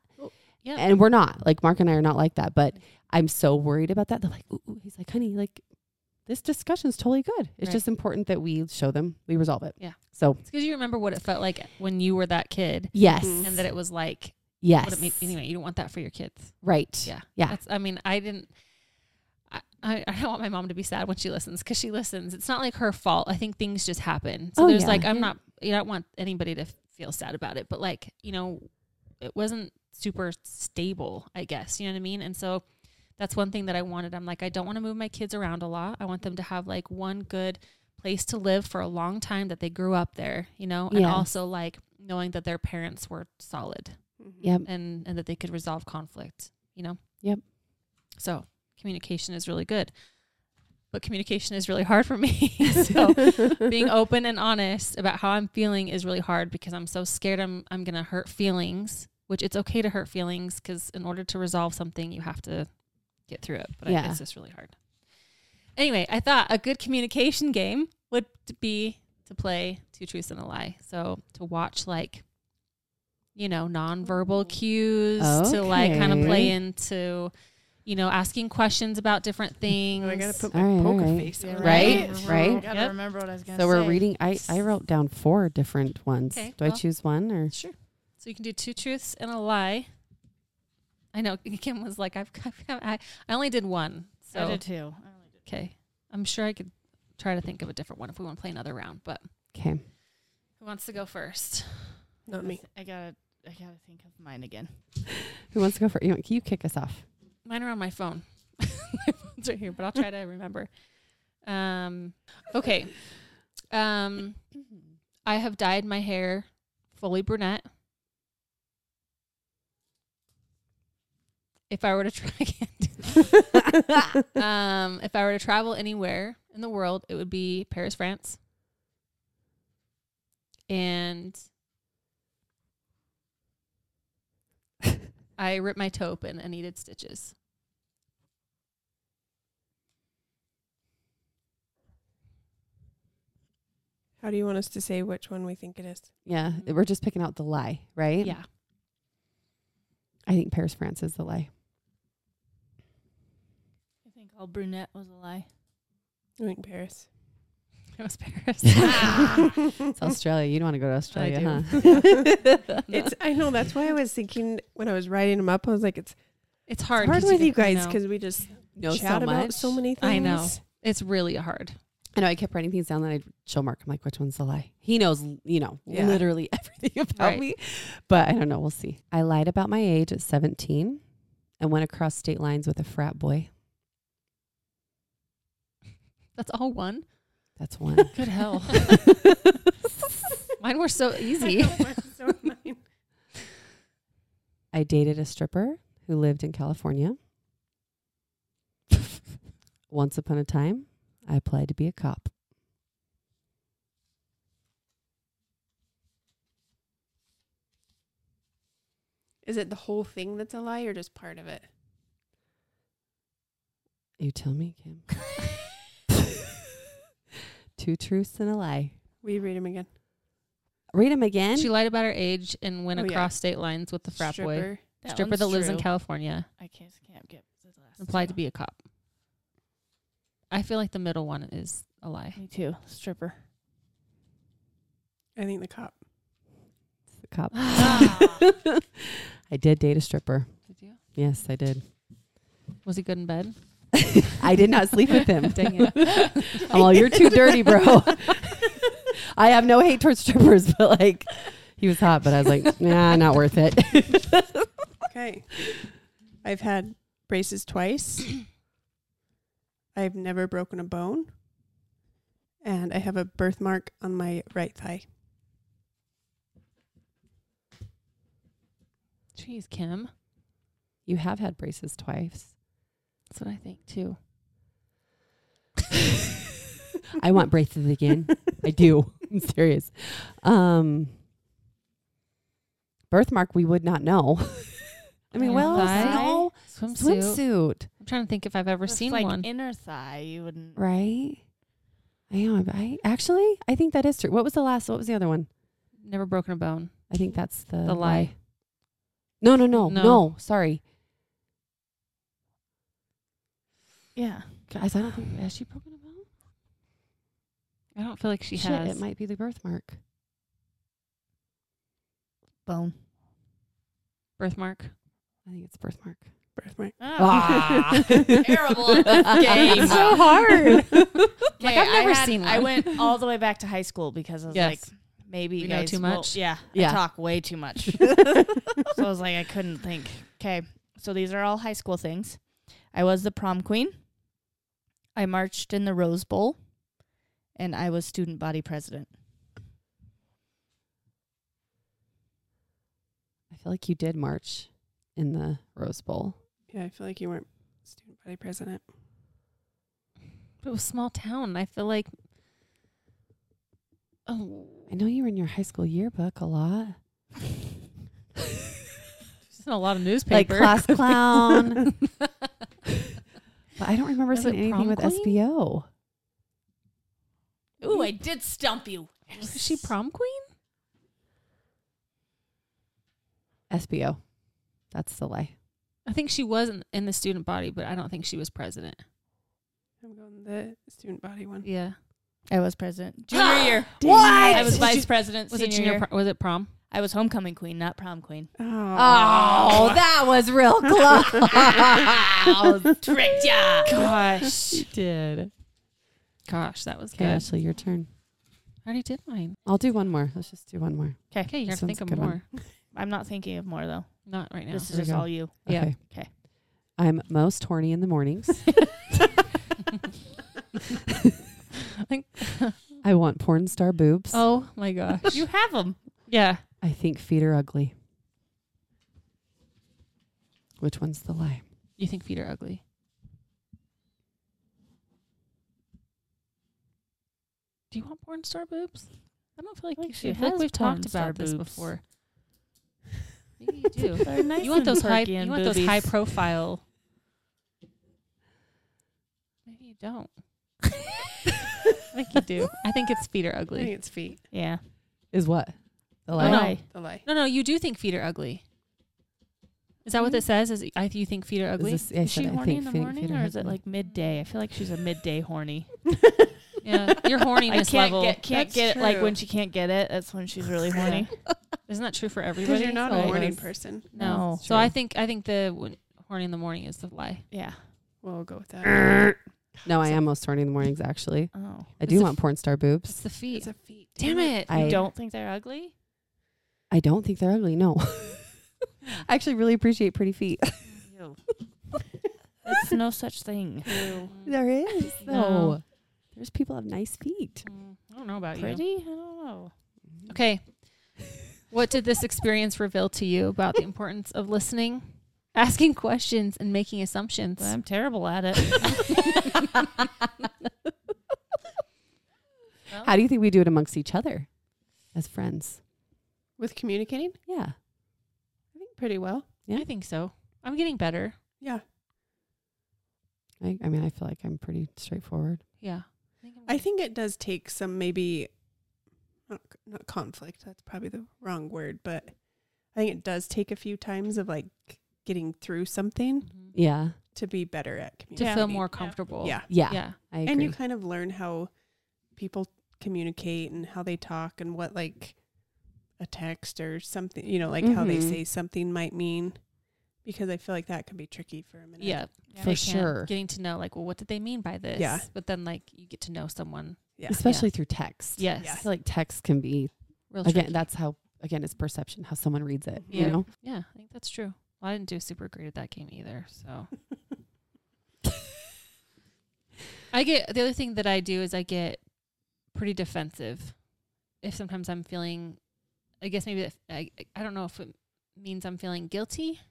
A: Yeah. Mm-hmm.
B: And we're not like Mark and I are not like that, but I'm so worried about that. They're like, ooh, ooh. he's like, honey, like this discussion's totally good. It's
A: Right.
B: just important that we show them, we resolve it.
A: Yeah.
B: So
A: It's because you remember what it felt like when you were that kid,
B: yes,
D: Mhm.
A: Mm-hmm. and that it was like,
B: yes,
A: what it made, anyway, you don't want that for your kids.
B: right.
A: Yeah.
B: Yeah.
A: That's, I mean, I didn't. I, I I don't want my mom to be sad when she listens because she listens. It's not like her fault. I think things just happen. So
B: Oh,
A: there's
B: yeah.
A: like, I'm
B: Yeah.
A: not, you know, I don't want anybody to feel sad about it, but like, you know, it wasn't super stable, I guess. You know what I mean? And so that's one thing that I wanted. I'm like, I don't want to move my kids around a lot. I want them to have like one good place to live for a long time that they grew up there, you know, and
B: Yes.
A: also like knowing that their parents were solid
B: Yep.
A: and and that they could resolve conflict you know
B: Yep.
A: so communication is really good but communication is really hard for me so being open and honest about how i'm feeling is really hard because i'm so scared i'm i'm going to hurt feelings which it's okay to hurt feelings cuz in order to resolve something you have to get through it but I,
B: Yeah.
A: it's just really hard anyway i thought a good communication game would be to play two truths and a lie so to watch like you know nonverbal cues to like kind of play
B: Okay.
A: into you know asking questions about different things
D: I gotta put
B: my
D: my
B: All right, all
D: poker
B: poker right. face
D: face
C: Yeah,
D: on.
B: Right? Right?
C: Gotta
A: Yep.
C: remember what I was gonna
B: So we're
C: say.
B: reading. I I wrote down four different ones.
A: Okay,
B: Do I
A: well-
B: choose one or?
A: sure so you can do two truths and a lie i know kim was like i've, I've I, I only did one so
C: I did too.
A: okay i'm sure i could try to think of a different one if we want to play another round but
B: Okay.
A: who wants to go first
D: Not me.
C: I gotta, I gotta think of mine again.
B: Who wants to go first? You, you kick us off.
A: mine are on my phone my phone's right here but i'll try to remember um okay um I have dyed my hair fully brunette. If I were to try again, um, if I were to travel anywhere in the world, it would be Paris, France. And I ripped my toe open and needed stitches.
D: How do you want us to say which one we think it is?
B: Yeah, we're just picking out the lie, right?
A: Yeah.
B: I think Paris, France is the lie.
C: I think all brunette was a lie.
D: I think Paris.
A: It was Paris.
B: It's Australia. You don't want to go to Australia,
A: do.
B: huh?
D: It's. I know. That's why I was thinking when I was writing them up. I was like, it's
A: it's hard.
D: hard
A: 'cause
D: with you
A: can- I
D: guys
A: know.
D: because we just
B: Know
D: chat about so many things.
A: I know. it's really hard.
B: I know I kept writing things down that I'd show Mark. I'm like, which one's the lie? He knows, l- you know,
D: Yeah.
B: literally everything about
A: Right.
B: me. But I don't know. We'll see. I lied about my age at 17 and went across state lines with a frat boy.
A: That's all one.
B: That's one.
A: Good hell. Mine were so easy.
B: I dated a stripper who lived in California. Once upon a time, I applied to be a cop.
D: Is it the whole thing that's a lie or just part of it?
B: You tell me, Kim. Two truths and a lie.
D: Will you read them again?
B: Read them again.
A: She lied about her age and went
D: Oh, yeah.
A: across state lines with the frat boy.
D: Stripper.
A: Stripper that lives in California.
C: I can't, can't get the last.
A: Applied to be a cop. I feel like the middle one is a lie.
C: Me too. Stripper.
D: I think the cop.
B: the cop.
C: Ah.
B: I did date a stripper.
A: Did you?
B: Yes, I did.
A: Was he good in bed?
B: I did not sleep with him.
A: Dang it.
B: I'm all, you're too dirty, bro. I have no hate towards strippers, but like, he was hot, but I was like, nah, not worth it.
D: Okay. I've had braces twice. I've never broken a bone. And I have a birthmark on my right thigh.
A: Jeez, Kim.
B: You have had braces twice.
A: That's what I think too.
B: I want braces again. I do. I'm serious. Um, birthmark, we would not know. I mean,
A: Your
B: well,
A: thigh
B: no
A: Swimsuit.
B: swimsuit,
A: I'm trying to think if I've ever
C: That's
A: seen
C: like
A: one.
C: inner thigh. You wouldn't.
B: right? I know. I actually, I think that is true. What was the last? What was the other one?
A: Never broken a bone.
B: I think that's the
A: The lie.
B: No, no, no, no.
A: No.
B: sorry,
C: Yeah.
B: guys. I don't think
A: Has she broken a bone? I don't feel like she
B: Shit,
A: has.
B: It might be the birthmark.
C: Bone.
A: Birthmark.
B: I think it's birthmark.
D: Birthmark.
C: Oh.
B: Ah.
C: Terrible at this game.
B: It's so hard.
A: Like, I've never
C: I had-
A: seen
C: I
A: one.
C: went all the way back to high school because I was
A: Yes.
C: like, maybe you
A: We know
C: guys
A: too
C: won't-
A: much.
C: yeah,
B: Yeah.
C: I talk way too much. so I was like, I couldn't think. Okay, so these are all high school things. I was the prom queen. I marched in the Rose Bowl, and I was student body president.
B: I feel like you did march in the Rose Bowl.
D: Yeah, I feel like you weren't student body president.
A: It was small town. I feel like. Oh,
B: I know you were in your high school yearbook a lot.
A: she's in a lot of newspaper.
B: Like class clown. but I don't remember
A: Was
B: seeing
A: it
B: anything
A: prom
B: with
A: queen?
B: SBO.
C: Ooh, I did stump you.
A: Was she prom queen?
B: SBO. That's the lie.
A: I think she was in, in the student body, but I don't think she was president.
D: I'm going the student body one.
A: Yeah.
C: I was president junior year.
B: What?
C: I was
B: Did
C: vice president.
A: Was
C: senior
A: it junior?
C: year.
A: Pro- was it prom?
C: I was homecoming queen, not prom queen.
D: Oh,
B: Oh, that was real close.
C: Tricked ya.
A: Gosh, you did. Gosh, that was
B: okay,
A: good.
B: Ashley, your turn.
A: I already did mine.
B: I'll do one more. Let's just do one more.
A: Okay, you're
B: This
A: gonna
B: one's
A: think of
B: a good one.
A: more.
C: I'm not thinking of more though.
A: Not right now.
C: This
B: There
C: is
B: we
C: just
B: go.
C: all you.
A: Yeah.
B: Okay.
C: Okay.
B: I'm most horny in the mornings. I want porn star boobs.
A: oh my gosh.
C: You have them.
A: yeah.
B: I think feet are ugly. Which one's the lie?
A: You think feet are ugly? Do you want porn star boobs? I don't feel like,
C: Like
A: you
C: she
A: should. I feel like
C: has
A: we've
C: porn
A: talked
C: star
A: about this
C: boobs.
A: before. Maybe you do.
C: They're nice
A: you want
C: and
A: those high.
C: perky
A: You
C: and
A: want those
C: boobies.
A: high profile. Maybe you don't. I think you do. I think it's feet are
D: I think
A: ugly.
D: it's feet.
C: Yeah.
B: Is what? The
A: Oh,
B: lie?
A: no.
D: The lie.
A: No, no, you do think feet are ugly. Is that what it says? Is I you think feet are ugly?
B: Is, this, I
C: Hmm? Is she
B: said I
C: horny
B: think
C: in the
B: feet-
C: morning
B: feet are
C: or is it
B: ugly.
C: like midday? I feel like she's a midday horny.
A: yeah, your horniness
C: I can't
A: level.
C: get can't
D: That's
C: get it. Like
D: true.
C: when she can't get it, that's when she's really horny.
A: Isn't that true for
D: Because
A: everybody?
D: you're not a
A: Like-
D: morning person.
A: No.
B: That's
A: So I
B: true.
A: think I think the w- horny in the morning is the lie.
C: Yeah.
D: We'll go with that.
B: No, I am most horny in the mornings. Actually,
C: Oh.
B: I
A: It's
B: do
A: a-
B: want porn star
A: It's
B: boobs.
A: the feet.
D: It's a feet.
A: Damn it.
B: I
C: you don't think they're ugly?
B: I don't think they're ugly. No, I actually really appreciate pretty feet.
C: That's no such thing.
D: Mm-hmm.
A: Mm,
B: there is though.
A: No.
B: There's people have nice feet.
A: mm, I don't know about you.
C: Pretty? I don't know.
A: Okay. What did this experience reveal to you about the importance of listening, asking questions, and making assumptions?
C: But I'm terrible at it.
B: How do you think we do it amongst each other as friends?
D: With communicating,
B: Yeah.
D: I think pretty well.
A: I think so. I'm getting better.
D: Yeah.
B: I, I mean, I feel like I'm pretty straightforward.
A: Yeah. I'm
D: I
A: getting-
D: think it does take some maybe not, not conflict. That's probably the wrong word, but I think it does take a few times of like getting through something
A: Mhm.
B: Yeah.
D: to be better at
A: to
D: communicating.
A: feel more comfortable.
D: Yeah.
B: Yeah.
A: Yeah.
B: I agree.
D: And you kind of learn how people communicate and how they talk and what like a text or something, you know, like how they
A: Mm-hmm.
B: Mhm.
D: say something might mean because I feel like that can be tricky for a minute.
A: Yeah.
C: Yeah.
B: For
A: they can't-
B: sure.
A: Getting to know like, well, what did they mean by this?
D: Yeah.
A: But then like you get to know someone.
D: Yeah.
B: Especially through text.
A: Yes.
B: I feel like text can be,
A: Real
B: again,
A: tricky.
B: that's how, again, it's perception, how someone reads it, you
A: Yeah.
B: know?
A: Yeah, I think that's true. Well, I didn't do super great at that game either. So I get the other thing that I do is I get pretty defensive. If sometimes I'm feeling, I guess maybe if, I I don't know if it means I'm feeling guilty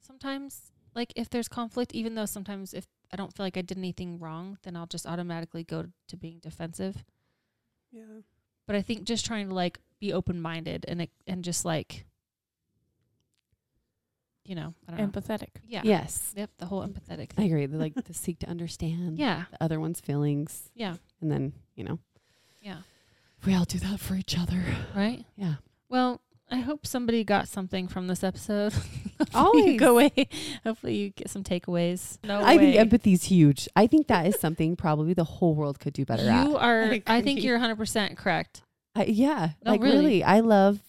A: sometimes like if there's conflict even though sometimes if i don't feel like i did anything wrong then i'll just automatically go to being defensive
D: Yeah.
A: but i think just trying to like be open-minded and it, and just like you know i don't know
C: Empathetic.
A: yeah
B: Yes.
A: yep the whole empathetic
B: I
A: thing
B: agree. They like to seek to understand
A: yeah
B: the other one's feelings.
A: yeah
B: And then, you know,
A: yeah
B: we all do that for each other.
A: right
B: Yeah.
A: well i hope somebody got something from this episode Hopefully you
B: Always.
A: go away hopefully you get some takeaways no
B: I think
A: way.
B: empathy's huge. I think that is something probably the whole world could do better at.
A: you are
D: I
A: i think
D: agree.
A: you're 100% correct
B: I, yeah.
A: No,
B: like,
A: really.
B: really. I love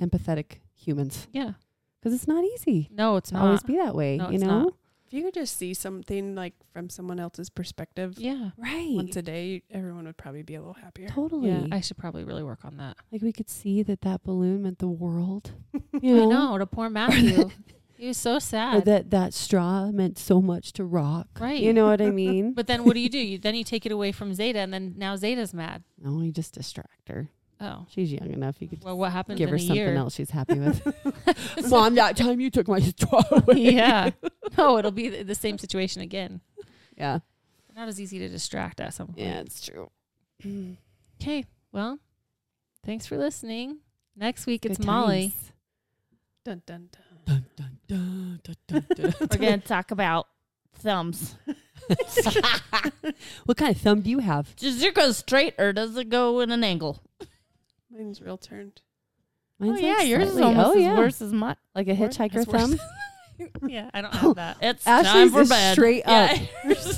B: empathetic humans
A: yeah
B: because it's not easy
A: no it's
B: to
A: not
B: always be that way,
A: No,
B: you
A: it's
B: know?
A: not.
D: If you could just see something like from someone else's perspective
A: yeah
B: Right.
D: once a day, everyone would probably be a little happier.
B: Totally.
A: yeah i should probably really work on that
B: like, we could see that that balloon meant the world. You
A: I
B: know?
A: know to poor Matthew. he was so
B: Or
A: sad.
B: that that straw meant so much to rock.
A: Right.
B: You know what I mean?
A: but then what do you do? You, then you take it away from Zeta, and then now Zeta's mad.
B: no, you just distract her.
A: Oh,
B: She's young enough. You could
A: well, what happens
B: give
A: in
B: her
A: a
B: something
A: year?
B: else she's happy with. Mom, that time you took my straw away.
A: yeah. No, it'll be the, the same situation again.
B: Yeah.
A: Not as easy to distract at some point.
B: Yeah, it's true. Good
A: Okay. Well, thanks for listening. Next week it's Molly.
B: times.
D: Dun, dun, dun.
B: Dun, dun, dun, dun, dun, dun.
C: We're gonna talk about thumbs.
B: what kind of thumb do you have?
C: Does it go straight or does it go in an angle?
D: Mine's real turned.
B: Mine's
C: oh yeah,
B: like
C: yours is
B: slightly-
C: almost
B: oh, yeah.
C: as worse as mine.
B: Like a
A: Worse-
B: hitchhiker
A: it's worse.
B: thumb.
A: yeah, I don't have that.
C: It's time
B: Ashley's
C: for
B: is
C: bed.
B: straight up.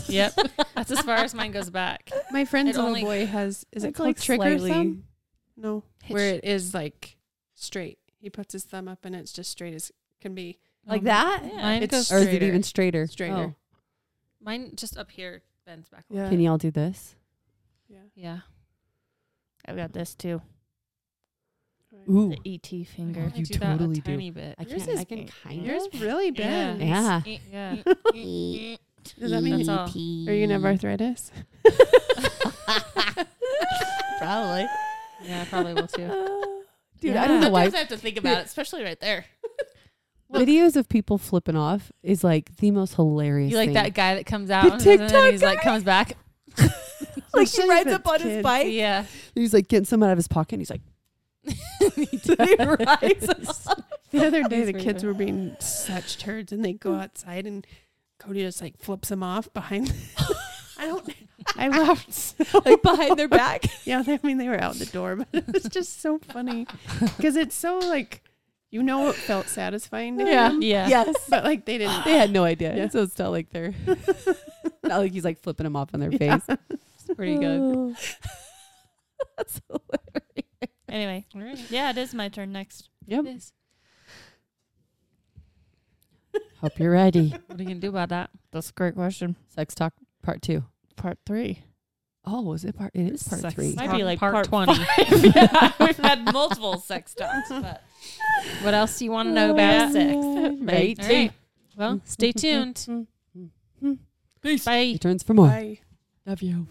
A: yep. That's as far as mine goes back.
D: My friend's
A: It
D: little
A: only-
D: boy has, is it
B: It's
D: called
B: like
D: trick
B: slightly-
D: or thumb? No.
A: Hitch-
D: Where it is like straight. He puts his thumb up and it's just straight as can be.
B: Like
A: Um,
B: that?
A: Yeah.
D: Mine
A: Mine, goes,
D: It's-
B: Or is it
D: Straighter.
B: even straighter?
D: Straighter.
A: mine just up here bends back.
B: Oh.
D: Yeah.
B: Can y'all do this?
D: Yeah.
A: Yeah.
C: I've got this too.
B: Ooh.
C: The
A: E
C: ET
A: I
C: finger.
A: only
B: you
A: do that
B: totally
A: a
B: do.
A: tiny bit. Eh,
B: I
C: Yours
B: can I
C: is
B: can
C: pink.
B: kind
D: Yours
B: of.
D: really bends.
B: Yeah.
A: Yeah. eh,
D: Does that mean
A: That's all.
B: E
D: Are you gonna have arthritis?
C: Probably.
A: Yeah, I probably will too.
B: Dude, I don't know why
C: Sometimes I have to think about it, especially right there.
A: Well-
B: videos of people flipping off is like the most hilarious.
A: You like
B: thing.
A: that guy that comes out
B: The
A: and then
B: TikTok
A: he's like
B: guy?
A: comes back.
B: Like he
D: Especially
B: rides
D: if
B: up
D: it's
B: on his
D: kids.
B: bike.
A: Yeah.
B: He's like getting someone out of his pocket. and He's like, he rides up.
D: The other day,
A: He's really
D: the kids
A: bad.
D: were being such turds, and they go outside, and Cody just like flips them off behind. I don't. I laughed. so-
B: like behind their back.
D: yeah, I mean they were out the door, but it was just so funny because it's so like you know it felt satisfying to
B: Yeah.
D: them,
A: Yeah.
B: Yes,
D: but like they didn't.
B: they had no idea.
D: Yeah.
B: So it's not like they're not like he's like flipping them off on their
D: Yeah.
B: face.
A: It's pretty good.
B: That's hilarious.
C: Anyway,
A: All right.
C: yeah, it is my turn next.
B: Yep.
A: Yes.
B: Hope you're ready.
A: What are you gonna do about that?
C: That's a great question.
B: Sex talk part two.
C: Part three.
B: Oh, is it part? It is part
A: Sex
B: three.
A: talk.
C: Might be like part,
A: part
C: 20. yeah, we've had multiple sex talks, but
A: What else do you want to know about sex?
B: Right.
A: All right. Well, stay tuned.
B: Peace.
A: Bye.
B: Mm-hmm. He turns for more.
D: Bye.
B: Love you.